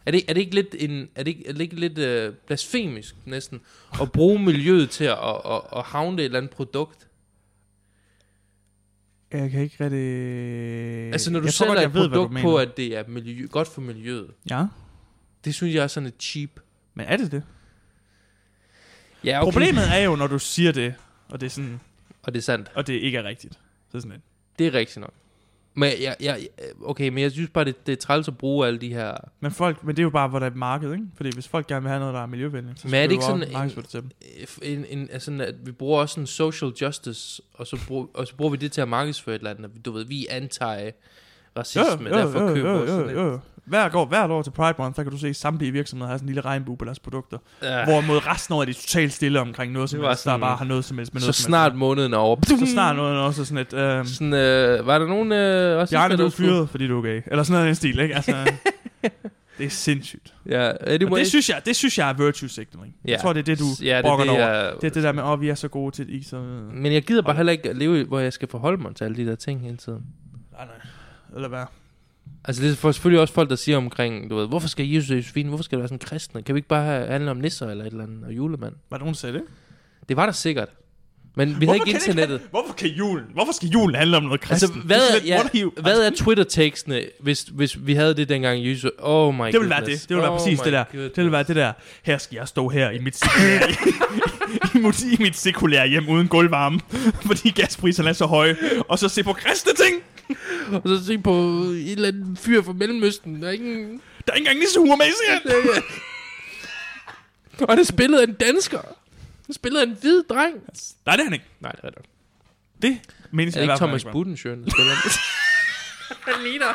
Speaker 1: Er det, er det ikke lidt, en, er det ikke, er det ikke lidt øh, blasfemisk næsten at bruge miljøet til at, at, at, at havne et eller andet produkt?
Speaker 2: Jeg kan ikke rigtig...
Speaker 1: Altså når du
Speaker 2: Øh, jeg tror
Speaker 1: sælger
Speaker 2: godt,
Speaker 1: et
Speaker 2: jeg ved, hvad du
Speaker 1: produkt
Speaker 2: mener.
Speaker 1: på, at det er miljø, godt for miljøet,
Speaker 2: Ja,
Speaker 1: det synes jeg er sådan et cheap.
Speaker 2: men er det det?
Speaker 1: Ja,
Speaker 2: Okay. Problemet er jo, når du siger det, og det, er sådan,
Speaker 1: Og det er sandt.
Speaker 2: og det ikke er rigtigt. Så sådan lidt.
Speaker 1: Det er rigtigt nok. Men jeg, jeg, okay, men jeg synes bare, det, det er træls at bruge alle de her...
Speaker 2: Men, folk, men det er jo bare, hvor der er et marked, ikke? Fordi hvis folk gerne vil have noget, der er miljøvenligt, så
Speaker 1: Men er det
Speaker 2: skal
Speaker 1: ikke
Speaker 2: du jo
Speaker 1: sådan en-
Speaker 2: markedsføre det til dem.
Speaker 1: En, en, altså, sådan, at vi bruger også en social justice, og så, brug, og så bruger vi det til at markedsføre et eller andet. Du ved, vi er anti-racisme, derfor køber vi sådan et-
Speaker 2: jo. Hver, år, hvert år til Pride Month, der kan du se samtlige virksomheder har sådan en lille regnbue på deres produkter.
Speaker 1: Ja,
Speaker 2: Ja. Hvorimod resten af året er de totalt stille omkring noget som
Speaker 1: Det var
Speaker 2: helst, der
Speaker 1: sådan-
Speaker 2: bare har noget som helst. Med
Speaker 1: så
Speaker 2: noget som
Speaker 1: snart måneden er over.
Speaker 2: helst. Så snart noget er også sådan et... Øh,
Speaker 1: Sådan, øh, var der nogen... Øh, også
Speaker 2: Bjarne, du er fyret, fordi du er gay. Eller sådan noget i den stil, ikke? Altså, det er sindssygt.
Speaker 1: Ja,
Speaker 2: Og
Speaker 1: anyway.
Speaker 2: det synes jeg, det synes jeg er virtue signaling.
Speaker 1: Ja.
Speaker 2: Jeg tror, det er det, du
Speaker 1: ja, det,
Speaker 2: brokker dig
Speaker 1: det,
Speaker 2: over.
Speaker 1: jeg,
Speaker 2: Det er det der med, åh, vi er så gode til is og... Nej,
Speaker 1: Men jeg gider bare heller ikke at leve, i- hvor jeg skal forholde mig til alle de der ting hele tiden.
Speaker 2: nej. Eller hvad?
Speaker 1: Altså, det er for- selvfølgelig også folk, der siger omkring, du ved, hvorfor skal Jesus og Josefine, hvorfor skal det være sådan kristne? Kan vi ikke bare have, handle om nisser eller et eller andet, og julemand?
Speaker 2: Var der nogen, der sagde det?
Speaker 1: Det var der sikkert. Men vi havde
Speaker 2: Hvorfor
Speaker 1: ikke
Speaker 2: kan det ikke
Speaker 1: internettet.
Speaker 2: Hvorfor kan julen? Hvorfor skal julen handle om noget
Speaker 1: Altså,
Speaker 2: kristen?
Speaker 1: hvad
Speaker 2: det
Speaker 1: er,
Speaker 2: sådan lidt,
Speaker 1: ja,
Speaker 2: what are you-
Speaker 1: hvad er Twitter-tekstene, hvis, hvis vi havde det dengang i Jesus? Oh my
Speaker 2: Altså, det vil være det. Det vil være
Speaker 1: oh
Speaker 2: præcis
Speaker 1: my
Speaker 2: det der.
Speaker 1: goodness.
Speaker 2: Det vil være det der. Her skal jeg stå her i mit sekulære, i, mit- i mit sekulære hjem uden gulvvarme, fordi gaspriserne er så høje. Og så se på kristne ting.
Speaker 1: Og så se på et eller andet fyr fra Mellemøsten. Der er ingen...
Speaker 2: Der er ikke engang nissehuer med i serien.
Speaker 1: Og det spillede en dansker. Det spillede en hvid dreng.
Speaker 2: Nej, det er han ikke.
Speaker 1: Nej, det er det. ikke.
Speaker 2: Det menes
Speaker 1: Er det
Speaker 2: jeg i
Speaker 1: ikke
Speaker 2: hvert fald
Speaker 1: Thomas
Speaker 2: ikke.
Speaker 1: Budensjøen, der spiller den? Han ligner...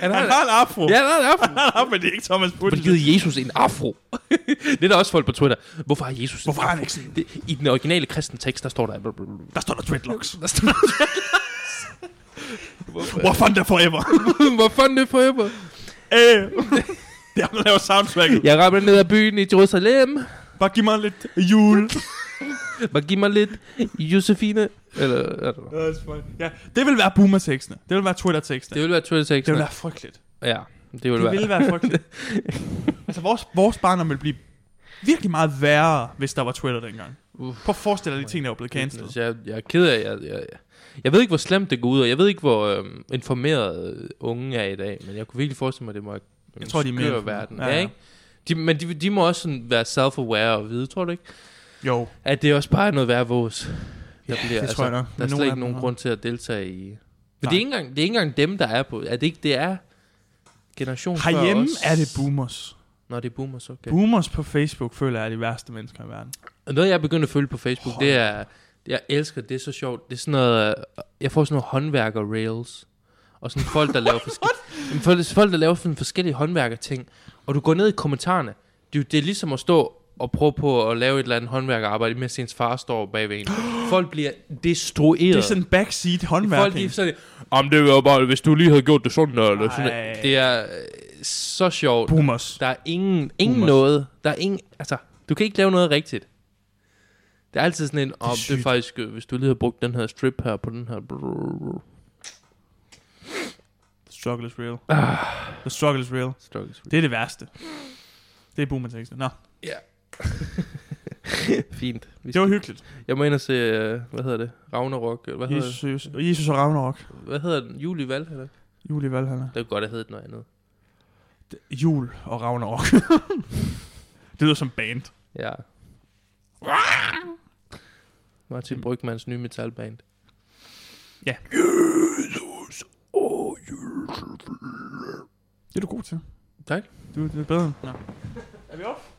Speaker 1: Han har,
Speaker 2: Han har en afro.
Speaker 1: Ja, han har en afro.
Speaker 2: Han har, men det er ikke Thomas
Speaker 1: Hvorfor
Speaker 2: Budsen.
Speaker 1: givet Jesus en afro? det er der også folk på Twitter. Hvorfor har Jesus
Speaker 2: Hvorfor
Speaker 1: en
Speaker 2: har
Speaker 1: afro?
Speaker 2: han ikke sådan?
Speaker 1: Det, I den originale kristne tekst, der står der...
Speaker 2: Der står der dreadlocks.
Speaker 1: Der står
Speaker 2: Hvor fanden der forever?
Speaker 1: Hvor fanden det forever?
Speaker 2: Øh. det er ham, der laver soundtracket.
Speaker 1: Jeg rammer ned ad byen i Jerusalem.
Speaker 2: Bare giv mig lidt jul.
Speaker 1: Bare giv mig lidt Josefine. Eller, I don't know.
Speaker 2: ja, det vil være boomer-tekstene. Det vil være Twitter-tekstene.
Speaker 1: det ville være twitter
Speaker 2: Det vil
Speaker 1: teksten.
Speaker 2: være frygteligt.
Speaker 1: Ja, det ville
Speaker 2: Det
Speaker 1: være.
Speaker 2: vil være frygteligt. altså, vores, vores barndom ville blive virkelig meget værre, hvis der var Twitter dengang.
Speaker 1: Uff.
Speaker 2: Prøv at forestille dig de ting, der var blevet cancelled.
Speaker 1: Så jeg, jeg er ked af, jeg, jeg, jeg ved ikke, hvor slemt det går ud, og jeg ved ikke, hvor øhm, informeret øh, unge er i dag, men jeg kunne virkelig forestille mig, at det må
Speaker 2: Jeg tror, de er mere informeret.
Speaker 1: verden.
Speaker 2: Ja,
Speaker 1: Ja, ja.
Speaker 2: ja.
Speaker 1: ikke? De, men de, de må også sådan være self-aware og vide, tror du ikke?
Speaker 2: Jo, det
Speaker 1: At det også bare er noget værd vås. Der ja, bliver, altså-
Speaker 2: tror jeg nok.
Speaker 1: Der er
Speaker 2: Men
Speaker 1: slet
Speaker 2: nogle af
Speaker 1: ikke
Speaker 2: dem
Speaker 1: nogen
Speaker 2: har-
Speaker 1: grund til at deltage i... Men
Speaker 2: Nej.
Speaker 1: det er, ikke engang, det er ikke engang dem, der er på... Er det ikke, det er generationen før
Speaker 2: Herhjemme
Speaker 1: os?
Speaker 2: er det boomers.
Speaker 1: Nå, det er boomers, okay.
Speaker 2: Boomers på Facebook føler jeg er de værste mennesker i verden.
Speaker 1: Og noget, jeg er begyndt at følge på Facebook,
Speaker 2: Hold
Speaker 1: det er... Jeg elsker, det er så sjovt. Det er sådan noget... øh, Jeg får sådan noget håndværker-rails. Og sådan folk, der laver forskellige... folk, folk, der laver sådan forskellige håndværker-ting. Og du går ned i kommentarerne. Det, er jo- det er ligesom at stå og prøve på at lave et eller andet håndværkerarbejde, mens ens far står bagved en. Folk bliver destrueret.
Speaker 2: Det er sådan backseat
Speaker 1: Folk
Speaker 2: håndværking.
Speaker 1: de er sådan, om det var bare, hvis du lige havde gjort det sådan, eller sådan.
Speaker 2: Ej.
Speaker 1: noget." Det er øh, så sjovt.
Speaker 2: Boomers.
Speaker 1: Der er ingen, ingen
Speaker 2: Boomers.
Speaker 1: noget. Der er ingen, altså, du kan ikke lave noget rigtigt. Det er altid sådan en, om det,
Speaker 2: sygt.
Speaker 1: er faktisk, øh, hvis du lige havde brugt den her strip her på den her. brrrr,
Speaker 2: The struggle
Speaker 1: Ah.
Speaker 2: is real. The struggle is real.
Speaker 1: strokes."
Speaker 2: Det er det værste. Det er boomer-teksten. Nå,
Speaker 1: Fint. Vi
Speaker 2: Det
Speaker 1: skal,
Speaker 2: var hyggeligt.
Speaker 1: jeg må ind og se, øh, hvad hedder det? Ragnarok. eller Hvad hedder, Jesus.
Speaker 2: Jesus, Jesus og Ragnarok.
Speaker 1: hvad hedder den? Jul i Valhalla?
Speaker 2: Juli Valhalla.
Speaker 1: Det er godt, at hedde noget andet.
Speaker 2: Jul og Ragnarok. det lyder som band.
Speaker 1: Ja. Martin Brygmans nye metalband.
Speaker 2: Ja. Det er du god til.
Speaker 1: Tak.
Speaker 2: Du, det er bedre. Nå. Er vi oppe?